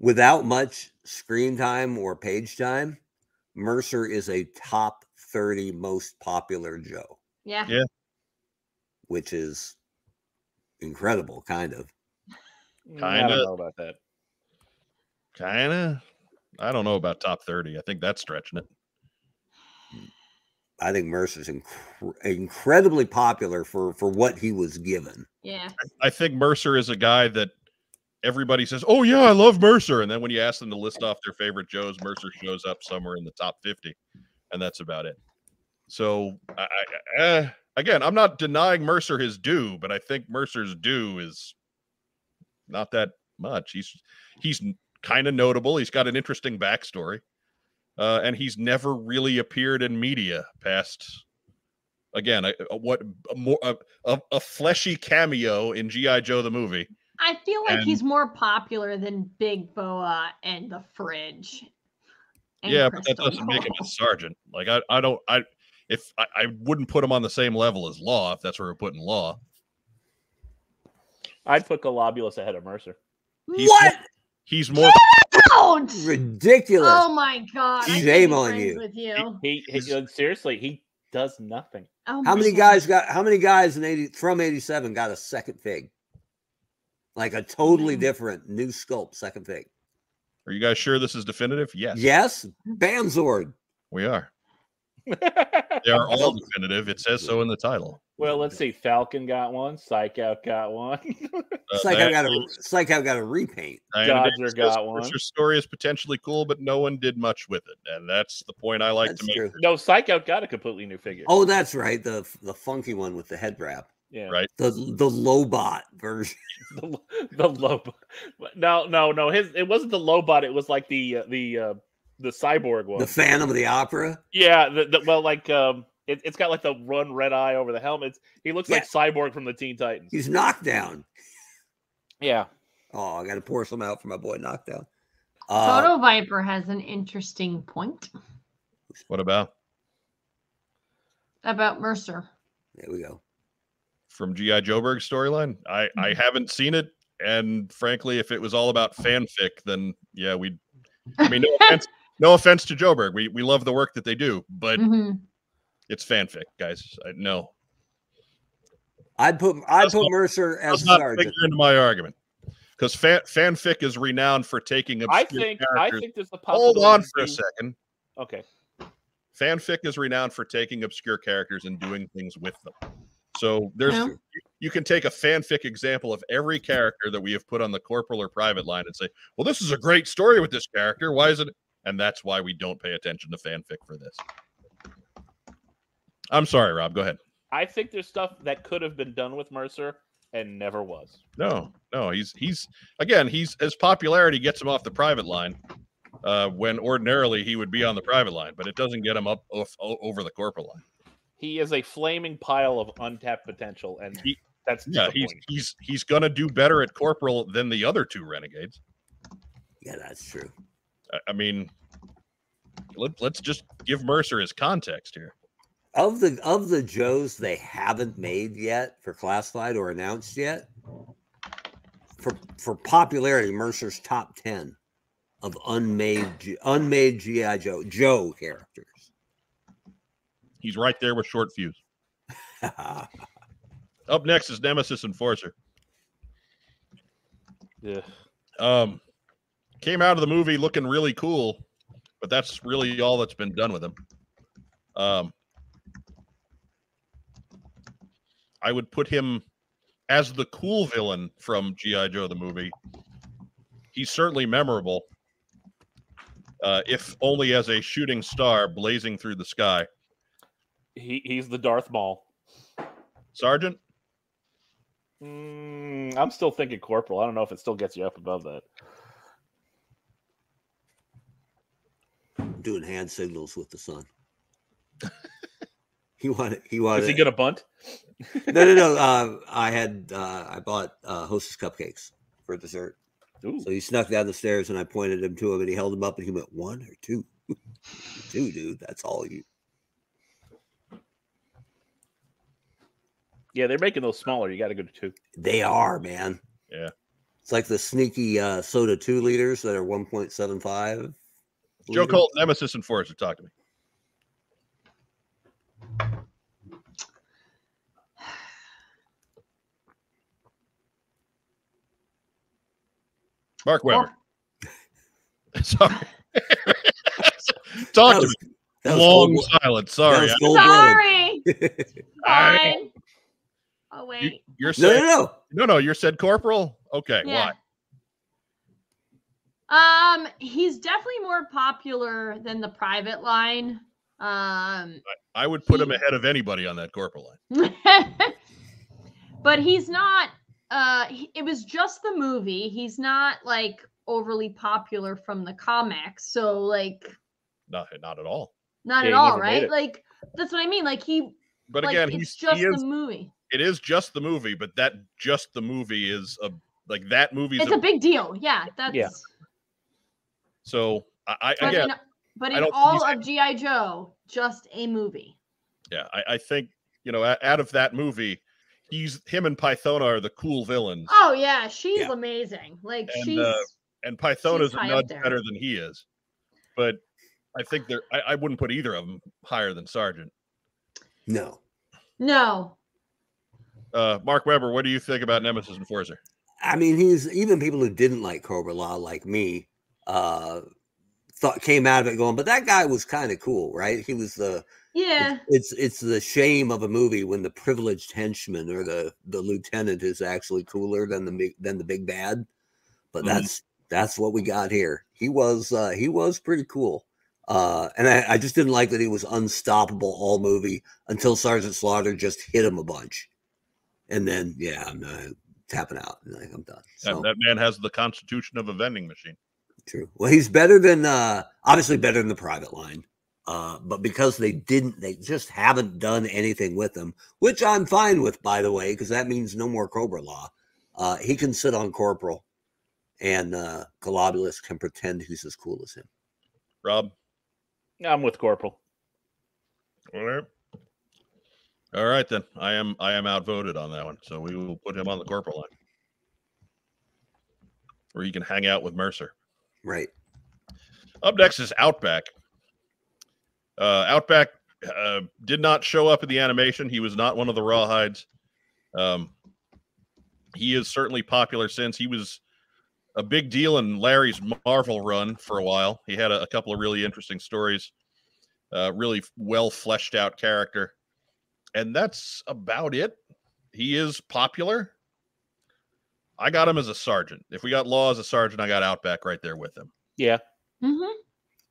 [SPEAKER 3] Without much screen time or page time, Mercer is a top 30 most popular Joe,
[SPEAKER 2] Yeah.
[SPEAKER 1] Yeah.
[SPEAKER 3] which is incredible, kind of.
[SPEAKER 4] Mm, I
[SPEAKER 1] Kinda.
[SPEAKER 4] don't know about that.
[SPEAKER 1] Kind of. I don't know about top thirty. I think that's stretching it.
[SPEAKER 3] I think Mercer's incre- incredibly popular for, for what he was given.
[SPEAKER 2] Yeah.
[SPEAKER 1] I think Mercer is a guy that everybody says, "Oh yeah, I love Mercer," and then when you ask them to list off their favorite Joes, Mercer shows up somewhere in the top fifty, and that's about it. So I, I, uh, again, I'm not denying Mercer his due, but I think Mercer's due is not that much. He's he's kind of notable. He's got an interesting backstory, uh, and he's never really appeared in media past. Again, a, a- what a more uh, a, a, a fleshy cameo in GI Joe the movie.
[SPEAKER 2] I feel like
[SPEAKER 1] And-
[SPEAKER 2] he's more popular than Big Boa and the fridge. and
[SPEAKER 1] yeah, but that
[SPEAKER 2] Crystal
[SPEAKER 1] doesn't make him a
[SPEAKER 2] Ball.
[SPEAKER 1] sergeant. Like I, I don't, I if I, I wouldn't put him on the same level as Law if that's where we're putting Law.
[SPEAKER 4] I'd put Globulus ahead of Mercer.
[SPEAKER 1] He's
[SPEAKER 3] what?
[SPEAKER 1] He's more
[SPEAKER 2] [laughs] Ouch!
[SPEAKER 3] Ridiculous.
[SPEAKER 2] Oh my god! I can't be
[SPEAKER 3] Shame on
[SPEAKER 2] friends
[SPEAKER 3] you.
[SPEAKER 2] With you.
[SPEAKER 4] He, he, he- seriously, he does nothing.
[SPEAKER 1] [laughs]
[SPEAKER 2] Oh
[SPEAKER 3] How
[SPEAKER 2] my
[SPEAKER 3] many
[SPEAKER 2] God.
[SPEAKER 3] guys got? How many guys in eighty from eighty seven got a second fig? Like a totally
[SPEAKER 2] Mm.
[SPEAKER 3] different new sculpt, second fig.
[SPEAKER 1] Are you guys sure this is definitive? Yes, Uh,
[SPEAKER 3] Yes, Banzord.
[SPEAKER 1] we are. They are all definitive. It says so in the title.
[SPEAKER 4] well, let's see. Falcon got one. Psychout got one. [laughs]
[SPEAKER 1] Uh,
[SPEAKER 3] It's like I've
[SPEAKER 1] Diana
[SPEAKER 3] got a.
[SPEAKER 1] Davis-
[SPEAKER 3] It's like I've got a repaint.
[SPEAKER 1] Diana Davis
[SPEAKER 4] Dodger
[SPEAKER 1] says,
[SPEAKER 4] got
[SPEAKER 1] "Your
[SPEAKER 4] one."
[SPEAKER 1] story is potentially cool, but no one did much with it, and that's the point I like
[SPEAKER 3] That's
[SPEAKER 1] to make.
[SPEAKER 3] true.
[SPEAKER 4] no, Psychout got a completely new figure.
[SPEAKER 3] Oh, that's right. The the funky one with the head wrap.
[SPEAKER 4] yeah.
[SPEAKER 1] right.
[SPEAKER 3] The the Lobot version.
[SPEAKER 4] [laughs] The, lo- the Lobot. No, no, no. His it wasn't the Lobot. It was like the uh, the uh, the cyborg one.
[SPEAKER 3] The Phantom of the Opera.
[SPEAKER 4] yeah. The, the, well, like um, it, it's got like the run red eye over the helmets. He looks like cyborg from the Teen Titans.
[SPEAKER 3] He's knockdown.
[SPEAKER 4] Yeah.
[SPEAKER 3] Oh, I got to pour some out for my boy knockdown. Uh,
[SPEAKER 2] Photo Viper has an interesting point
[SPEAKER 1] What about
[SPEAKER 2] about Mercer.
[SPEAKER 3] There we go.
[SPEAKER 1] from GI Joeberg storyline? I I
[SPEAKER 4] Mm-hmm.
[SPEAKER 1] haven't seen it, and frankly, if it was all about fanfic, then yeah, we'd. I
[SPEAKER 4] [laughs]
[SPEAKER 1] mean, no offense, no offense to Joeberg. We we love the work that they do,
[SPEAKER 4] Mm-hmm.
[SPEAKER 1] but
[SPEAKER 2] Mhm.
[SPEAKER 1] it's fanfic, guys. I, no,
[SPEAKER 3] I'd put I'd
[SPEAKER 1] That's
[SPEAKER 3] put
[SPEAKER 1] not-
[SPEAKER 3] Mercer as
[SPEAKER 1] that's
[SPEAKER 3] a
[SPEAKER 1] not
[SPEAKER 3] sergeant.
[SPEAKER 1] figure into my argument because fan, fanfic is renowned for taking
[SPEAKER 4] I
[SPEAKER 1] obscure
[SPEAKER 4] think I
[SPEAKER 1] characters.
[SPEAKER 4] think there's a
[SPEAKER 1] Hold
[SPEAKER 4] possibility.
[SPEAKER 1] on for a
[SPEAKER 4] you-
[SPEAKER 1] second.
[SPEAKER 4] Okay.
[SPEAKER 1] fanfic is renowned for taking obscure characters and doing things with them. So there's
[SPEAKER 2] Yeah.
[SPEAKER 1] you can take a fanfic example of every character that we have put on the corporal or private line and say, "Well, this is a great story with this character. Why is it?" And that's why we don't pay attention to fanfic for this. I'm sorry, Rob. Go ahead.
[SPEAKER 4] I think there's stuff that could have been done with Mercer and never was.
[SPEAKER 1] No, no, he's he's again, he's his popularity gets him off the private line. Uh, when ordinarily he would be on the private line, but it doesn't get him up off, o- over the corporal line.
[SPEAKER 4] He is a flaming pile of untapped potential, and
[SPEAKER 1] He-
[SPEAKER 4] that's
[SPEAKER 1] Yeah, he's
[SPEAKER 4] disappointing.
[SPEAKER 1] he's he's gonna do better at corporal than the other two renegades.
[SPEAKER 3] Yeah, that's true.
[SPEAKER 1] I, I mean, let, let's just give Mercer his context here.
[SPEAKER 3] Of the of the Joes they haven't made yet for classified or announced yet. For for popularity, Mercer's top ten of unmade G- unmade GI Joe Joe characters. [laughs]
[SPEAKER 1] He's right there with short fuse. Up next is Nemesis Enforcer.
[SPEAKER 4] Ugh.
[SPEAKER 1] Um, came out of the movie looking really cool, but that's really all that's been done with him. Um, I would put him as the cool villain from GI Joe the movie. He's certainly memorable, uh, if only as a shooting star blazing through the sky.
[SPEAKER 4] He, he's the Darth Maul.
[SPEAKER 1] Sergeant,
[SPEAKER 4] Mm, I'm still thinking Corporal. I don't know if it still gets you up above that.
[SPEAKER 3] doing hand signals with the sun. he wanted he wanted
[SPEAKER 4] Is he gonna bunt?
[SPEAKER 3] no no no. Uh, I had uh, I bought uh, Hostess cupcakes for dessert.
[SPEAKER 4] Ooh.
[SPEAKER 3] So he snuck down the stairs and I pointed him to him and he held him up and he went, one or two? [laughs] two, dude. That's all you.
[SPEAKER 4] Yeah, they're making those smaller. You got to go to two.
[SPEAKER 3] They are, man.
[SPEAKER 1] Yeah.
[SPEAKER 3] It's like the sneaky uh, soda two liters that are 1.75.
[SPEAKER 1] Joe
[SPEAKER 3] liter.
[SPEAKER 1] Colt, Nemesis Enforcer, talk to me. Mark Weber. [laughs] Sorry.
[SPEAKER 3] That
[SPEAKER 1] Talk to
[SPEAKER 3] was-
[SPEAKER 1] me.
[SPEAKER 3] that was
[SPEAKER 1] Long
[SPEAKER 3] full-blown-
[SPEAKER 1] silence.
[SPEAKER 3] that
[SPEAKER 1] Sorry.
[SPEAKER 3] was
[SPEAKER 1] I-
[SPEAKER 3] full-blown. [laughs]
[SPEAKER 2] Sorry.
[SPEAKER 1] I-
[SPEAKER 2] Fine. Oh wait.
[SPEAKER 1] you're
[SPEAKER 3] No,
[SPEAKER 1] said,
[SPEAKER 3] no, no.
[SPEAKER 1] no, no, you're said corporal. Okay. Why?
[SPEAKER 2] Um, he's definitely more popular than the private line. Um,
[SPEAKER 1] I would put him
[SPEAKER 2] He-
[SPEAKER 1] ahead of anybody on that corporal line.
[SPEAKER 2] [laughs] but he's not. Uh, he- it was just the movie. He's not like overly popular from the comics. So like,
[SPEAKER 1] Not, not at all.
[SPEAKER 2] not at
[SPEAKER 4] Yeah, he
[SPEAKER 2] all,
[SPEAKER 4] never made
[SPEAKER 2] right?
[SPEAKER 4] it.
[SPEAKER 2] Like that's what I mean. Like he.
[SPEAKER 1] But
[SPEAKER 2] like,
[SPEAKER 1] again,
[SPEAKER 2] it's
[SPEAKER 1] he's,
[SPEAKER 2] just
[SPEAKER 1] he is
[SPEAKER 2] the movie.
[SPEAKER 1] it is just the movie, but that just the movie is a like that movie's
[SPEAKER 2] It's
[SPEAKER 1] a,
[SPEAKER 2] a big deal. Yeah, that's.
[SPEAKER 1] so I, I
[SPEAKER 2] But
[SPEAKER 1] again
[SPEAKER 2] in, but
[SPEAKER 1] I
[SPEAKER 2] in
[SPEAKER 1] don't think
[SPEAKER 2] all
[SPEAKER 1] he's-
[SPEAKER 2] of GI Joe, just a movie.
[SPEAKER 1] yeah I, I think you know a- out of that movie, he's him and Pythona are the cool villains.
[SPEAKER 2] Oh yeah, she's
[SPEAKER 3] Yeah.
[SPEAKER 2] amazing. Like
[SPEAKER 1] And,
[SPEAKER 2] she's
[SPEAKER 1] uh, and Python
[SPEAKER 2] He's
[SPEAKER 1] is a
[SPEAKER 2] high up
[SPEAKER 1] nudge
[SPEAKER 2] there.
[SPEAKER 1] better than he is, but I think they're. I, I wouldn't put either of them higher than Sargent.
[SPEAKER 3] No.
[SPEAKER 2] No.
[SPEAKER 1] Uh, Mark Weber, what do you think about Nemesis Enforcer?
[SPEAKER 3] I mean, he's even people who didn't like Cobra Law, like me, uh, thought came out of it going, but that guy was kind of cool, right? He was the
[SPEAKER 2] Yeah.
[SPEAKER 3] it's it's the shame of a movie when the privileged henchman or the the lieutenant is actually cooler than the big- than the big bad. But
[SPEAKER 1] Mhm.
[SPEAKER 3] that's that's what we got here. He was uh, he was pretty cool. Uh, and I, I just didn't like that he was unstoppable all movie until Sergeant Slaughter just hit him a bunch, and then yeah, I'm uh, tapping out. Like I'm done.
[SPEAKER 1] That,
[SPEAKER 3] So-
[SPEAKER 1] that man has the constitution of a vending machine.
[SPEAKER 3] True. Well, he's better than uh obviously better than the private line. Uh, but because they didn't, they just haven't done anything with him, which I'm fine with, by the way, because that means no more Cobra Law. Uh, he can sit on Corporal, and uh, Globulus can pretend he's as cool as him.
[SPEAKER 1] Rob,
[SPEAKER 4] I'm with Corporal.
[SPEAKER 1] all right, all right then. I am I am outvoted on that one, so we will put him on the corporal line, where you can hang out with Mercer.
[SPEAKER 3] Right.
[SPEAKER 1] Up next is Outback. Uh, Outback uh, did not show up in the animation. He was not one of the rawhides. Um, he is certainly popular since he was a big deal in Larry's Marvel run for a while. He had a, a couple of really interesting stories, uh, really well fleshed out character. And that's about it. He is popular. I got him as a sergeant. If we got Law as a sergeant, I got Outback right there with him.
[SPEAKER 4] Yeah.
[SPEAKER 2] hmm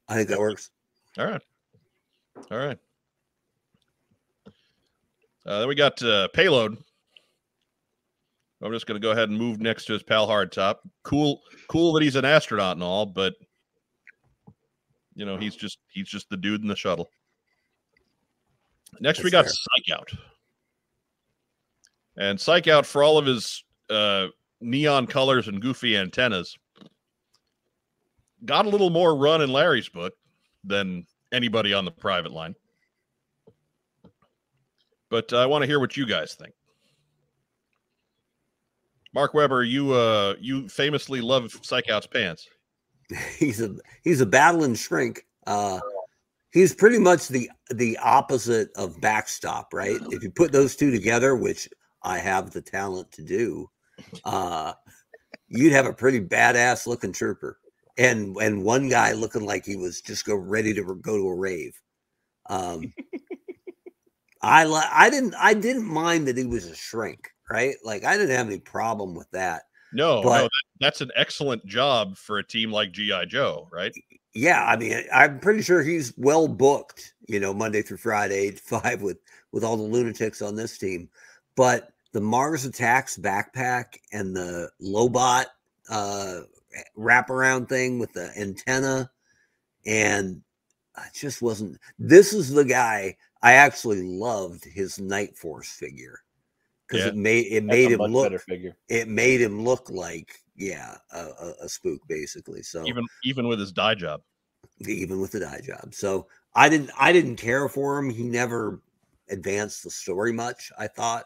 [SPEAKER 3] I think that works.
[SPEAKER 1] All right. All right. Uh, then we got uh, payload. I'm just going to go ahead and move next to his pal Hardtop. Cool, cool that he's an astronaut and all, but you know he's just he's just the dude in the shuttle. Next, we got
[SPEAKER 3] That's
[SPEAKER 1] Psych Out, and Psych Out for all of his uh, neon colors and goofy antennas got a little more run in Larry's book than anybody on the private line. But I want to hear what you guys think. Mark Weber, you uh you famously love Psych Out's pants.
[SPEAKER 3] [laughs] he's a he's a battling shrink. Uh, he's pretty much the the opposite of backstop, right? If you put those two together, which I have the talent to do, uh, you'd have a pretty badass looking trooper, and and one guy looking like he was just go ready to go to a rave. Um, I li- I didn't I didn't mind that he was a shrink, right? Like I didn't have any problem with that.
[SPEAKER 1] No, no,
[SPEAKER 3] But-
[SPEAKER 1] that, that's an excellent job for a team like GI Joe, right?
[SPEAKER 3] yeah, I mean, I'm pretty sure he's well booked, you know, Monday through Friday, [laughs] eight to five with with all the lunatics on this team. But the Mars Attacks backpack and the Lobot uh wraparound thing with the antenna and I just wasn't this is the guy I actually loved his night force figure because
[SPEAKER 1] Yeah,
[SPEAKER 3] it made it
[SPEAKER 4] That's
[SPEAKER 3] made
[SPEAKER 4] a
[SPEAKER 3] him
[SPEAKER 4] much
[SPEAKER 3] look
[SPEAKER 4] better figure.
[SPEAKER 3] it made him look like yeah a, a, a spook basically so
[SPEAKER 1] Even even with his dye job.
[SPEAKER 3] even with the dye job. So I didn't I didn't care for him. He never advanced the story much, I thought,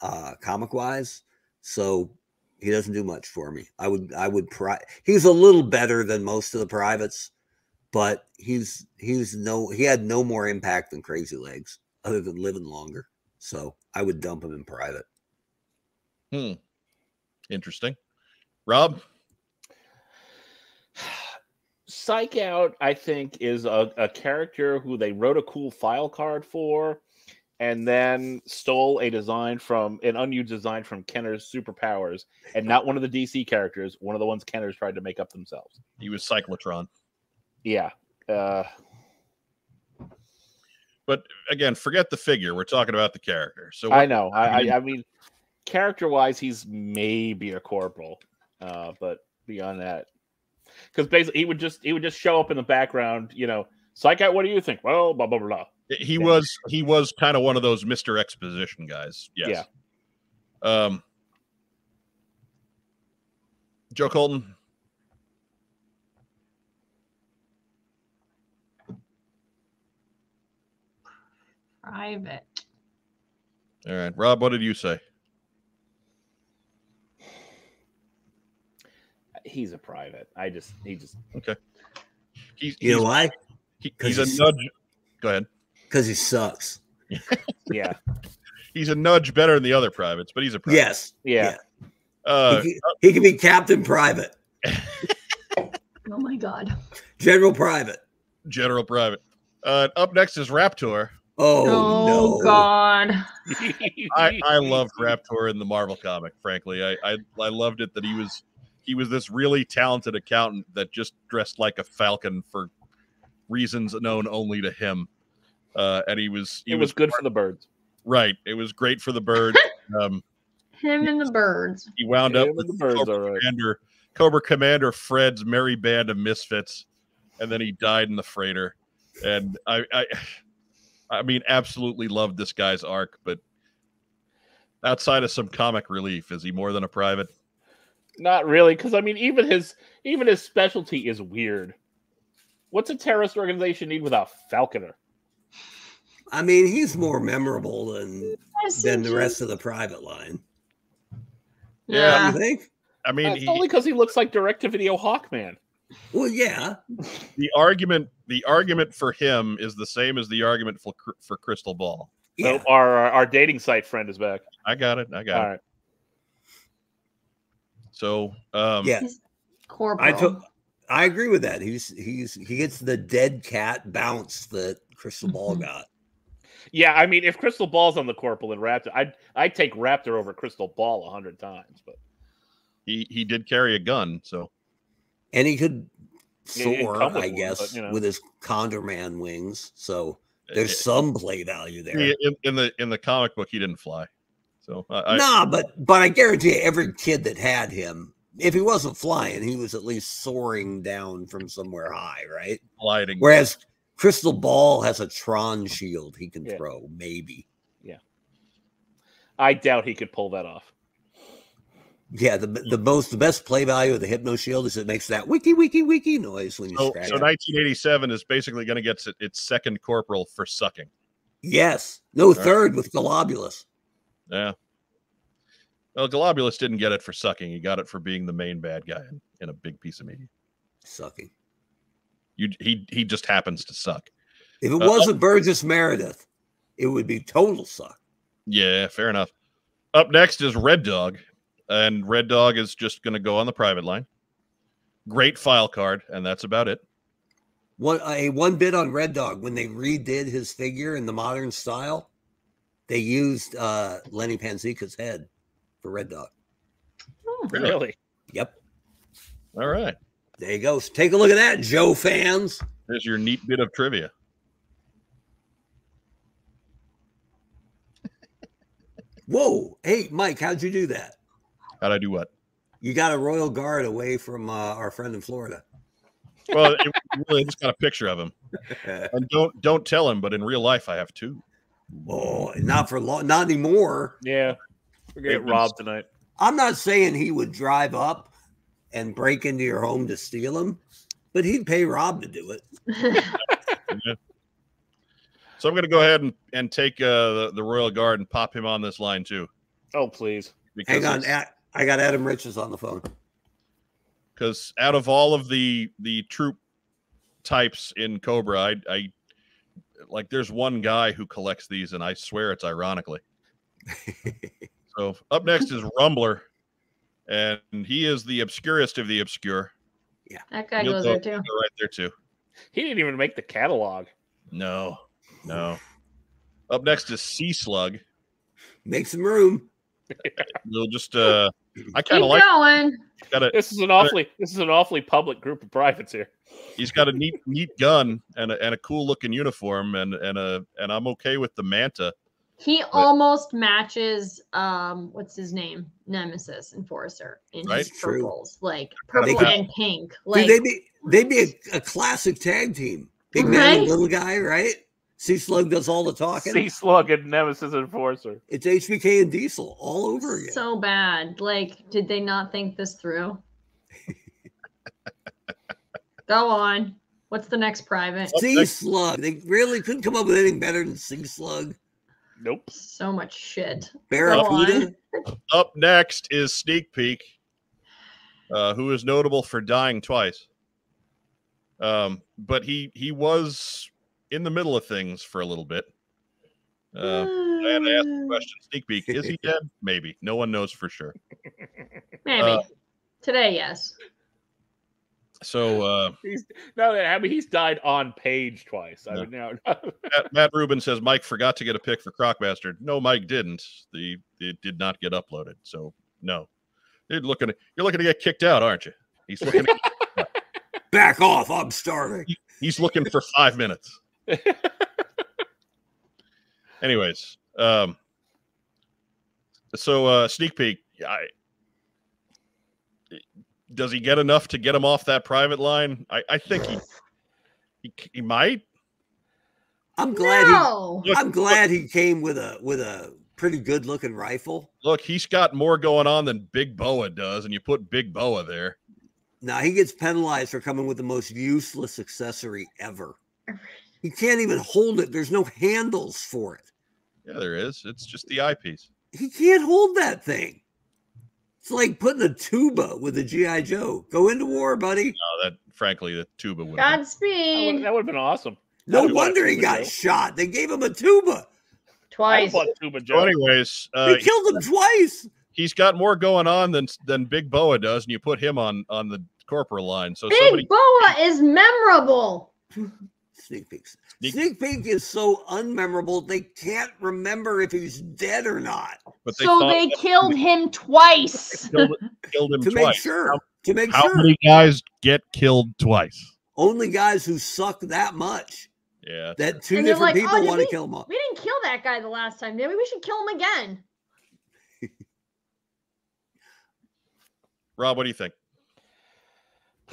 [SPEAKER 3] uh comic wise. So he doesn't do much for me. I would I would pri- he's a little better than most of the privates, but he's he's no he had no more impact than Crazy Legs other than living longer. So I would dump him in private.
[SPEAKER 1] Interesting. Rob,
[SPEAKER 4] [sighs] Psych Out, I think, is a, a character who they wrote a cool file card for and then stole a design from an unused design from Kenner's Superpowers and not one of the DC characters, one of the ones Kenner's tried to make up themselves.
[SPEAKER 1] he was cyclotron.
[SPEAKER 4] Yeah. Uh,
[SPEAKER 1] But again, forget the figure. We're talking about the character. So
[SPEAKER 4] I know. I,
[SPEAKER 1] mean-
[SPEAKER 4] I, I mean, character wise, he's maybe a corporal, uh, but beyond that, because basically he would just he would just show up in the background. You know, psych out. What do you think? Well, blah blah blah. blah.
[SPEAKER 1] he
[SPEAKER 4] Yeah.
[SPEAKER 1] was he was kind of one of those Mr. Exposition guys. Yes. Yeah. Um Joe Colton.
[SPEAKER 2] Private.
[SPEAKER 1] All right. Rob, what did you say?
[SPEAKER 4] He's a private. I just he just
[SPEAKER 1] He's,
[SPEAKER 3] You know
[SPEAKER 1] he's,
[SPEAKER 3] why?
[SPEAKER 1] he-
[SPEAKER 3] 'Cause
[SPEAKER 1] he's a
[SPEAKER 3] he's-
[SPEAKER 1] nudge. Go ahead.
[SPEAKER 3] Because he sucks.
[SPEAKER 1] [laughs]
[SPEAKER 4] yeah
[SPEAKER 1] He's a nudge better than the other privates, but he's a private.
[SPEAKER 3] Yes.
[SPEAKER 4] yeah.
[SPEAKER 1] Uh,
[SPEAKER 3] he, could, he could be Captain Private,
[SPEAKER 2] [laughs] Oh my god.
[SPEAKER 3] General Private.
[SPEAKER 1] General Private. Uh, up next is Raptor.
[SPEAKER 3] Oh,
[SPEAKER 2] Oh,
[SPEAKER 3] no.
[SPEAKER 2] god.
[SPEAKER 1] I,
[SPEAKER 4] [laughs]
[SPEAKER 1] I loved Raptor in the Marvel comic. Frankly, I, I I loved it that he was he was this really talented accountant that just dressed like a falcon for reasons known only to him. Uh, and he was he
[SPEAKER 4] It was
[SPEAKER 1] was
[SPEAKER 4] good for the birds.
[SPEAKER 1] right. It was great
[SPEAKER 4] [laughs]
[SPEAKER 1] for the bird. um,
[SPEAKER 2] Him and the birds.
[SPEAKER 1] he wound up
[SPEAKER 4] Him
[SPEAKER 1] with
[SPEAKER 4] and the birds
[SPEAKER 1] Cobra
[SPEAKER 4] all right.
[SPEAKER 1] Commander Cobra Commander Fred's merry band of misfits, and then he died in the freighter. And I I I mean absolutely loved this guy's arc, but outside of some comic relief, is he more than a private?
[SPEAKER 4] Not really, because I mean, even his even his specialty is weird. What's a terrorist organization need without falconer?
[SPEAKER 3] I mean, he's more memorable than than the
[SPEAKER 2] SCG.
[SPEAKER 3] rest of the private line.
[SPEAKER 1] Yeah.
[SPEAKER 2] Yeah.
[SPEAKER 3] You think?
[SPEAKER 1] I mean,
[SPEAKER 4] That's
[SPEAKER 1] he,
[SPEAKER 4] only because he looks like direct-to-video Hawkman.
[SPEAKER 3] Well,
[SPEAKER 4] Oh,
[SPEAKER 3] yeah.
[SPEAKER 1] the argument the argument for him is the same as the argument for Cr- for Crystal Ball.
[SPEAKER 3] Yeah.
[SPEAKER 4] Oh, our, our our dating site friend is back.
[SPEAKER 1] I got it. I got
[SPEAKER 4] All
[SPEAKER 1] it.
[SPEAKER 4] right.
[SPEAKER 1] So um,
[SPEAKER 3] yeah.
[SPEAKER 2] Corporal.
[SPEAKER 3] I took. I agree with that. He's he's he gets the dead cat bounce that Crystal Ball
[SPEAKER 2] Mhm.
[SPEAKER 3] got.
[SPEAKER 4] Yeah, I mean, if Crystal Ball's on the Corporal and Raptor, I'd I'd take Raptor over Crystal Ball a hundred times. But
[SPEAKER 1] he he did carry a gun. So
[SPEAKER 3] and he could
[SPEAKER 4] Yeah, he didn't
[SPEAKER 3] soar,
[SPEAKER 4] come with
[SPEAKER 3] I
[SPEAKER 4] one,
[SPEAKER 3] guess,
[SPEAKER 4] but, you know. Eh,
[SPEAKER 3] with his Condor Man wings. So there's some play value there.
[SPEAKER 1] eh, in, in the in the comic book, he didn't fly. So I, I-
[SPEAKER 3] nah, but but I guarantee you every kid that had him, if he wasn't flying, he was at least soaring down from somewhere high, right?
[SPEAKER 1] gliding.
[SPEAKER 3] Whereas Crystal Ball has a Tron shield he can
[SPEAKER 4] Yeah.
[SPEAKER 3] throw, maybe.
[SPEAKER 4] I doubt he could pull that off.
[SPEAKER 3] Yeah, the the most the best play value of the Hypno Shield is it makes that wiki wiki wiki noise when you
[SPEAKER 1] So,
[SPEAKER 3] scratch.
[SPEAKER 1] so
[SPEAKER 3] it.
[SPEAKER 1] 1987 is basically going to get s- its second corporal for sucking.
[SPEAKER 3] yes, no
[SPEAKER 1] right.
[SPEAKER 3] third with Globulus.
[SPEAKER 1] Yeah. Well, Globulus didn't get it for sucking. He got it for being the main bad guy in, in a big piece of media.
[SPEAKER 3] Sucking.
[SPEAKER 1] You, he he just happens to suck.
[SPEAKER 3] If it
[SPEAKER 1] Uh,
[SPEAKER 3] wasn't Burgess Meredith, it would be total suck.
[SPEAKER 1] Yeah, fair enough. Up next is Red Dog, and Red Dog is just going to go on the private line. Great file card, and that's about it.
[SPEAKER 3] One uh, a one bit on Red Dog when they redid his figure in the modern style, they used uh, Lenny Panzica's head for Red Dog.
[SPEAKER 1] Really?
[SPEAKER 4] Really?
[SPEAKER 3] Yep,
[SPEAKER 1] All right,
[SPEAKER 3] there you go. So take a look at that, Joe fans.
[SPEAKER 1] there's your neat bit of trivia.
[SPEAKER 3] Whoa, hey Mike, how'd you do that?
[SPEAKER 1] How'd I do what?
[SPEAKER 3] You got a royal guard away from uh, our friend in Florida.
[SPEAKER 1] Well, it, [laughs] really, I just got a picture of him, and don't don't tell him, but in real life, I have two.
[SPEAKER 3] oh, not for long, not anymore.
[SPEAKER 4] Yeah.
[SPEAKER 1] They've
[SPEAKER 4] We're gonna get
[SPEAKER 1] been
[SPEAKER 4] robbed tonight.
[SPEAKER 3] I'm not saying he would drive up and break into your home to steal him, but he'd pay Rob to do it.
[SPEAKER 1] So I'm going to go ahead and, and take uh, the, the Royal Guard and pop him on this line too.
[SPEAKER 4] Oh please.
[SPEAKER 1] Because
[SPEAKER 3] Hang on,
[SPEAKER 1] it's-
[SPEAKER 3] A- I got Adam Riches on the phone.
[SPEAKER 1] 'cause out of all of the the troop types in Cobra, I, I like there's one guy who collects these, and I swear it's
[SPEAKER 3] [laughs]
[SPEAKER 1] ironically. so up next is Rumbler, and he is the obscurest of the obscure.
[SPEAKER 2] That guy
[SPEAKER 1] You'll
[SPEAKER 2] goes
[SPEAKER 1] go-
[SPEAKER 2] there too.
[SPEAKER 1] They're right there too.
[SPEAKER 4] He didn't even make the catalog.
[SPEAKER 1] No, no. Up next is Sea Slug.
[SPEAKER 3] Make some room.
[SPEAKER 1] They'll just uh, I kind
[SPEAKER 2] Keep
[SPEAKER 1] of like uh,
[SPEAKER 2] going.
[SPEAKER 1] got a
[SPEAKER 4] This is an awfully this is an awfully public group of privates here.
[SPEAKER 1] He's got a neat neat gun and a, and a cool looking uniform and and a and I'm okay with the manta.
[SPEAKER 2] He almost matches um what's his name? Nemesis and Forrester in
[SPEAKER 1] Right.
[SPEAKER 2] his
[SPEAKER 3] True.
[SPEAKER 2] purples. Like
[SPEAKER 1] Kinda
[SPEAKER 2] purple
[SPEAKER 1] cool.
[SPEAKER 2] and pink.
[SPEAKER 3] Dude,
[SPEAKER 2] Like
[SPEAKER 3] they'd be they'd be a, a classic tag team. Big man and
[SPEAKER 2] Right?
[SPEAKER 3] little guy, right? Sea Slug does all the talking.
[SPEAKER 4] Sea Slug and Nemesis Enforcer.
[SPEAKER 3] it's HBK and Diesel all over again.
[SPEAKER 2] so bad. Like, did they not think
[SPEAKER 1] [laughs]
[SPEAKER 2] this through? go on. What's the next private?
[SPEAKER 3] sea Slug. They really couldn't come up with anything better than Sea Slug.
[SPEAKER 4] Nope.
[SPEAKER 2] So much shit.
[SPEAKER 3] Barracuda.
[SPEAKER 1] Up next is Sneak Peek, uh, who is notable for dying twice. Um, but he he was in the middle of things for a little bit. Uh, I had to ask the question. Sneak peek: Is he dead? Maybe. No one knows for sure.
[SPEAKER 2] Maybe.
[SPEAKER 1] uh,
[SPEAKER 2] Today, yes.
[SPEAKER 1] So uh,
[SPEAKER 4] He's no, I mean he's died on page twice. I
[SPEAKER 1] No.
[SPEAKER 4] mean, no,
[SPEAKER 1] Matt, Matt Rubin says Mike forgot to get a pick for Crockmaster. No, Mike didn't. The it did not get uploaded. So no, you're looking you're looking to get kicked out, aren't you? He's looking
[SPEAKER 3] Back off. I'm starving.
[SPEAKER 1] he's looking for five minutes. Anyways, um, so uh, sneak peek. I does he get enough to get him off that private line? I, I think he, he he might.
[SPEAKER 3] I'm glad
[SPEAKER 2] no.
[SPEAKER 3] he, I'm glad he came with a with a pretty good looking rifle.
[SPEAKER 1] Look, he's got more going on than Big Boa does, and you put Big Boa there.
[SPEAKER 3] Now he gets penalized for coming with the most useless accessory ever. He can't even hold it. There's no handles for it.
[SPEAKER 1] Yeah, there is. It's just the eyepiece.
[SPEAKER 3] He can't hold that thing. It's like putting a tuba with a GI Joe. Go into war, buddy.
[SPEAKER 1] No, Oh, that frankly, the tuba would. have been-
[SPEAKER 4] that would
[SPEAKER 2] Godspeed.
[SPEAKER 4] that would have been awesome.
[SPEAKER 3] No
[SPEAKER 4] I do want a
[SPEAKER 3] wonder he
[SPEAKER 4] tuba,
[SPEAKER 3] got
[SPEAKER 4] Joe.
[SPEAKER 3] shot. They gave him a tuba.
[SPEAKER 4] I
[SPEAKER 2] Twice.
[SPEAKER 4] bought Tuba Joe.
[SPEAKER 1] So, anyways, uh,
[SPEAKER 2] [laughs]
[SPEAKER 3] They killed him twice.
[SPEAKER 1] he's got more going on than than Big Boa does, and you put him on on the corporal line. So somebody
[SPEAKER 2] Big Boa is memorable.
[SPEAKER 3] Sneak peeks.
[SPEAKER 1] Sneak-
[SPEAKER 3] Sneak peek is so unmemorable. They can't remember if he's dead or not
[SPEAKER 1] but they
[SPEAKER 2] so
[SPEAKER 1] thought
[SPEAKER 2] they
[SPEAKER 1] that
[SPEAKER 2] killed him twice.
[SPEAKER 1] killed, killed him
[SPEAKER 3] to
[SPEAKER 1] twice.
[SPEAKER 3] make sure. To make
[SPEAKER 1] How
[SPEAKER 3] sure.
[SPEAKER 1] many guys get killed twice?
[SPEAKER 3] Only guys who suck that much
[SPEAKER 1] Yeah,
[SPEAKER 3] that two
[SPEAKER 2] And they're
[SPEAKER 3] different
[SPEAKER 2] like,
[SPEAKER 3] people
[SPEAKER 2] "Oh, did
[SPEAKER 3] want to
[SPEAKER 2] we-
[SPEAKER 3] kill him up.
[SPEAKER 2] We didn't kill that guy the last time, did we? We should kill him again.
[SPEAKER 1] Rob, what do you think? [sighs]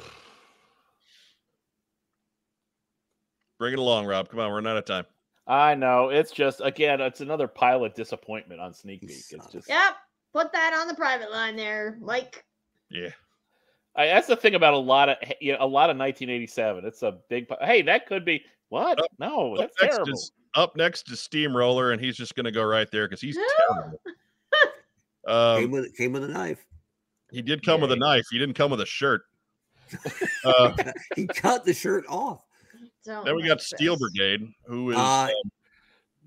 [SPEAKER 1] Bring it along, Rob. Come on, we're running out of time.
[SPEAKER 4] I know. It's just again, it's another pilot disappointment on Sneak Peek. It's
[SPEAKER 3] Sucks.
[SPEAKER 4] just
[SPEAKER 2] Yep. Put that on the private line there. Like,
[SPEAKER 1] Yeah,
[SPEAKER 4] I, that's the thing about a lot of you know, a lot of 1987. It's a big. pi- Hey, that could be what?
[SPEAKER 1] Up-
[SPEAKER 4] No,
[SPEAKER 1] up
[SPEAKER 4] that's
[SPEAKER 1] next,
[SPEAKER 4] terrible.
[SPEAKER 1] is, up next is Steamroller, and he's just going to go right there because he's
[SPEAKER 2] No.
[SPEAKER 4] [gasps]
[SPEAKER 1] terrible. Um,
[SPEAKER 3] came with came with a knife. [laughs]
[SPEAKER 1] He did come with a
[SPEAKER 4] Yay.
[SPEAKER 1] knife. He didn't come with a shirt. Uh,
[SPEAKER 3] He cut the shirt off.
[SPEAKER 2] don't
[SPEAKER 1] then we
[SPEAKER 2] like
[SPEAKER 1] got
[SPEAKER 2] [laughs] this.
[SPEAKER 1] Steel Brigade, who is
[SPEAKER 3] Uh,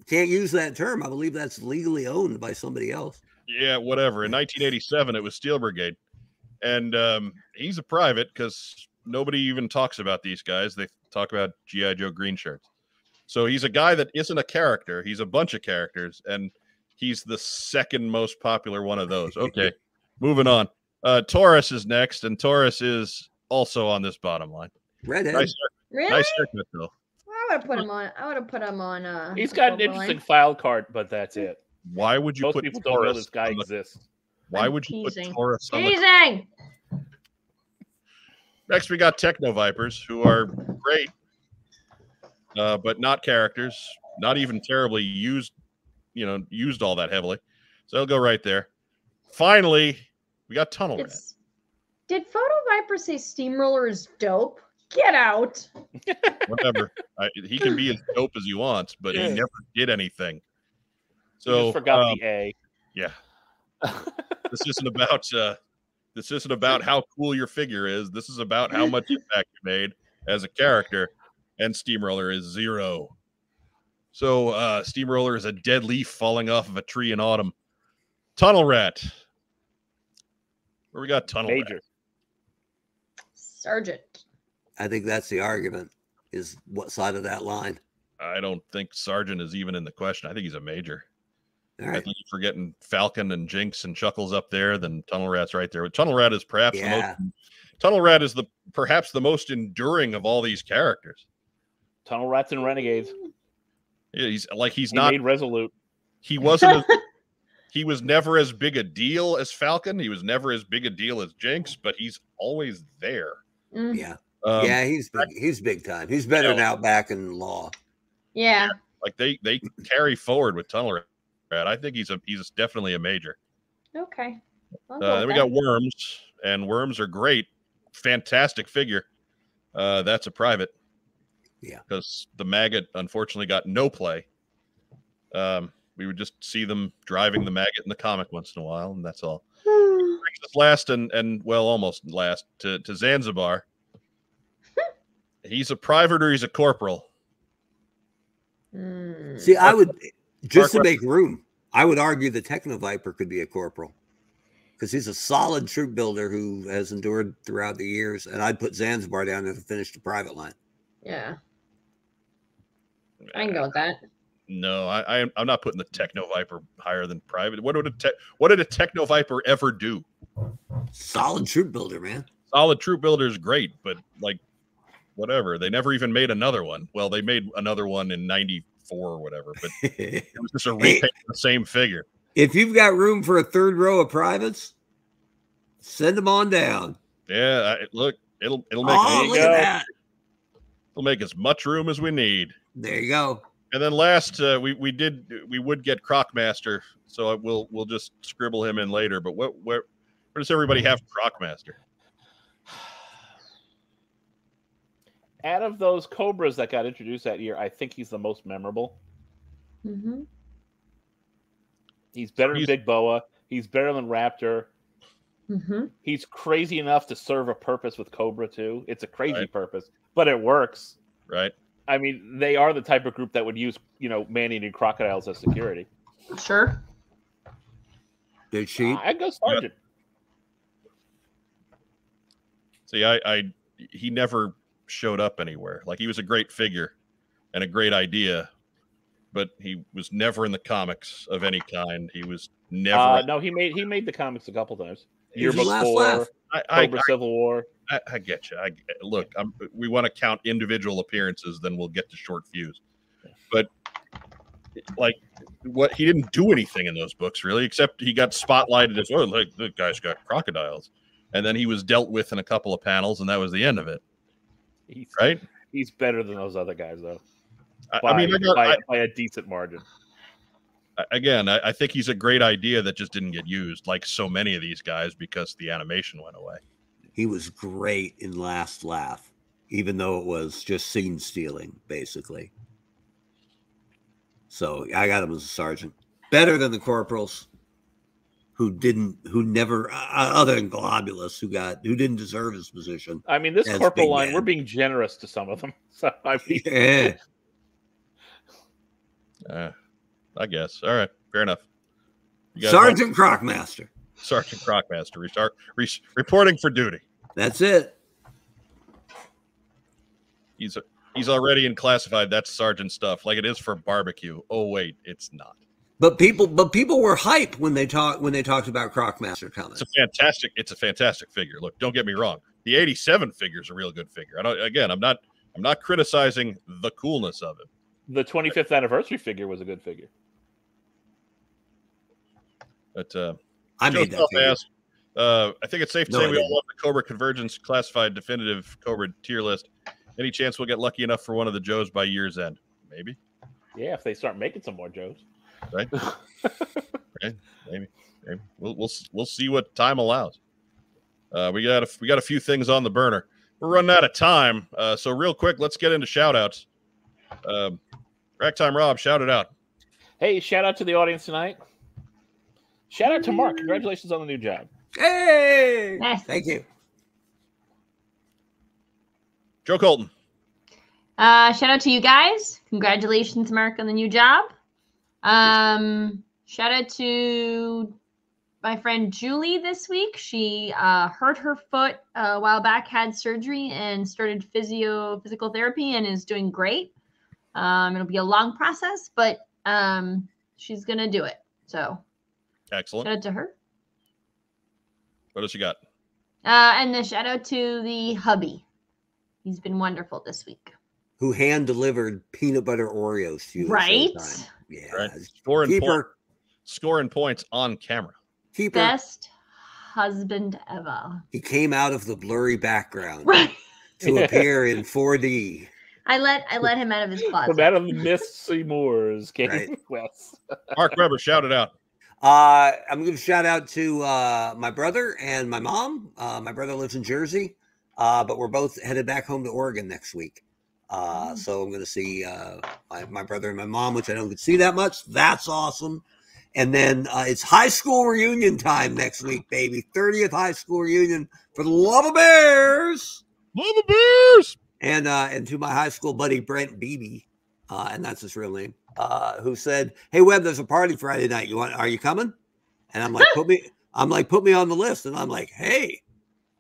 [SPEAKER 3] Can't use that term. I believe that's legally owned by somebody else.
[SPEAKER 1] yeah, whatever. In 1987, it was Steel Brigade, and um, he's a private because nobody even talks about these guys. They talk about GI Joe green shirts. So he's a guy that isn't a character. He's a bunch of characters, and he's the second most popular one of
[SPEAKER 4] [laughs]
[SPEAKER 1] those. Okay, moving on. Uh, Taurus is next, and Taurus is also on this bottom line.
[SPEAKER 3] Redhead.
[SPEAKER 1] Nice,
[SPEAKER 2] Really?
[SPEAKER 1] nice haircut though.
[SPEAKER 2] I would have put him on. I would have put him on. Uh,
[SPEAKER 4] He's
[SPEAKER 2] the
[SPEAKER 4] got an
[SPEAKER 2] Cobra
[SPEAKER 4] interesting
[SPEAKER 2] line.
[SPEAKER 4] file card, but that's it.
[SPEAKER 1] Why would you
[SPEAKER 4] Most
[SPEAKER 1] put
[SPEAKER 4] people don't know
[SPEAKER 1] Taurus
[SPEAKER 4] this guy
[SPEAKER 1] on the-
[SPEAKER 4] exists.
[SPEAKER 1] Why
[SPEAKER 2] I'm
[SPEAKER 1] would you
[SPEAKER 2] teasing.
[SPEAKER 1] put Taurus on the
[SPEAKER 2] Teasing.
[SPEAKER 1] Next, we got Techno Vipers, who are great, uh, but not characters, not even terribly used, you know, used all that heavily. So they'll go right there. Finally, we got Tunnel Rat.
[SPEAKER 2] It's, [laughs] did Photo Viper say Steamroller is dope? Get out.
[SPEAKER 1] Whatever. I, he can be as dope as he wants, but
[SPEAKER 4] Yeah.
[SPEAKER 1] he never did anything.
[SPEAKER 4] So
[SPEAKER 1] So
[SPEAKER 4] just forgot
[SPEAKER 1] um,
[SPEAKER 4] the A. [laughs]
[SPEAKER 1] yeah, this isn't about uh, this isn't about how cool your figure is. This is about how much impact you made as a character. And Steamroller is zero. So uh, Steamroller is a dead leaf falling off of a tree in autumn. Tunnel Rat. Where we got Tunnel Rat?
[SPEAKER 4] Major.
[SPEAKER 2] Sergeant.
[SPEAKER 3] I think that's the argument. Is what side of that line?
[SPEAKER 1] I don't think Sergeant is even in the question. I think he's a major.
[SPEAKER 3] All
[SPEAKER 1] I
[SPEAKER 3] right.
[SPEAKER 1] think you're forgetting Falcon and Jinx and Chuckles up there. Then Tunnel Rat's right there. Tunnel Rat is perhaps the most
[SPEAKER 3] Yeah.
[SPEAKER 1] Tunnel Rat is the perhaps the most enduring of all these characters.
[SPEAKER 4] Tunnel Rats and Renegades.
[SPEAKER 1] Yeah, He's like he's
[SPEAKER 4] He
[SPEAKER 1] not
[SPEAKER 4] made Resolute.
[SPEAKER 1] he wasn't
[SPEAKER 4] [laughs]
[SPEAKER 1] as, he was never as big a deal as Falcon. He was never as big a deal as Jinx, but he's always there.
[SPEAKER 2] Mm,
[SPEAKER 3] Yeah.
[SPEAKER 1] Um,
[SPEAKER 3] yeah. He's big, he's big time. He's better
[SPEAKER 1] Yeah.
[SPEAKER 3] now back in law.
[SPEAKER 2] yeah.
[SPEAKER 1] like they they carry forward with Tunnel Rat. I think he's a he's definitely a major.
[SPEAKER 2] Okay. I'll go
[SPEAKER 1] Uh,
[SPEAKER 2] with
[SPEAKER 1] then we
[SPEAKER 2] that.
[SPEAKER 1] got Worms, and Worms are great, fantastic figure. Uh, that's a private.
[SPEAKER 3] Yeah.
[SPEAKER 1] because the maggot unfortunately got no play. Um, we would just see them driving the maggot in the comic once in a while, and that's all. us last and and well almost last to, to Zanzibar. he's a private or he's a corporal.
[SPEAKER 2] Hmm.
[SPEAKER 3] See, I would just to
[SPEAKER 1] Mark-
[SPEAKER 3] make room. I would argue the Techno Viper could be a corporal because he's a solid troop builder who has endured throughout the years. And I'd put Zanzibar down there to finish the private line.
[SPEAKER 2] Yeah, I can go with that.
[SPEAKER 1] No, I, I I'm not putting the Techno Viper higher than private. What would a te- what did a Techno Viper ever do?
[SPEAKER 3] Solid troop builder, man. [laughs]
[SPEAKER 1] Solid troop builder is great, but like whatever. They never even made another one. Well, they made another one in '94 or whatever, but
[SPEAKER 3] if
[SPEAKER 1] it was just a repaint of the same figure.
[SPEAKER 3] you've got room for a third row of privates, send them on down.
[SPEAKER 1] Yeah, I, look, it'll it'll make
[SPEAKER 3] Oh,
[SPEAKER 4] it.
[SPEAKER 3] look
[SPEAKER 4] There you
[SPEAKER 3] at
[SPEAKER 4] go.
[SPEAKER 3] that.
[SPEAKER 1] it'll make as much room as we need.
[SPEAKER 3] There you go.
[SPEAKER 1] And then last, uh, we we did we would get Crocmaster, so I- we'll we'll just scribble him in later. But what where where does everybody have Crocmaster?
[SPEAKER 4] Out of those Cobras that got introduced that year, I think he's the most memorable.
[SPEAKER 2] hmm
[SPEAKER 4] He's better than
[SPEAKER 1] He's-
[SPEAKER 4] Big Boa. He's better than Raptor.
[SPEAKER 2] hmm
[SPEAKER 4] He's crazy enough to serve a purpose with Cobra too. It's a crazy
[SPEAKER 1] Right.
[SPEAKER 4] purpose, but it works.
[SPEAKER 1] Right?
[SPEAKER 4] I mean, they are the type of group that would use, you know, man-eating crocodiles as security.
[SPEAKER 2] Sure.
[SPEAKER 3] They're cheap.
[SPEAKER 4] I go sergeant.
[SPEAKER 1] See, I I he never showed up anywhere. Like he was a great figure and a great idea, but he was never in the comics of any kind. He was never.
[SPEAKER 4] Uh, no, he made he made the comics a couple times.
[SPEAKER 1] He
[SPEAKER 4] Year
[SPEAKER 1] was
[SPEAKER 3] last
[SPEAKER 4] before,
[SPEAKER 3] left.
[SPEAKER 1] I, I,
[SPEAKER 4] Cobra Civil War.
[SPEAKER 1] I, I get you. I get- look. I'm, we want to count individual appearances, then we'll get to short fuse. But like, what he didn't do anything in those books really, except he got spotlighted as oh, look, the guy's got crocodiles, and then he was dealt with in a couple of panels, and that was the end of it,
[SPEAKER 4] He's,
[SPEAKER 1] right?
[SPEAKER 4] he's better than those other guys though.
[SPEAKER 1] I,
[SPEAKER 4] By,
[SPEAKER 1] I mean, I got,
[SPEAKER 4] by,
[SPEAKER 1] I,
[SPEAKER 4] by a decent margin.
[SPEAKER 1] I- again, I, I think he's a great idea that just didn't get used, like so many of these guys, because the animation went away.
[SPEAKER 3] He was great in Last Laugh, even though it was just scene stealing, basically. So I got him as a sergeant, better than the corporals, who didn't, who never, uh, other than Globulus, who got, who didn't deserve his position. [laughs]
[SPEAKER 4] I mean, this
[SPEAKER 3] That's
[SPEAKER 4] corporal
[SPEAKER 3] big
[SPEAKER 4] line,
[SPEAKER 3] man.
[SPEAKER 4] we're being generous to some of them. [laughs] So I
[SPEAKER 3] [laughs]
[SPEAKER 4] mean,
[SPEAKER 3] Yeah.
[SPEAKER 1] Uh, I guess. All right, fair enough. You guys want-
[SPEAKER 3] Sergeant Crockmaster.
[SPEAKER 1] Sergeant Crockmaster, restart, re- reporting for duty.
[SPEAKER 3] That's it.
[SPEAKER 1] He's he's already in classified. That's sergeant stuff, like it is for barbecue. Oh wait, it's not.
[SPEAKER 3] But people, but people were hype when they talked when they talked about Crockmaster coming.
[SPEAKER 1] It's a fantastic. It's a fantastic figure. Look, don't get me wrong. The '87 figure is a real good figure. I don't. Again, I'm not. I'm not criticizing the coolness of it.
[SPEAKER 4] the 25th anniversary figure was a good figure.
[SPEAKER 1] But uh,
[SPEAKER 3] I
[SPEAKER 1] Joe
[SPEAKER 3] made that.
[SPEAKER 1] Self
[SPEAKER 3] figure.
[SPEAKER 1] asked, uh, I think it's safe to
[SPEAKER 3] No,
[SPEAKER 1] say
[SPEAKER 3] I
[SPEAKER 1] we all
[SPEAKER 3] didn't.
[SPEAKER 1] love the Cobra Convergence classified definitive Cobra tier list. Any chance we'll get lucky enough for one of the Joes by year's end? Maybe.
[SPEAKER 4] Yeah, if they start making some more Joes.
[SPEAKER 1] Maybe. We'll we'll we'll see what time allows. Uh, we got a, we got a few things on the burner. We're running out of time, uh, so real quick, let's get into shout outs. Um, Ragtime Rob, shout it out.
[SPEAKER 4] Hey, shout out to the audience tonight. Shout out to Mark. Congratulations on the new job.
[SPEAKER 3] Hey,
[SPEAKER 2] Yes.
[SPEAKER 3] thank you.
[SPEAKER 1] Joe Colton,
[SPEAKER 2] Uh, shout out to you guys. Congratulations, Mark, on the new job. Um, shout out to my friend Julie this week. She uh, hurt her foot a while back, had surgery, and started physio physical therapy, and is doing great. Um, it'll be a long process, but um, she's gonna do it. So shout
[SPEAKER 1] excellent.
[SPEAKER 2] out to her.
[SPEAKER 1] What else you got?
[SPEAKER 2] Uh, and a shout out to the hubby. He's been wonderful this week.
[SPEAKER 3] Who hand delivered peanut butter Oreos to you? at the same
[SPEAKER 2] Right?
[SPEAKER 3] time. Yeah.
[SPEAKER 1] Right. Scoring
[SPEAKER 3] Keep
[SPEAKER 1] point,
[SPEAKER 3] her.
[SPEAKER 1] scoring points on camera.
[SPEAKER 3] Keep her.
[SPEAKER 2] Best husband ever. [laughs]
[SPEAKER 3] He came out of the blurry background
[SPEAKER 2] Right.
[SPEAKER 3] to
[SPEAKER 2] [laughs]
[SPEAKER 3] appear in 4D.
[SPEAKER 2] I let I let him out of his
[SPEAKER 4] From
[SPEAKER 2] closet.
[SPEAKER 4] out of the Misty Moors came [laughs]
[SPEAKER 3] Right.
[SPEAKER 4] Wes.
[SPEAKER 1] Mark Weber, shout it out.
[SPEAKER 3] Uh, I'm going to shout out to uh, my brother and my mom. Uh, my brother lives in Jersey, uh, but we're both headed back home to Oregon next week. Uh, so I'm going to see uh, my, my brother and my mom, which I don't get to see that much. That's awesome. And then uh, it's high school reunion time next week, baby. 30th high school reunion for the Love of Bears.
[SPEAKER 1] Love the Bears.
[SPEAKER 3] And uh, and to my high school buddy Brent Beebe, uh, and that's his real name, uh, who said, Hey Webb, there's a party Friday night. You want are you coming? And I'm like, put me I'm like, put me on the list. And I'm like, hey,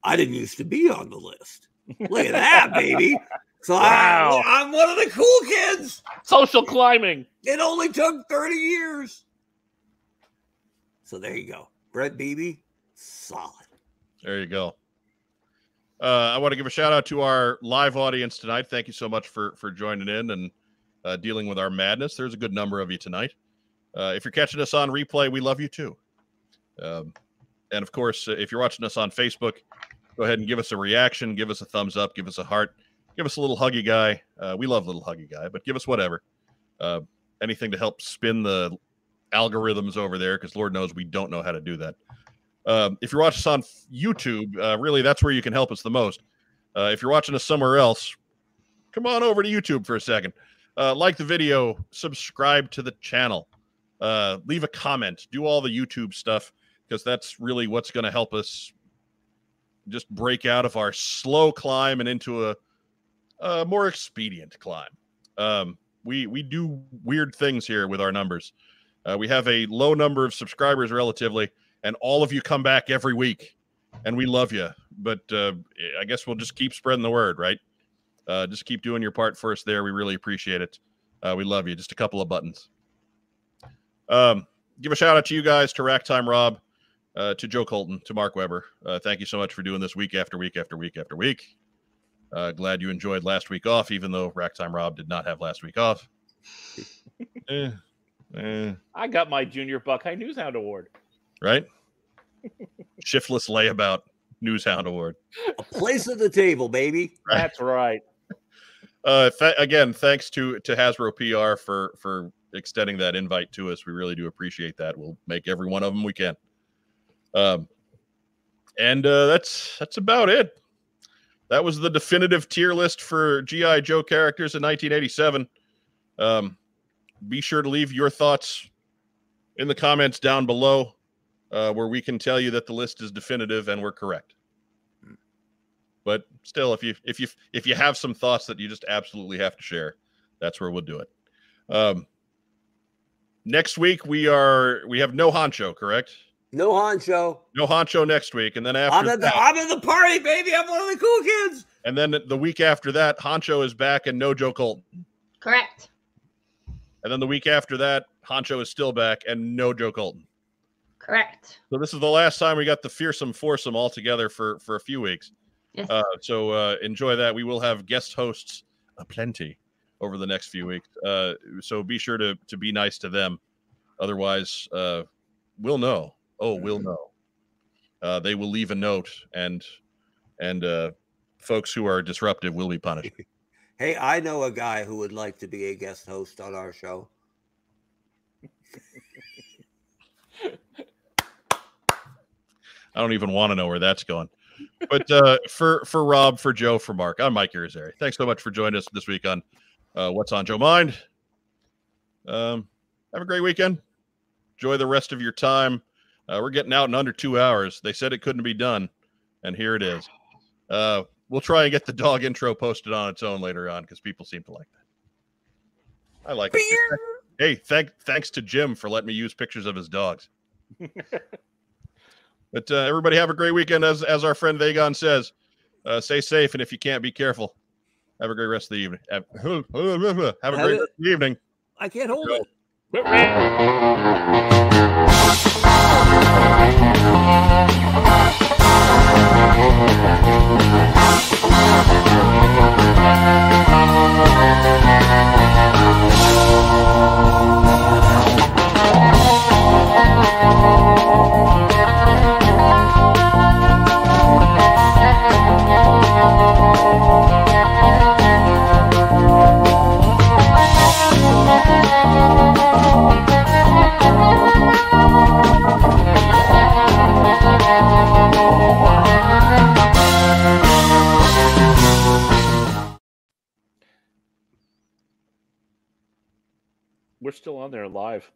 [SPEAKER 3] I didn't used to be on the list. Look at that, baby. So
[SPEAKER 4] Wow.
[SPEAKER 3] I, I'm one of the cool kids.
[SPEAKER 4] Social climbing.
[SPEAKER 3] It only took 30 years. So there you go. Brett Beebe, solid.
[SPEAKER 1] There you go. Uh, I want to give a shout out to our live audience tonight. Thank you so much for for joining in and uh, dealing with our madness. There's a good number of you tonight. Uh, if you're catching us on replay, we love you too. Um, and of course, uh, if you're watching us on Facebook, go ahead and give us a reaction, give us a thumbs up, give us a heart, give us a little huggy guy. Uh, we love little huggy guy, but give us whatever, uh, anything to help spin the algorithms over there, because Lord knows we don't know how to do that. Um, if you're watching us on YouTube, uh, really that's where you can help us the most. Uh, if you're watching us somewhere else, come on over to YouTube for a second. Uh, like the video, subscribe to the channel, uh, leave a comment, do all the YouTube stuff because that's really what's going to help us just break out of our slow climb and into a, a more expedient climb. Um, we we do weird things here with our numbers. Uh, we have a low number of subscribers relatively, and all of you come back every week and we love you but uh, i guess we'll just keep spreading the word right uh, just keep doing your part for us there we really appreciate it uh, we love you just a couple of buttons um, give a shout out to you guys to rack time rob uh, to joe colton to mark weber uh, thank you so much for doing this week after week after week after week uh, glad you enjoyed last week off even though rack time rob did not have last week off [laughs] Eh, eh,
[SPEAKER 4] I got my junior Buckeye Newshound Award.
[SPEAKER 1] right shiftless layabout newshound award
[SPEAKER 3] A place at the table, baby.
[SPEAKER 1] Right.
[SPEAKER 4] That's right.
[SPEAKER 1] uh th- again thanks to to hasbro pr for for extending that invite to us we really do appreciate that we'll make every one of them we can um and uh that's that's about it that was the definitive tier list for gi joe characters in 1987 um be sure to leave your thoughts in the comments down below uh, where we can tell you that the list is definitive and we're correct but still if you if you if you have some thoughts that you just absolutely have to share that's where we'll do it um next week we are we have no honcho correct
[SPEAKER 3] No honcho.
[SPEAKER 1] no honcho next week and then
[SPEAKER 3] I'm
[SPEAKER 1] after
[SPEAKER 3] at,
[SPEAKER 1] that-
[SPEAKER 3] the, I'm at the party, baby. I'm one of the cool kids.
[SPEAKER 1] and then the week after that honcho is back and no joe colton
[SPEAKER 2] Correct.
[SPEAKER 1] and then the week after that honcho is still back and no joe colton
[SPEAKER 2] Correct.
[SPEAKER 1] so this is the last time we got the fearsome foursome all together for for a few weeks
[SPEAKER 2] Yes.
[SPEAKER 1] Uh, so uh, enjoy that. We will have guest hosts aplenty over the next few weeks. Uh, so be sure to to be nice to them. Otherwise, uh, we'll know. Oh, we'll know. Uh, they will leave a note, and and uh, folks who are disruptive will be punished.
[SPEAKER 3] Hey, I know a guy who would like to be a guest host on our show.
[SPEAKER 1] I don't even want to know where that's going. But uh, for for Rob, for Joe, for Mark, I'm Mike Irizarry. Thanks so much for joining us this week on uh, What's on Joe Mind. Um, have a great weekend. Enjoy the rest of your time. Uh, we're getting out in under two hours. They said it couldn't be done, and here it is. Uh, we'll try and get the dog intro posted on its own later on because people seem to like that. I like it. Hey, thank thanks to Jim for letting me use pictures of his dogs. But uh, everybody have a great weekend, as as our friend Vagon says. Uh, stay safe, and if you can't, be careful. Have a great rest of the evening. Have, [laughs] have a great rest of the evening.
[SPEAKER 3] I can't hold it.
[SPEAKER 4] We're still on there live.